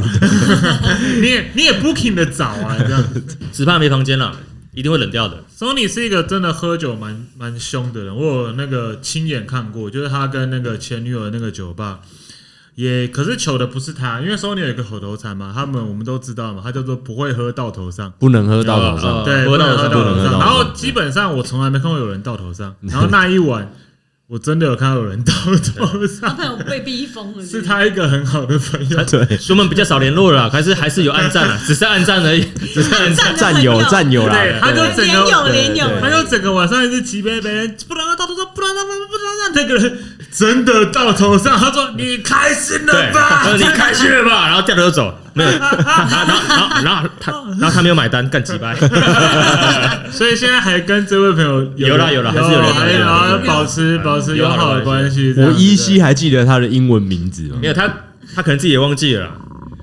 [SPEAKER 5] 你也你也 booking 的早啊，这样子。
[SPEAKER 4] 只怕没房间了，一定会冷掉的。
[SPEAKER 5] Sony 是一个真的喝酒蛮蛮凶的人，我有那个亲眼看过，就是他跟那个前女友的那个酒吧，也可是糗的不是他，因为 Sony 有一个口头禅嘛，他们我们都知道嘛，他叫做不会喝到头上。
[SPEAKER 3] 不能喝到早上
[SPEAKER 4] 呃，
[SPEAKER 5] 对，
[SPEAKER 4] 不能喝
[SPEAKER 5] 喝
[SPEAKER 4] 到
[SPEAKER 5] 到
[SPEAKER 3] 头
[SPEAKER 5] 头
[SPEAKER 3] 上
[SPEAKER 5] 上。然后基本上我从来没看过有人到 头上，然后那一晚我真的有看到有人到头
[SPEAKER 2] 男
[SPEAKER 5] 上，
[SPEAKER 2] 朋友被逼疯了，
[SPEAKER 5] 是他一个很好的朋友。
[SPEAKER 3] 对，
[SPEAKER 4] 所以我们比较少联络了，还是还是有暗 战了，只是暗战而已，只是暗战。
[SPEAKER 3] 战友战友啦，
[SPEAKER 5] 对他就整
[SPEAKER 2] 连有
[SPEAKER 5] 个
[SPEAKER 2] 连有，
[SPEAKER 5] 他就整个晚上一直骑别人，不能让到头上，不能让不能让那个人真的到头上。他说：“你开心
[SPEAKER 4] 对，
[SPEAKER 5] 了
[SPEAKER 4] 他说
[SPEAKER 5] 吧
[SPEAKER 4] 你开心了吧？然后掉头就走，没有。 然后然后然后然后他然后他没有买单，干几掰。？”
[SPEAKER 5] 所以现在还跟这位朋友
[SPEAKER 4] 有啦有啦还是有联系
[SPEAKER 5] 还有
[SPEAKER 4] 有
[SPEAKER 5] 还
[SPEAKER 4] 有
[SPEAKER 5] 有
[SPEAKER 4] 有
[SPEAKER 5] 保持保持
[SPEAKER 4] 有
[SPEAKER 5] 友
[SPEAKER 4] 好的
[SPEAKER 5] 好的关
[SPEAKER 4] 关
[SPEAKER 5] 系。这
[SPEAKER 3] 我
[SPEAKER 5] 样子
[SPEAKER 3] 呃依稀还记得他的英文名字嘛
[SPEAKER 4] 没有他，他可能自己也忘记了啦，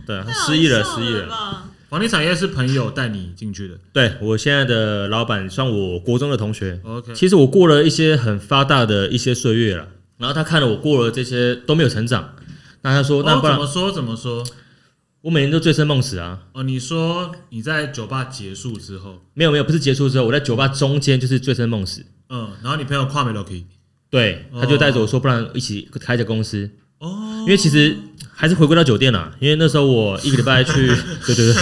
[SPEAKER 4] 对，他
[SPEAKER 2] 太好
[SPEAKER 4] 失忆了，
[SPEAKER 2] 笑
[SPEAKER 4] 失忆了。
[SPEAKER 2] 吧。
[SPEAKER 5] 房地产业是朋友带你进去的。
[SPEAKER 4] 对我现在的老板算我国中的同学
[SPEAKER 5] OK
[SPEAKER 4] 其实我过了一些很发达的一些岁月了，然后他看了我过了这些都没有成长，那他说，那
[SPEAKER 5] 哦
[SPEAKER 4] 不
[SPEAKER 5] 怎
[SPEAKER 4] 然
[SPEAKER 5] 么说怎么说？
[SPEAKER 4] 我每年都醉生梦死啊，
[SPEAKER 5] 哦，你说你在酒吧结束之后，
[SPEAKER 4] 没有没有，不是结束之后，我在酒吧中间就是醉生梦死，
[SPEAKER 5] 嗯，然后你朋友跨没 l o k
[SPEAKER 4] 对，
[SPEAKER 5] 哦
[SPEAKER 4] 他就带着我说，不然一起开一家公司，
[SPEAKER 5] 哦
[SPEAKER 4] 因，为其实还是回归到酒店啊啦，因为那时候我一个礼 拜去，对对对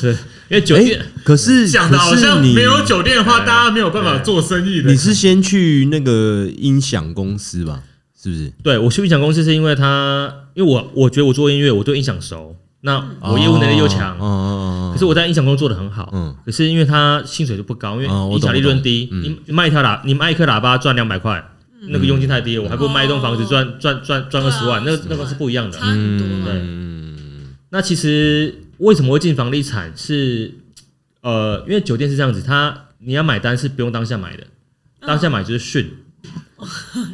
[SPEAKER 4] 对，因为酒店
[SPEAKER 3] 哎，可是
[SPEAKER 5] 讲的好
[SPEAKER 3] 可是
[SPEAKER 5] 像
[SPEAKER 3] 你
[SPEAKER 5] 没有酒店的话，
[SPEAKER 4] 对
[SPEAKER 5] 大家没有办法做生意的。
[SPEAKER 3] 你是先去那个音响公司吧？是不是？
[SPEAKER 4] 对我去音响公司是因为他，因为我我觉得我做音乐，我对音响熟，那我业务能力又强
[SPEAKER 3] 哦，哦哦哦
[SPEAKER 4] 可是我在音响工作做的很好，
[SPEAKER 3] 嗯
[SPEAKER 4] 可是因为他薪水就不高，因为
[SPEAKER 3] 哦我懂
[SPEAKER 4] 音响利润低，
[SPEAKER 3] 我懂嗯嗯
[SPEAKER 4] 你你卖一条喇，你卖一颗喇叭赚两百块，那个佣金太低了，我还不如卖一栋房子
[SPEAKER 2] 哦
[SPEAKER 4] 赚赚赚赚
[SPEAKER 2] 对
[SPEAKER 4] 二
[SPEAKER 2] 啊
[SPEAKER 4] 十万，那
[SPEAKER 2] 是
[SPEAKER 4] 那个是不一样的
[SPEAKER 2] 差。很多嘛。
[SPEAKER 3] 嗯，
[SPEAKER 4] 那其实为什么会进房地产是，呃，因为酒店是这样子，他你要买单是不用当下买的，当
[SPEAKER 2] 嗯
[SPEAKER 4] 下买就是训，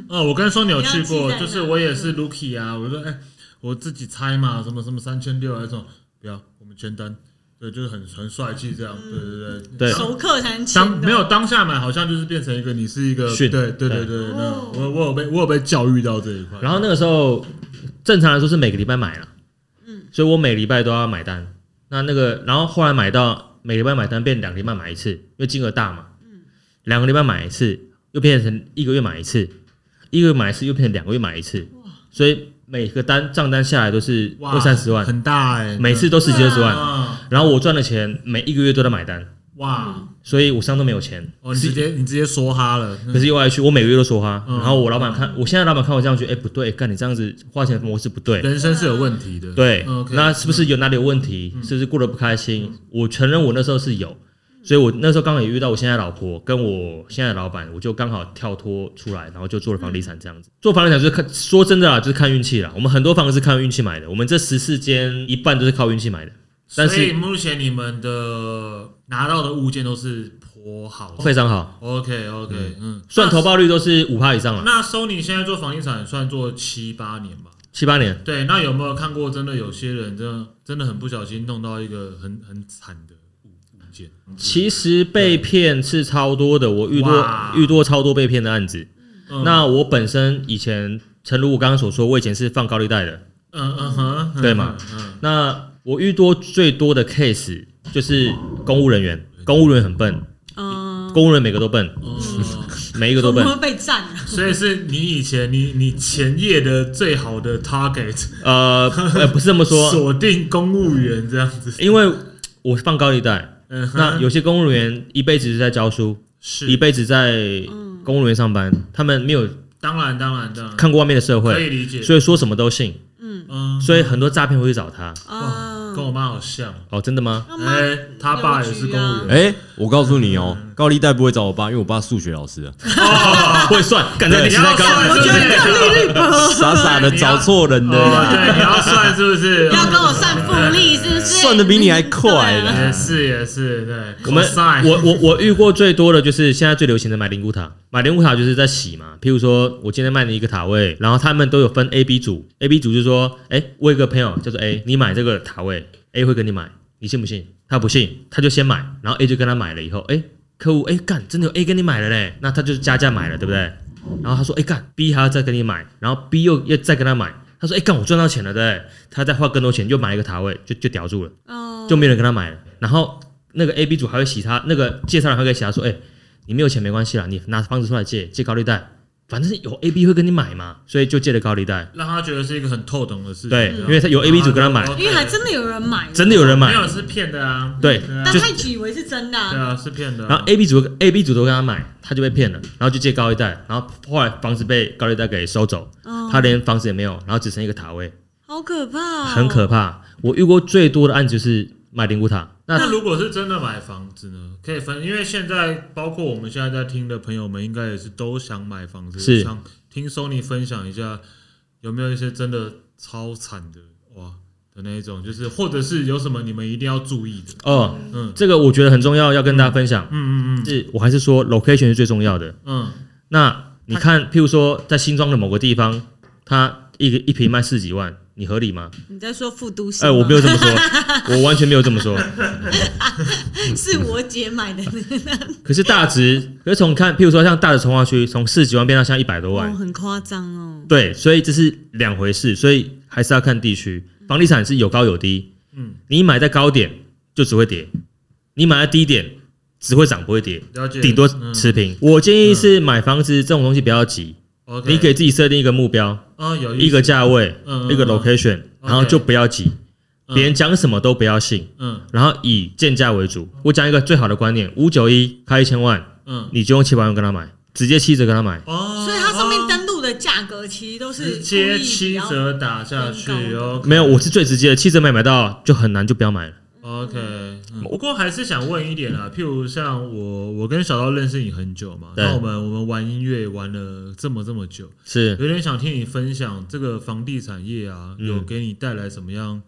[SPEAKER 5] 呃，我跟说你有
[SPEAKER 2] 你
[SPEAKER 5] 去
[SPEAKER 2] 要记
[SPEAKER 5] 过，
[SPEAKER 2] 在哪
[SPEAKER 5] 就是我也是 Lucky 啊，我说哎、我自己猜嘛，什么什么三千六啊这种，不要，我们全单，对，就是很很帅气这样，对对嗯对
[SPEAKER 4] 对
[SPEAKER 2] 熟客才能
[SPEAKER 5] 当
[SPEAKER 2] 签的，
[SPEAKER 5] 没有当下买，好像就是变成一个你是一个
[SPEAKER 4] 训
[SPEAKER 5] 对对对对对，那我我有被我有被教育到这一块，
[SPEAKER 4] 然后那个时候正常来说是每个礼拜买了，嗯，所以我每礼拜都要买单。那那个，然后后来买到每礼拜买单变两个礼拜买一次，因为金额大嘛，嗯，两个礼拜买一次，又变成一个月买一次，一个月买一次又变成两个月买一次，所以每个单账单下来都是
[SPEAKER 5] 哇
[SPEAKER 4] 二三十万，
[SPEAKER 5] 很大哎、
[SPEAKER 4] 每次都十几二十万。
[SPEAKER 5] 啊
[SPEAKER 4] 然后我赚的钱每一个月都在买单，
[SPEAKER 5] 哇，
[SPEAKER 4] 所以我身上都没有钱。
[SPEAKER 5] 哦，你直接你直接说哈了，
[SPEAKER 4] 可是又爱去，我每个月都说花。
[SPEAKER 5] 嗯
[SPEAKER 4] 然后我老板看，我现在老板看我这样觉得，哎，不对，干你这样子花钱的模式不对，
[SPEAKER 5] 人生是有问题的，
[SPEAKER 4] 对
[SPEAKER 5] 嗯，OK，嗯
[SPEAKER 4] 那是不是有哪里有问题？是不是过得不开心？我承认我那时候是有，所以我那时候刚好也遇到我现在的老婆跟我现在的老板，我就刚好跳脱出来，然后就做了房地产这样
[SPEAKER 5] 嗯
[SPEAKER 4] 子。做房地产就是看，说真的啦，就是看运气啦。我们很多房子是看运气买的，我们这十四间一半都是靠运气买的，但
[SPEAKER 5] 所以
[SPEAKER 4] 是
[SPEAKER 5] 目前你们的拿到的物件都是颇好的
[SPEAKER 4] 非常好，
[SPEAKER 5] ，OK OK，嗯，
[SPEAKER 4] 算投报率都是五趴以上了，
[SPEAKER 5] 那 Sony 现在做房地产算做七八年吧？
[SPEAKER 4] 七八年。
[SPEAKER 5] 对，那有没有看过真的有些人真的真的很不小心弄到一个很很惨的物物件？
[SPEAKER 4] 其实被骗是超多的，我遇多
[SPEAKER 5] 哇
[SPEAKER 4] 遇多超多被骗的案子。
[SPEAKER 5] 嗯
[SPEAKER 4] 那我本身以前，诚如我刚刚所说，我以前是放高利贷的。
[SPEAKER 5] 嗯嗯哼，嗯
[SPEAKER 4] 对嘛？？
[SPEAKER 5] 嗯
[SPEAKER 4] 那我遇多最多的 case 就是公务人员，公务人员很笨，
[SPEAKER 2] 嗯，
[SPEAKER 4] 公务人员每个都笨，
[SPEAKER 5] 嗯哦，
[SPEAKER 4] 每一个
[SPEAKER 2] 我
[SPEAKER 4] 都笨。
[SPEAKER 2] 们被占了。
[SPEAKER 5] 所以是你以前你你前夜的最好的 target，
[SPEAKER 4] 呃，呃不是这么说，
[SPEAKER 5] 锁定公务员这样子。
[SPEAKER 4] 因为我放高利贷，
[SPEAKER 5] 嗯哼，
[SPEAKER 4] 那有些公务人员一辈子是在教书，
[SPEAKER 5] 是
[SPEAKER 4] 一辈子在公务人员上班，他们没有
[SPEAKER 5] 当然当然当然
[SPEAKER 4] 看过外面的社
[SPEAKER 5] 可以
[SPEAKER 4] 会，
[SPEAKER 5] 理解。
[SPEAKER 4] 所以说什么都信，
[SPEAKER 5] 嗯，
[SPEAKER 4] 所以很多诈骗会去找他。
[SPEAKER 5] 哇，
[SPEAKER 2] 啊
[SPEAKER 5] 跟，我妈好像。
[SPEAKER 4] 哦，真的吗？
[SPEAKER 2] 那妈
[SPEAKER 5] 哎，他爸也是公
[SPEAKER 2] 啊
[SPEAKER 5] 务员。
[SPEAKER 3] 哎、我告诉你哦，高利贷不会找我爸，因为我爸数学老 师啊，
[SPEAKER 4] 会算，感觉你期待高
[SPEAKER 5] 对
[SPEAKER 2] 我觉得这利率不合
[SPEAKER 3] 傻傻的找错人的
[SPEAKER 4] 啊
[SPEAKER 5] 哦，
[SPEAKER 3] 啦，
[SPEAKER 5] 对，你要算是不是？
[SPEAKER 2] 要跟我算复利是不是？
[SPEAKER 3] 算的比你还快
[SPEAKER 2] 对啊
[SPEAKER 5] 嗯也
[SPEAKER 3] 啦。
[SPEAKER 5] 是也是，对，
[SPEAKER 4] 我们
[SPEAKER 5] cosine
[SPEAKER 4] 我我我遇过最多的就是现在最流行的买灵骨塔，买灵骨塔就是在洗嘛。譬如说我今天卖你一个塔位，然后他们都有分 A、B 组，A、B 组就是说，哎、我有一个朋友叫做 A，你买这个塔位，A 会跟你买，你信不信？他不信，他就先买，然后 A 就跟他买了以后，哎、客户哎干，真的有 A 跟你买了嘞，那他就加价买了，对不对？然后他说哎干，B 还要再跟你买，然后 B 又又再跟他买，他说哎干，我赚到钱了，对不对？他再花更多钱又买一个塔位，就就叼住了。
[SPEAKER 2] 哦
[SPEAKER 4] 就没有人跟他买了。然后那个 A、B 组还会洗他，那个介绍人还会洗他说：“哎、你没有钱没关系啦，你拿房子出来借，借高利贷，反正有 A、B 会跟你买嘛，所以就借了高利贷。
[SPEAKER 5] 让他觉得是一个很透懂的事情。
[SPEAKER 4] 对
[SPEAKER 5] 这样
[SPEAKER 4] 因为他有 A B 组跟他买
[SPEAKER 2] 因为还真的有人买，
[SPEAKER 4] 真的有人买
[SPEAKER 5] 哦没，有是骗的啊。
[SPEAKER 4] 对
[SPEAKER 5] 啊
[SPEAKER 2] 但
[SPEAKER 4] 就
[SPEAKER 2] 太久以为是真的
[SPEAKER 5] 对
[SPEAKER 2] 啊。
[SPEAKER 5] 啊，是骗的啊。
[SPEAKER 4] 然后 A、B 组 A、B 组都跟他买，他就被骗了，然后就借高利贷，然后后来房子被高利贷给收走，
[SPEAKER 2] 哦
[SPEAKER 4] 他连房子也没有，然后只剩一个塔位，
[SPEAKER 2] 好可怕哦，
[SPEAKER 4] 很可怕。我遇过最多的案子就是买灵骨塔，
[SPEAKER 5] 那
[SPEAKER 4] 那
[SPEAKER 5] 如果是真的买房子呢？可以分，因为现在包括我们现在在听的朋友们，应该也是都想买房子，
[SPEAKER 4] 是
[SPEAKER 5] 想听 Sony 分享一下有没有一些真的超惨的哇的那一种，就是或者是有什么你们一定要注意的。
[SPEAKER 4] 哦，
[SPEAKER 5] 嗯
[SPEAKER 4] 这个我觉得很重要，要跟大家分享。
[SPEAKER 5] 嗯嗯
[SPEAKER 4] 是我还是说 location 是最重要的。
[SPEAKER 5] 嗯
[SPEAKER 4] 那你看，譬如说在新庄的某个地方，它一个一瓶卖四几万，你合理吗？
[SPEAKER 2] 你在说复都是
[SPEAKER 4] 哎、
[SPEAKER 2] 吗？
[SPEAKER 4] 我没有这么说，我完全没有这么说。
[SPEAKER 2] 是我姐买 的，
[SPEAKER 4] 可是大直，可是从看，譬如说像大直从化区，从四几万变到现在一百多
[SPEAKER 2] 哦，
[SPEAKER 4] 万，
[SPEAKER 2] 很夸张哦。
[SPEAKER 4] 对，所以这是两回事，所以还是要看地区。房地产是有高有低，
[SPEAKER 5] 嗯
[SPEAKER 4] 你买在高点就只会跌，你买在低点只会涨不会跌，
[SPEAKER 5] 嗯，了解。
[SPEAKER 4] 顶多
[SPEAKER 5] 嗯
[SPEAKER 4] 持平。我建议是买房子这种东西不要急，
[SPEAKER 5] ，OK，
[SPEAKER 4] 你给自己设定一个目标，
[SPEAKER 5] 啊有
[SPEAKER 4] 一个价位，
[SPEAKER 5] 嗯
[SPEAKER 4] 一个 location，然后就不要急，
[SPEAKER 5] 嗯
[SPEAKER 4] 别人讲什么都不要信，
[SPEAKER 5] 嗯
[SPEAKER 4] 然后以建价为主。我讲一个最好的观念：五九一开一千万，
[SPEAKER 5] 嗯
[SPEAKER 4] 你就用七百万跟他买，直接七折跟他买。
[SPEAKER 5] 哦，
[SPEAKER 2] 所以它上面登录的价格其实都是
[SPEAKER 5] 直接
[SPEAKER 2] 故意
[SPEAKER 5] 七
[SPEAKER 2] 比较
[SPEAKER 5] 折打下去
[SPEAKER 2] 更高
[SPEAKER 5] ，OK，
[SPEAKER 4] 没有，我是最直接的，七折没买到就很难，就不要买了。
[SPEAKER 5] OK，、嗯、不过还是想问一点啊啦，譬如像我，我跟小刀认识你很久嘛，
[SPEAKER 4] 对
[SPEAKER 5] 那我们我们玩音乐玩了这么这么久，
[SPEAKER 4] 是
[SPEAKER 5] 有点想听你分享这个房地产业啊，
[SPEAKER 4] 嗯
[SPEAKER 5] 有给你带来什么样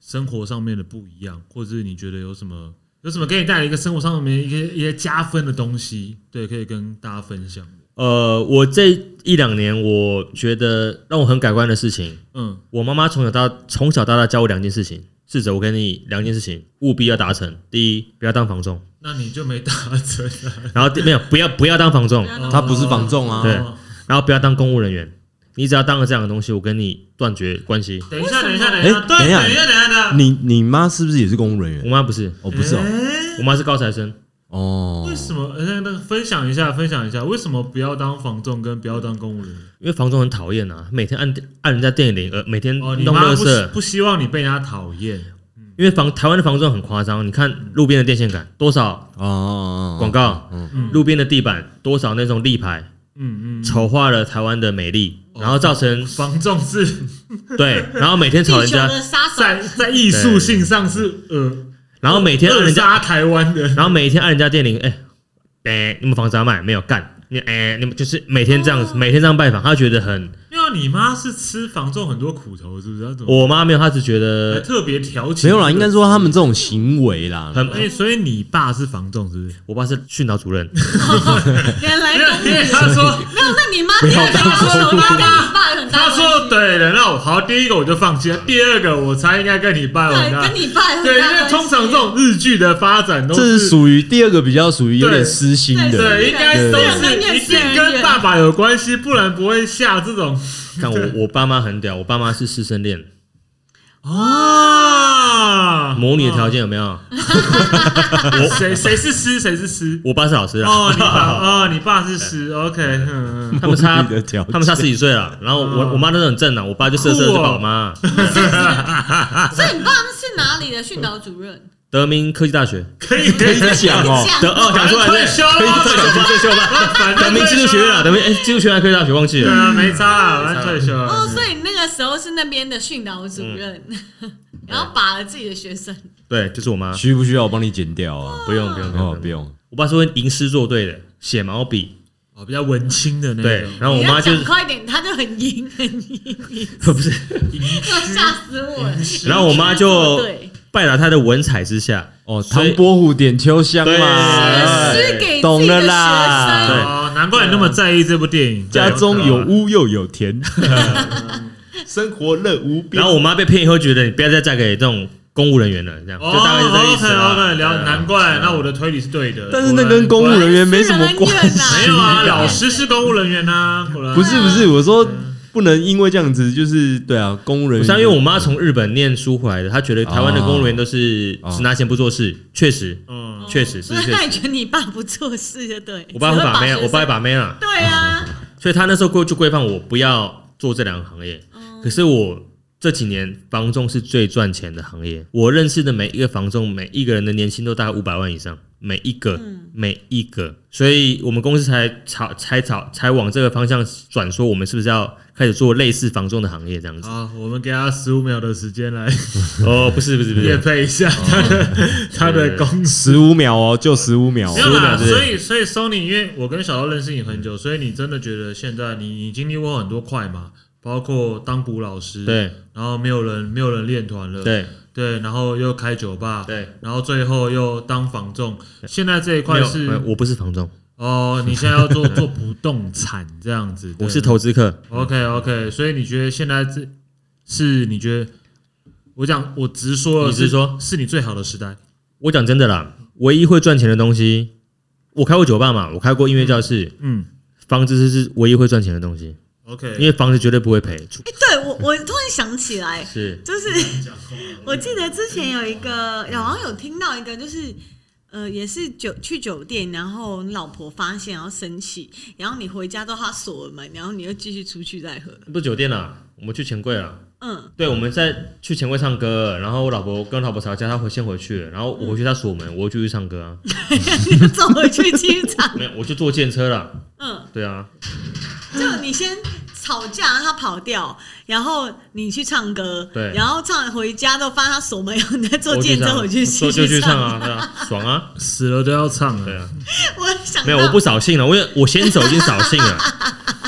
[SPEAKER 5] 生活上面的不一样，或者是你觉得有什么有什么给你带来一个生活上面一些一些加分的东西，对，可以跟大家分享。
[SPEAKER 4] 呃，我这一两年我觉得让我很改观的事情，
[SPEAKER 5] 嗯，
[SPEAKER 4] 我妈妈从小到从小到大教我两件事情，试着我跟你两件事情务必要达成：第一，不要当房仲；
[SPEAKER 5] 那你就没打折啊哦
[SPEAKER 4] 然后第没有不要不要当房仲，
[SPEAKER 3] 他不是房仲啊，
[SPEAKER 4] 对然后不要当公务人员。你只要当了这样的东西，我跟你断绝关系。
[SPEAKER 5] 等一下，等
[SPEAKER 2] 为
[SPEAKER 5] 一
[SPEAKER 2] 什么
[SPEAKER 5] 下，等一下，
[SPEAKER 3] 哎
[SPEAKER 5] 对，
[SPEAKER 3] 等一下
[SPEAKER 5] 等一下，等一下，等一下
[SPEAKER 3] 你你妈是不是也是公务人
[SPEAKER 4] 我
[SPEAKER 3] 员？
[SPEAKER 4] 妈不是，
[SPEAKER 3] 哦，不是哦，
[SPEAKER 5] 哎
[SPEAKER 4] 我妈是高材生。
[SPEAKER 3] 哦，
[SPEAKER 5] 为什么？呃那那分享一下，分享一下，为什么不要当房仲跟不要当公务人员？
[SPEAKER 4] 因为房东很讨厌啊，每天按按人家电铃，呃，每天
[SPEAKER 5] 哦，你
[SPEAKER 4] 弄
[SPEAKER 5] 妈
[SPEAKER 4] 垃
[SPEAKER 5] 不
[SPEAKER 4] 圾。
[SPEAKER 5] 不希望你被人家讨厌。
[SPEAKER 4] 因为房台湾的房仲很夸张，你看路边的电线杆多少
[SPEAKER 3] 哦哦，哦
[SPEAKER 4] 广告，
[SPEAKER 5] 嗯
[SPEAKER 4] 路边的地板多少那种立牌，
[SPEAKER 5] 嗯嗯，
[SPEAKER 4] 丑化了台湾的美丽，
[SPEAKER 5] 哦
[SPEAKER 4] 然后造成
[SPEAKER 5] 房仲是
[SPEAKER 4] 对，然后每天吵
[SPEAKER 2] 地
[SPEAKER 4] 人
[SPEAKER 2] 球
[SPEAKER 4] 家，
[SPEAKER 2] 的杀手，
[SPEAKER 5] 在在艺术性上是呃，
[SPEAKER 4] 然后每天按
[SPEAKER 5] 扼
[SPEAKER 4] 啊人家，
[SPEAKER 5] 杀台湾的。
[SPEAKER 4] 然后每天按人家电铃，哎，哎，你们房子要卖没有干？你哎，你们就是每天这样
[SPEAKER 5] 哦
[SPEAKER 4] 子，每天这样拜访，他觉得很。
[SPEAKER 5] 没有，你妈是吃房仲很多苦头，是不是？她怎么
[SPEAKER 4] 我妈没有，她只觉
[SPEAKER 5] 还
[SPEAKER 4] 得
[SPEAKER 5] 特别调情？
[SPEAKER 3] 没有啦，应该说他们这种行为啦，
[SPEAKER 4] 很
[SPEAKER 5] 哎，所以你爸是房仲，是不是？
[SPEAKER 4] 我爸是训导主任，
[SPEAKER 2] 原来
[SPEAKER 5] 因
[SPEAKER 2] 公
[SPEAKER 5] 为因为他说
[SPEAKER 2] 没有，那你妈第二个要求应该跟你爸有很大的关
[SPEAKER 5] 他说
[SPEAKER 2] 系，
[SPEAKER 5] 对了，那我好，第一个我就放弃了，第二个我猜应该跟你爸有很
[SPEAKER 2] 对，
[SPEAKER 5] 大
[SPEAKER 2] 跟你爸有很大
[SPEAKER 5] 对，因
[SPEAKER 2] 的
[SPEAKER 5] 为
[SPEAKER 2] 关啊系
[SPEAKER 5] 通常这种日剧的发展都
[SPEAKER 3] 这是属于第二个比较属于有点私心的，
[SPEAKER 5] 对，应该都
[SPEAKER 2] 私人恩
[SPEAKER 5] 是
[SPEAKER 2] 怨
[SPEAKER 5] 一
[SPEAKER 2] 私人
[SPEAKER 5] 定
[SPEAKER 2] 恩
[SPEAKER 5] 跟
[SPEAKER 2] 怨
[SPEAKER 5] 爸爸有关系，不然不会下这种。
[SPEAKER 4] 但我我爸妈很屌，我爸妈是师生恋，
[SPEAKER 5] 啊，
[SPEAKER 4] 模拟的条件有没有？
[SPEAKER 5] 谁谁是师，谁是师？
[SPEAKER 4] 我爸是老师啊，
[SPEAKER 5] 哦，你爸哦，你爸是师，OK，嗯，嗯
[SPEAKER 4] 他们差
[SPEAKER 3] 模拟的条件
[SPEAKER 4] 他们差十几岁了，然后我我妈都是很正啊的，我爸就色色
[SPEAKER 5] 酷哦
[SPEAKER 4] 就把我妈。
[SPEAKER 2] 所以你爸是哪里的训导主任？
[SPEAKER 4] 德明科技大学
[SPEAKER 5] 可以可以
[SPEAKER 3] 讲哦
[SPEAKER 2] 讲
[SPEAKER 4] 德哦讲出来
[SPEAKER 5] 退
[SPEAKER 4] 对，
[SPEAKER 5] 休
[SPEAKER 4] 可以
[SPEAKER 5] 了
[SPEAKER 4] 退休吧，退休吧，
[SPEAKER 5] 反
[SPEAKER 4] 德
[SPEAKER 5] 正
[SPEAKER 4] 明技术学院啊，
[SPEAKER 5] 了，
[SPEAKER 4] 德明哎技术学院还是科技大学忘记
[SPEAKER 5] 对
[SPEAKER 4] 了，
[SPEAKER 5] 啊，没差啊，反正退休
[SPEAKER 4] 嗯
[SPEAKER 2] 哦，
[SPEAKER 5] 了。
[SPEAKER 2] 所以你那个时候是那边的训导主任，
[SPEAKER 4] 嗯
[SPEAKER 2] 然后把了自己的学生。
[SPEAKER 4] 对，就是我妈，
[SPEAKER 3] 需不需要我帮你剪掉啊？
[SPEAKER 4] 不用不用不
[SPEAKER 3] 哦，
[SPEAKER 4] 用
[SPEAKER 3] 不，用，
[SPEAKER 4] 我爸是会吟诗作对的，写毛笔，
[SPEAKER 5] 哦，比较文青的那
[SPEAKER 4] 对
[SPEAKER 5] 种，，
[SPEAKER 4] 然后我
[SPEAKER 2] 你
[SPEAKER 4] 妈
[SPEAKER 2] 要
[SPEAKER 4] 就
[SPEAKER 2] 讲快点，他就很赢，很赢，
[SPEAKER 4] 不是，
[SPEAKER 2] 吓死我了。
[SPEAKER 4] 然后我妈就
[SPEAKER 2] 对，
[SPEAKER 4] 拜了她的文采之下，
[SPEAKER 3] 哦，
[SPEAKER 4] 所
[SPEAKER 3] 唐
[SPEAKER 4] 以
[SPEAKER 3] 伯虎点秋香哎
[SPEAKER 4] 对哎
[SPEAKER 3] 嘛，
[SPEAKER 2] 是给自
[SPEAKER 3] 懂
[SPEAKER 2] 己的
[SPEAKER 3] 了
[SPEAKER 2] 学
[SPEAKER 3] 啦
[SPEAKER 2] 生
[SPEAKER 4] 对
[SPEAKER 5] 哦，难怪你那么在意这部电影。
[SPEAKER 3] 家中有屋又有 田，
[SPEAKER 6] 生活乐无边
[SPEAKER 4] 然。后我妈被骗以后觉得你不要再嫁给这种公务人员了，这样
[SPEAKER 5] 哦
[SPEAKER 4] 就大概是这个意思啦
[SPEAKER 5] OK，OK，
[SPEAKER 4] 对
[SPEAKER 5] 了，
[SPEAKER 4] 啊
[SPEAKER 5] 难怪。那我的推理是对的。
[SPEAKER 3] 但是那跟公务人员没什么
[SPEAKER 2] 果然
[SPEAKER 3] 关
[SPEAKER 2] 是人呐
[SPEAKER 3] 系。
[SPEAKER 5] 没有啊，老师是公务人员呐，果 然
[SPEAKER 3] 不是不是，我说不能因为这样子，就是对啊，公务人
[SPEAKER 4] 不
[SPEAKER 3] 员
[SPEAKER 4] 是啊，因为我妈从日本念书回来的，她觉得台湾的公务员都是
[SPEAKER 3] 哦
[SPEAKER 4] 只拿钱不做事，确实，
[SPEAKER 5] 嗯，
[SPEAKER 4] 确实是
[SPEAKER 2] 所以
[SPEAKER 4] 确
[SPEAKER 2] 他也
[SPEAKER 4] 实。
[SPEAKER 2] 觉得你爸不做事，就对。
[SPEAKER 4] 我爸会把妹啊，
[SPEAKER 2] 只
[SPEAKER 4] 我
[SPEAKER 2] 学
[SPEAKER 4] 爸会
[SPEAKER 2] 生
[SPEAKER 4] 把妹啊，
[SPEAKER 2] 对啊，
[SPEAKER 4] 所以他那时候规就规范我不要做这两个行业。可是我这几年房仲是最赚钱的行业，我认识的每一个房仲，每一个人的年薪都大概五百万以上，每一个，每一个，所以我们公司才朝才朝才往这个方向转，说我们是不是要开始做类似房仲的行业这样子？
[SPEAKER 5] 好，啊我们给他十五秒的时间来
[SPEAKER 4] 哦，不是不是不
[SPEAKER 5] 也
[SPEAKER 4] 是，
[SPEAKER 5] 配一下他
[SPEAKER 4] 哦
[SPEAKER 5] 的他的公司。
[SPEAKER 3] 十五秒哦，就十五秒哦
[SPEAKER 5] 没。有啦，
[SPEAKER 4] 15秒
[SPEAKER 5] 所以所以 Sony，因为我跟小刀认识你很久，所以你真的觉得现在你你经历过很多块嘛，包括当鼓老师，，
[SPEAKER 4] 对
[SPEAKER 5] 然后没有人没有人练团了，
[SPEAKER 4] 对
[SPEAKER 5] 对，然后又开酒吧，
[SPEAKER 4] 对，
[SPEAKER 5] 然后最后又当房仲，现在这一
[SPEAKER 4] 没
[SPEAKER 5] 块
[SPEAKER 4] 有
[SPEAKER 5] 是
[SPEAKER 4] 没有我不是房仲，
[SPEAKER 5] 哦，你现在要做 做不动产这样子，对
[SPEAKER 4] 我是投资客，
[SPEAKER 5] OK OK，所以你觉得现在这是你觉得我讲我直说了，
[SPEAKER 4] 你直说
[SPEAKER 5] 是你最好的时代，
[SPEAKER 4] 我讲真的啦，唯一会赚钱的东西，我开过酒吧嘛，我开过音乐教室，
[SPEAKER 5] 嗯
[SPEAKER 4] 房子是是唯一会赚钱的东西，
[SPEAKER 5] ，OK，
[SPEAKER 4] 因为房子绝对不会赔，除
[SPEAKER 2] 哎，对我我突然想起来，
[SPEAKER 4] 是
[SPEAKER 2] 就是 我记得之前有一个，好像有听到一个，就是呃，也是酒去酒店，然后你老婆发现然后生气，然后你回家之后她锁了门，然后你又继续出去再喝，
[SPEAKER 4] 不是酒店啦，我们去钱柜啦。
[SPEAKER 2] 嗯，
[SPEAKER 4] 对，我们在去钱柜唱歌，然后我老婆跟老婆吵架，她回先回去了，然后我回去她锁门，我继续唱歌啊，
[SPEAKER 2] 你就走回去机场，
[SPEAKER 4] 没有，我就坐电车啦。
[SPEAKER 2] 嗯，
[SPEAKER 4] 对啊，
[SPEAKER 2] 就你先吵架，他跑掉，然后你去唱歌，
[SPEAKER 4] 对
[SPEAKER 2] 然后唱回家都发现他锁门，然后你再坐
[SPEAKER 4] 我
[SPEAKER 2] 电车回去
[SPEAKER 4] 就
[SPEAKER 2] 继
[SPEAKER 4] 就去
[SPEAKER 2] 续
[SPEAKER 4] 唱
[SPEAKER 2] 唱。
[SPEAKER 4] 啊，对啊，爽啊，
[SPEAKER 5] 死了都要唱
[SPEAKER 4] 对啊，
[SPEAKER 2] 我想到
[SPEAKER 4] 没有，我不扫兴了，我也我先走已经扫兴 了，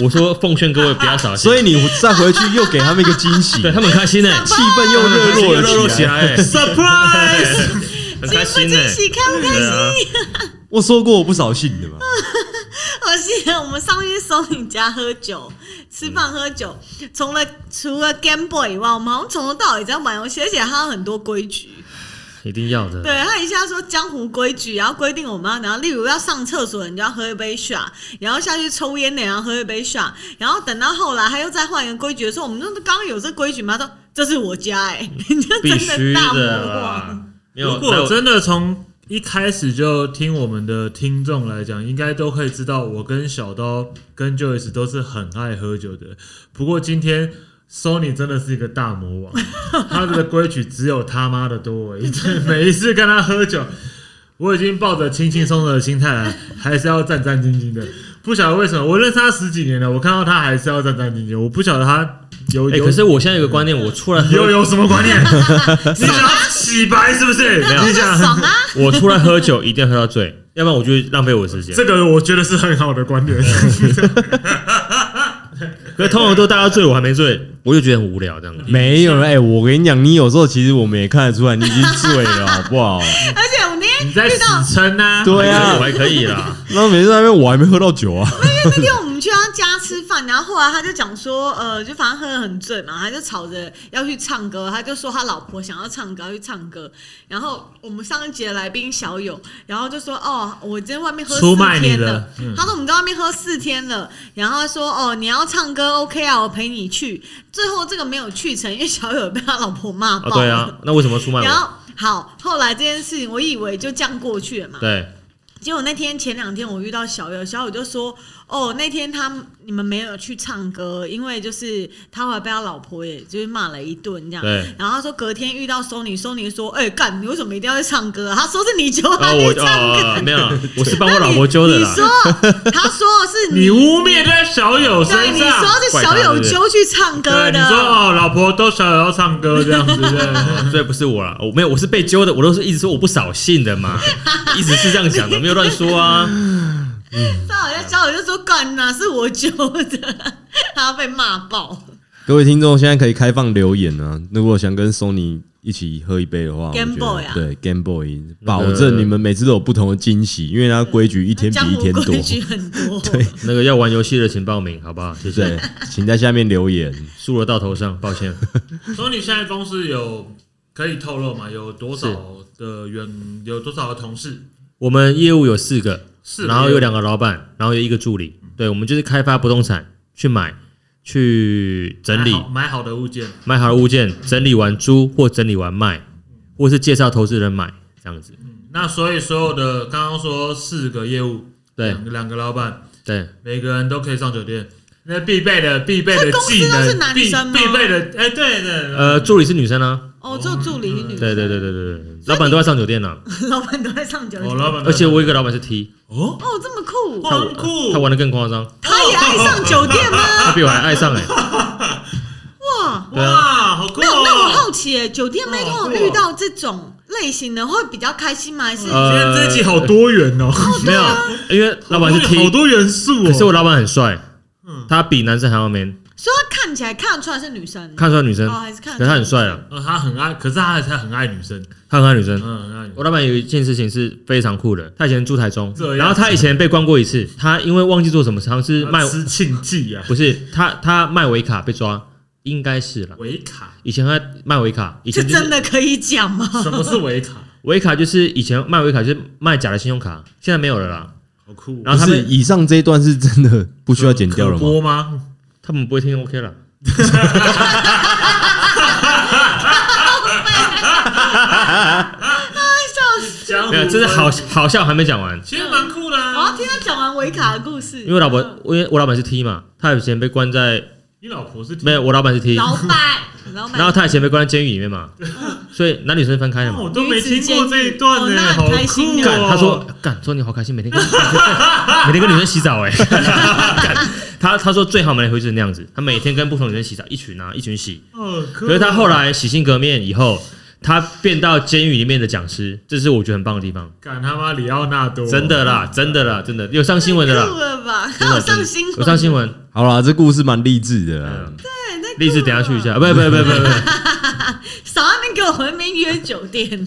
[SPEAKER 4] 我说奉劝各位不要扫兴，
[SPEAKER 3] 所以你再回去又给他们一个惊 喜，
[SPEAKER 4] 对他们很开心欸 呢、
[SPEAKER 3] 气氛又热络
[SPEAKER 4] 热络
[SPEAKER 3] 了
[SPEAKER 4] 起
[SPEAKER 3] 起来。
[SPEAKER 4] 来、
[SPEAKER 5] ，surprise，
[SPEAKER 4] 很
[SPEAKER 2] 惊
[SPEAKER 4] 开
[SPEAKER 2] 不
[SPEAKER 4] 心欸
[SPEAKER 2] 惊
[SPEAKER 4] 呢、
[SPEAKER 2] 喜，开不开
[SPEAKER 4] 对
[SPEAKER 2] 心？
[SPEAKER 4] 啊，
[SPEAKER 3] 我说过我不扫兴的嘛，
[SPEAKER 2] 我记得我们上去搜你家喝酒、吃饭、喝酒，除了除了 Game Boy 以外，我们好像从头到尾在玩游戏，而且它有很多规矩。
[SPEAKER 4] 一定要的。
[SPEAKER 2] 对，它一下说江湖规矩，然后规定我们要，然后例如要上厕所，你就要喝一杯 shot，然后下去抽烟的，然后喝一杯 shot，然后等到后来他又再换一个规矩的时候，我们就刚刚有这规矩吗？他说这是我家哎、 你就
[SPEAKER 4] 必
[SPEAKER 2] 真
[SPEAKER 4] 须
[SPEAKER 2] 的大魔王。
[SPEAKER 4] 啦。没有
[SPEAKER 5] 如
[SPEAKER 4] 在
[SPEAKER 5] 果
[SPEAKER 4] 我
[SPEAKER 5] 真的从一开始就听我们的听众来讲，应该都可以知道，我跟小刀跟 Joyce 都是很爱喝酒的。不过今天 Sony 真的是一个大魔 王，他的规矩只有他妈的多而已。每一次跟他喝酒，我已经抱着轻轻松松的心态来，还是要战战兢兢的。不晓得为什么，我认识他十几年了，我看到他还是要战战兢兢。我不晓得他有
[SPEAKER 4] 哎、
[SPEAKER 5] 有
[SPEAKER 4] 可是我现在有个观念，我出来
[SPEAKER 5] 有
[SPEAKER 4] 喝，
[SPEAKER 5] 有什么观 念？你想要洗白是不是？
[SPEAKER 2] 那
[SPEAKER 5] 你
[SPEAKER 2] 就
[SPEAKER 5] 想
[SPEAKER 2] 爽啊！
[SPEAKER 4] 我出来喝酒一定要喝到醉，要不然我就浪费我时间。
[SPEAKER 5] 这个我觉得是很好的观点。
[SPEAKER 4] 可是通常都大家醉，我还没醉，我就觉得很无聊这样。
[SPEAKER 3] 没有哎、我跟你讲，你有时候其实我们也看得出来你已经醉了，好不 好？
[SPEAKER 2] 而且我那天
[SPEAKER 5] 你在
[SPEAKER 2] 遇到
[SPEAKER 5] 死撑啊？
[SPEAKER 3] 对
[SPEAKER 4] 我
[SPEAKER 3] 啊，
[SPEAKER 4] 还可以啦，
[SPEAKER 3] 然后每次在那边我还没喝到酒啊，
[SPEAKER 2] 那天我们去他家吃饭，然后后来他就讲说，呃，就反正喝得很醉嘛，他就吵着要去唱歌，他就说他老婆想要唱歌，要去唱歌。然后我们上一节来宾小友，然后就说，哦，我今天外面喝
[SPEAKER 5] 出
[SPEAKER 2] 四
[SPEAKER 5] 卖你
[SPEAKER 2] 天
[SPEAKER 5] 了
[SPEAKER 2] 他说我们在外面喝四天了，然后他说，哦，你要唱歌 OK 啊，我陪你去。最后这个没有去成，因为小友被他老婆骂
[SPEAKER 4] 啊，
[SPEAKER 2] 爆
[SPEAKER 4] 对
[SPEAKER 2] 了。
[SPEAKER 4] 啊，那为什么出卖
[SPEAKER 2] 然
[SPEAKER 4] 我？
[SPEAKER 2] 后好，后来这件事情我以为就这样过去了嘛，
[SPEAKER 4] 对，
[SPEAKER 2] 结果那天前两天我遇到小友，小友就说：“哦，那天他你们没有去唱歌，因为就是他后来被他老婆也就是骂了一顿这样。
[SPEAKER 4] 对”
[SPEAKER 2] 然后他说隔天遇到 Sony，Sony 说：“哎、干，你为什么一定要去唱歌、啊？”他说：“是你揪
[SPEAKER 4] 然
[SPEAKER 2] 他
[SPEAKER 4] 后
[SPEAKER 2] 去
[SPEAKER 4] 我哦
[SPEAKER 2] 唱歌。
[SPEAKER 4] 啊没有啦，我是帮
[SPEAKER 2] 那
[SPEAKER 4] 我老婆揪的啊
[SPEAKER 2] 你
[SPEAKER 4] 啦
[SPEAKER 2] 你。说，他说是
[SPEAKER 5] 你污蔑在小友
[SPEAKER 2] 对，
[SPEAKER 5] 身
[SPEAKER 2] 你
[SPEAKER 5] 上，
[SPEAKER 2] 说是小友揪去唱歌
[SPEAKER 5] 对，你
[SPEAKER 2] 的。
[SPEAKER 5] 说哦，老婆都小友要唱歌这样子，对。
[SPEAKER 4] 所以不是我啦，我没有，我是被揪的，我都是一直说我不扫兴的 嘛，一直是这样讲的，没有乱说啊。
[SPEAKER 2] 他好像小友就说：“干哪是我揪的。” 他被骂爆，
[SPEAKER 3] 各位听众现在可以开放留言啊！如果想跟 Sony 一起喝一杯的话
[SPEAKER 2] Game
[SPEAKER 3] 我觉得
[SPEAKER 2] Boy 啊
[SPEAKER 3] 对 Game Boy，保证你们每次都有不同的惊喜，因为它规矩一天比
[SPEAKER 2] 江
[SPEAKER 3] 一
[SPEAKER 2] 湖
[SPEAKER 3] 天多。
[SPEAKER 2] 规矩很多。
[SPEAKER 4] 那个要玩游戏的请报名，好不好？谢
[SPEAKER 3] 对
[SPEAKER 4] 谢。，
[SPEAKER 3] 请在下面留言。
[SPEAKER 4] 输了到头上，抱歉。
[SPEAKER 5] 所以你现在公司有可以透露吗？有多少的员，有多少的同事？
[SPEAKER 4] 我们业务有四个，
[SPEAKER 5] 四个
[SPEAKER 4] 然后
[SPEAKER 5] 业务
[SPEAKER 4] 有两个老板，然后有一个助理。对，我们就是开发不动产，去买、去整理
[SPEAKER 5] 买好买好的物件，
[SPEAKER 4] 买好的物件，整理完租或整理完卖，或是介绍投资人买这样子。
[SPEAKER 5] 那所以所有的刚刚说四个业务，
[SPEAKER 4] 对
[SPEAKER 5] 两个两个老板，
[SPEAKER 4] 对，
[SPEAKER 5] 每个人都可以上酒店，那必备的必备的
[SPEAKER 2] 这公司
[SPEAKER 5] 技
[SPEAKER 2] 都是
[SPEAKER 5] 能，
[SPEAKER 2] 男
[SPEAKER 5] 必
[SPEAKER 2] 生吗
[SPEAKER 5] 必备的，哎，对的，
[SPEAKER 4] 呃，助理是女生啊。
[SPEAKER 2] 哦，做助理女，
[SPEAKER 4] 嗯对对对对对对，老板都在上酒店呢、
[SPEAKER 2] 老板都在上酒
[SPEAKER 5] 我
[SPEAKER 2] 店。
[SPEAKER 5] 哦老板，
[SPEAKER 4] 而且我有哦一个老板是 T，
[SPEAKER 5] 哦，
[SPEAKER 2] 哦，这么酷，
[SPEAKER 5] 哇很酷，
[SPEAKER 4] 他玩的更夸张，
[SPEAKER 2] 他也爱上酒店吗？
[SPEAKER 4] 他比我还爱 上哎、
[SPEAKER 2] 哇，
[SPEAKER 4] 对啊
[SPEAKER 5] 哇，好酷
[SPEAKER 2] 那那我
[SPEAKER 5] 哦！
[SPEAKER 2] 好奇耶，酒店妹通常
[SPEAKER 5] 哇
[SPEAKER 2] 遇到这种类型的会比较开心吗？还是
[SPEAKER 4] 呃
[SPEAKER 5] 今天这一集好多元哦，
[SPEAKER 4] 没有，因为 老板是
[SPEAKER 5] 好
[SPEAKER 4] T，
[SPEAKER 5] 多嗯元素哦。
[SPEAKER 4] 可是我老板很帅，他比男生还要 man，
[SPEAKER 2] 说她看起来看得出来是女生？
[SPEAKER 4] 看得出来女生，
[SPEAKER 5] 啊
[SPEAKER 2] 哦还是看
[SPEAKER 4] 可
[SPEAKER 2] 得出来
[SPEAKER 4] 是他很帅啊，
[SPEAKER 5] 呃，他很爱，可是他还是很爱女生，
[SPEAKER 4] 他很爱女生。
[SPEAKER 5] 嗯，很爱女生。
[SPEAKER 4] 我老板有一件事情是非常酷的，他以前住台中
[SPEAKER 5] 这，样
[SPEAKER 4] 然后他以前被关过一次，他因为忘记做什么事，好像是卖
[SPEAKER 5] 他吃庆忌啊，
[SPEAKER 4] 不是他他卖维卡被抓，应该是了。
[SPEAKER 5] 维卡，
[SPEAKER 4] 以前他卖维卡，以
[SPEAKER 2] 这
[SPEAKER 4] 前就
[SPEAKER 2] 真
[SPEAKER 4] 是
[SPEAKER 2] 的可以讲吗？
[SPEAKER 5] 什么是维卡？
[SPEAKER 4] 维卡就是以前卖维卡就是卖假的信用卡，现在没有了啦。
[SPEAKER 5] 好酷哦！
[SPEAKER 4] 然后他
[SPEAKER 3] 不是
[SPEAKER 4] 们
[SPEAKER 3] 以上这一段是真的不需要剪掉了
[SPEAKER 5] 可
[SPEAKER 3] 吗？
[SPEAKER 5] 播吗？
[SPEAKER 4] 他们不会听 OK 了。
[SPEAKER 5] 江湖
[SPEAKER 4] 没有，这是好好笑还没讲完，
[SPEAKER 5] 其实蛮酷的
[SPEAKER 2] 我要
[SPEAKER 5] 啊。
[SPEAKER 2] 听他讲完维卡的故事。
[SPEAKER 4] 因为我老婆，因为我老板是 T 嘛，他以前被关在
[SPEAKER 5] 你老婆是
[SPEAKER 4] 没有，我老板是 T，
[SPEAKER 2] 老板，老
[SPEAKER 4] 然后
[SPEAKER 2] 板，
[SPEAKER 4] 他以前被关在监狱里面嘛，所以男女生分开了
[SPEAKER 5] 哦
[SPEAKER 4] 嘛。
[SPEAKER 5] 我都没听过这一段
[SPEAKER 2] 女
[SPEAKER 5] 呢，
[SPEAKER 2] 子监狱哦那
[SPEAKER 5] 好
[SPEAKER 2] 很开
[SPEAKER 5] 酷
[SPEAKER 2] 心
[SPEAKER 5] 哦！
[SPEAKER 4] 干，他说干，说你 好开心，每天跟每天跟女生洗澡哎、 干他他说最好每天回去是那样子，他每天跟不同女生洗澡，一群啊一群洗。
[SPEAKER 5] 哦，可
[SPEAKER 4] 可是他后来洗心革面以后，他变到监狱里面的讲师，这是我觉得很棒的地方，
[SPEAKER 5] 干他妈里奥纳多，
[SPEAKER 4] 真的啦，真的啦，真的有上新
[SPEAKER 2] 酷
[SPEAKER 4] 闻的啦，
[SPEAKER 2] 了吧？
[SPEAKER 4] 真的
[SPEAKER 2] 他有
[SPEAKER 4] 真
[SPEAKER 2] 上
[SPEAKER 4] 的
[SPEAKER 2] 新闻，
[SPEAKER 4] 有上新，闻，
[SPEAKER 3] 好啦，这故事蛮励志的啊啦。
[SPEAKER 2] 对，那
[SPEAKER 4] 励志等一下去一下，不不不不不。
[SPEAKER 2] 少在那边给我回面约酒店。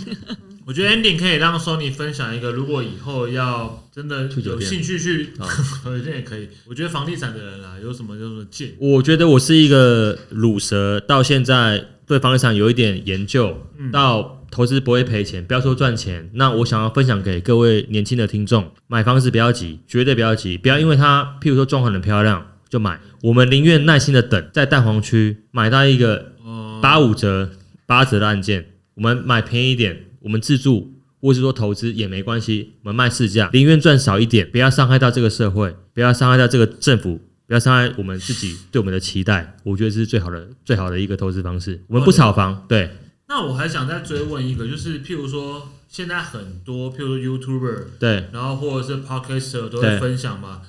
[SPEAKER 5] 我觉得 ending 可以让 Sony 分享一个，如果以后要真的
[SPEAKER 4] 去酒
[SPEAKER 5] 有
[SPEAKER 4] 店
[SPEAKER 5] 兴趣去
[SPEAKER 4] 啊，
[SPEAKER 5] 酒店也可以。我觉得房地产的人啊，有什么有什么建议？
[SPEAKER 4] 我觉得我是一个卤蛇，到现在对房地产有一点研究，到投资不会赔钱，不要说赚钱。那我想要分享给各位年轻的听众，买房子不要急，绝对不要急，不要因为它，譬如说装潢很漂亮就买，我们宁愿耐心的等，在蛋黄区买到一个
[SPEAKER 5] 哦，
[SPEAKER 4] 八五折、八折的案件，我们买便宜一点，我们自住或是说投资也没关系，我们卖市价，宁愿赚少一点，不要伤害到这个社会，不要伤害到这个政府。不要伤害我们自己对我们的期待，我觉得这是最好的、最好的一个投资方式。我们不炒房，对，
[SPEAKER 5] 那我还想再追问一个，就是譬如说，现在很多譬如说 YouTuber，
[SPEAKER 4] 对，
[SPEAKER 5] 然后或者是 podcaster 都
[SPEAKER 4] 对
[SPEAKER 5] 会分享嘛，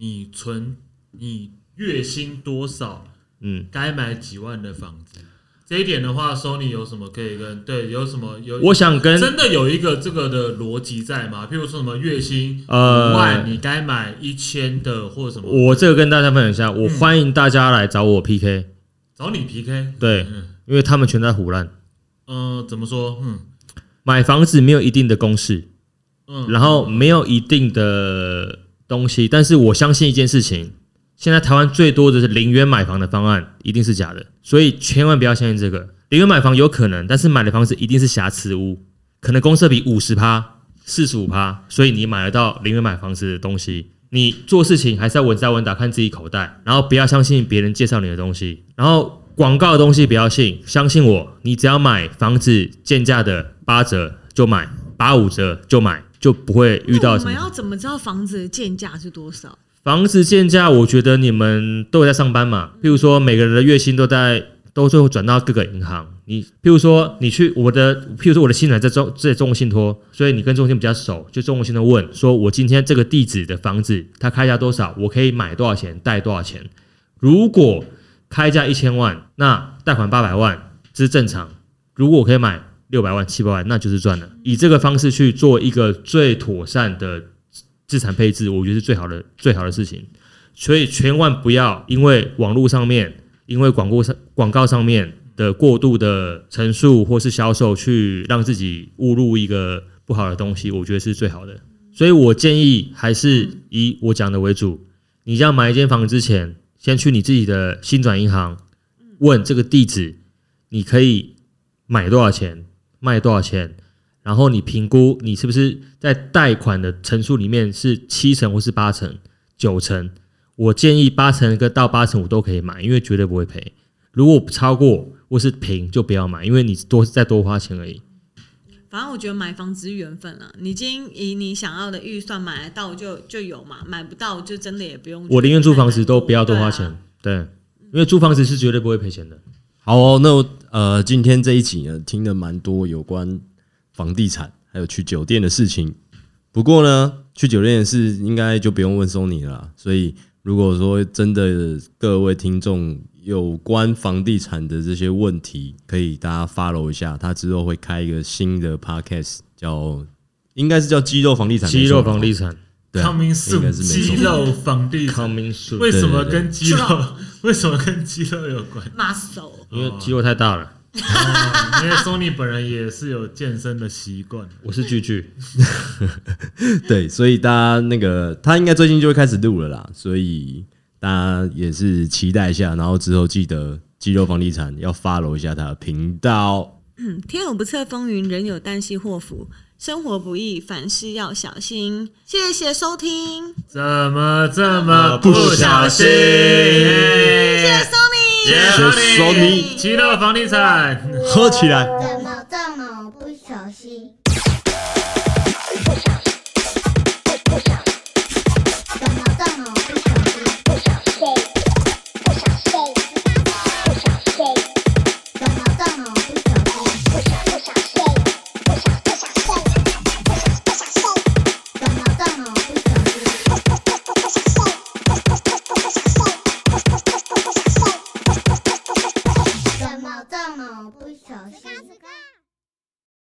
[SPEAKER 5] 你存你月薪多少，
[SPEAKER 4] 嗯，
[SPEAKER 5] 该买几万的房子。这一点的话，Sony 有什么可以跟对有什么有
[SPEAKER 4] 我想跟
[SPEAKER 5] 真的有一个这个的逻辑在吗？譬如说什么月薪
[SPEAKER 4] 呃
[SPEAKER 5] 五万，你该买一千的嗯或者什么，
[SPEAKER 4] 我这个跟大家分享一下，我欢迎大家来找我 PK，
[SPEAKER 5] 找你 PK。
[SPEAKER 4] 对
[SPEAKER 5] 嗯，
[SPEAKER 4] 因为他们全在胡乱。
[SPEAKER 5] 呃，怎么说？嗯
[SPEAKER 4] 买房子没有一定的公式，
[SPEAKER 5] 嗯，
[SPEAKER 4] 然后没有一定的东西，但是我相信一件事情，现在台湾最多的是零元买房的方案，一定是假的，所以千万不要相信这个。零元买房有可能，但是买的房子一定是瑕疵屋，可能公设比五十趴、四十五趴，所以你买得到零元买房子的东西。你做事情还是要稳扎稳打，看自己口袋，然后不要相信别人介绍你的东西，然后广告的东西不要信，相信我，你只要买房子贱价的八折就买，八五折就买，就不会 遇
[SPEAKER 2] 那
[SPEAKER 4] 到
[SPEAKER 2] 我
[SPEAKER 4] 什么
[SPEAKER 2] 们。要怎么知道房子的建价是多少？
[SPEAKER 4] 房子建价，我觉得你们都有在上班嘛，譬如说每个人的月薪都在都最后转到各个银行。你譬如说你去我的，譬如说我的新人在中在中信托，所以你跟中信比较熟，就中信托问说，我今天这个地址的房子它开价多少，我可以买多少钱，贷多少钱？如果开价一千万，那贷款八百万这是正常。如果我可以买六百万、七百万，那就是赚了。以这个方式去做一个最妥善的资产配置，我觉得是最好的最好的事情。所以千万不要因为网络上面、因为广告上广告上面的过度的陈述或是销售，去让自己误入一个不好的东西，我觉得是最好的。所以我建议还是以我讲的为主。你要买一间房之前，先去你自己的新转银行问这个地址，你可以买多少钱，卖多少钱，然后你评估你是不是在贷款的层数里面是七成或是八成、九成。我建议八成跟到八成五都可以买，因为绝对不会赔。如果超过或是平就不要买，因为你多再多花钱而已。
[SPEAKER 2] 反正我觉得买房只是缘分了，你已经以你想要的预算买得到就就有嘛，买不到就真的也不用。
[SPEAKER 4] 我宁愿租房子都不要多花
[SPEAKER 2] 对
[SPEAKER 4] 钱
[SPEAKER 2] 啊，，
[SPEAKER 4] 对，因为租房子是绝对不会赔钱的。
[SPEAKER 3] 好哦、那我呃，今天这一集呢，听了蛮多有关房地产还有去酒店的事情。不过呢，去酒店的事应该就不用问 Sony 了啦。所以，如果说真的各位听众有关房地产的这些问题，可以大家 follow 一下，他之后会开一个新的 podcast，叫应该是叫肌肉房地产，
[SPEAKER 4] 肌肉房
[SPEAKER 3] 地
[SPEAKER 4] 地产
[SPEAKER 3] 对啊
[SPEAKER 5] Coming
[SPEAKER 3] 应该
[SPEAKER 5] soon，
[SPEAKER 3] 是没错
[SPEAKER 5] 肌肉房地产，
[SPEAKER 4] coming soon，
[SPEAKER 5] 为什么
[SPEAKER 3] 对对
[SPEAKER 5] 跟肌肉？ 为什么跟肌肉有关？
[SPEAKER 2] muscle
[SPEAKER 4] 因为肌肉太大了。
[SPEAKER 5] 哦因为 Sony 本人也是有健身的习惯。
[SPEAKER 4] 我是巨巨，
[SPEAKER 3] 对，所以大家那个他应该最近就会开始录了啦，所以大家也是期待一下，然后之后记得肌肉房地产要 follow 一下他的频道。
[SPEAKER 2] 嗯天有不测风云，人有旦夕祸福，生活不易，凡事要小心。谢谢收听，
[SPEAKER 5] 怎么这么不小心？
[SPEAKER 2] 谢谢 Sony。
[SPEAKER 5] 谢谢
[SPEAKER 3] Sony
[SPEAKER 5] 肌肉房地产。
[SPEAKER 3] 喝起来。
[SPEAKER 1] 怎么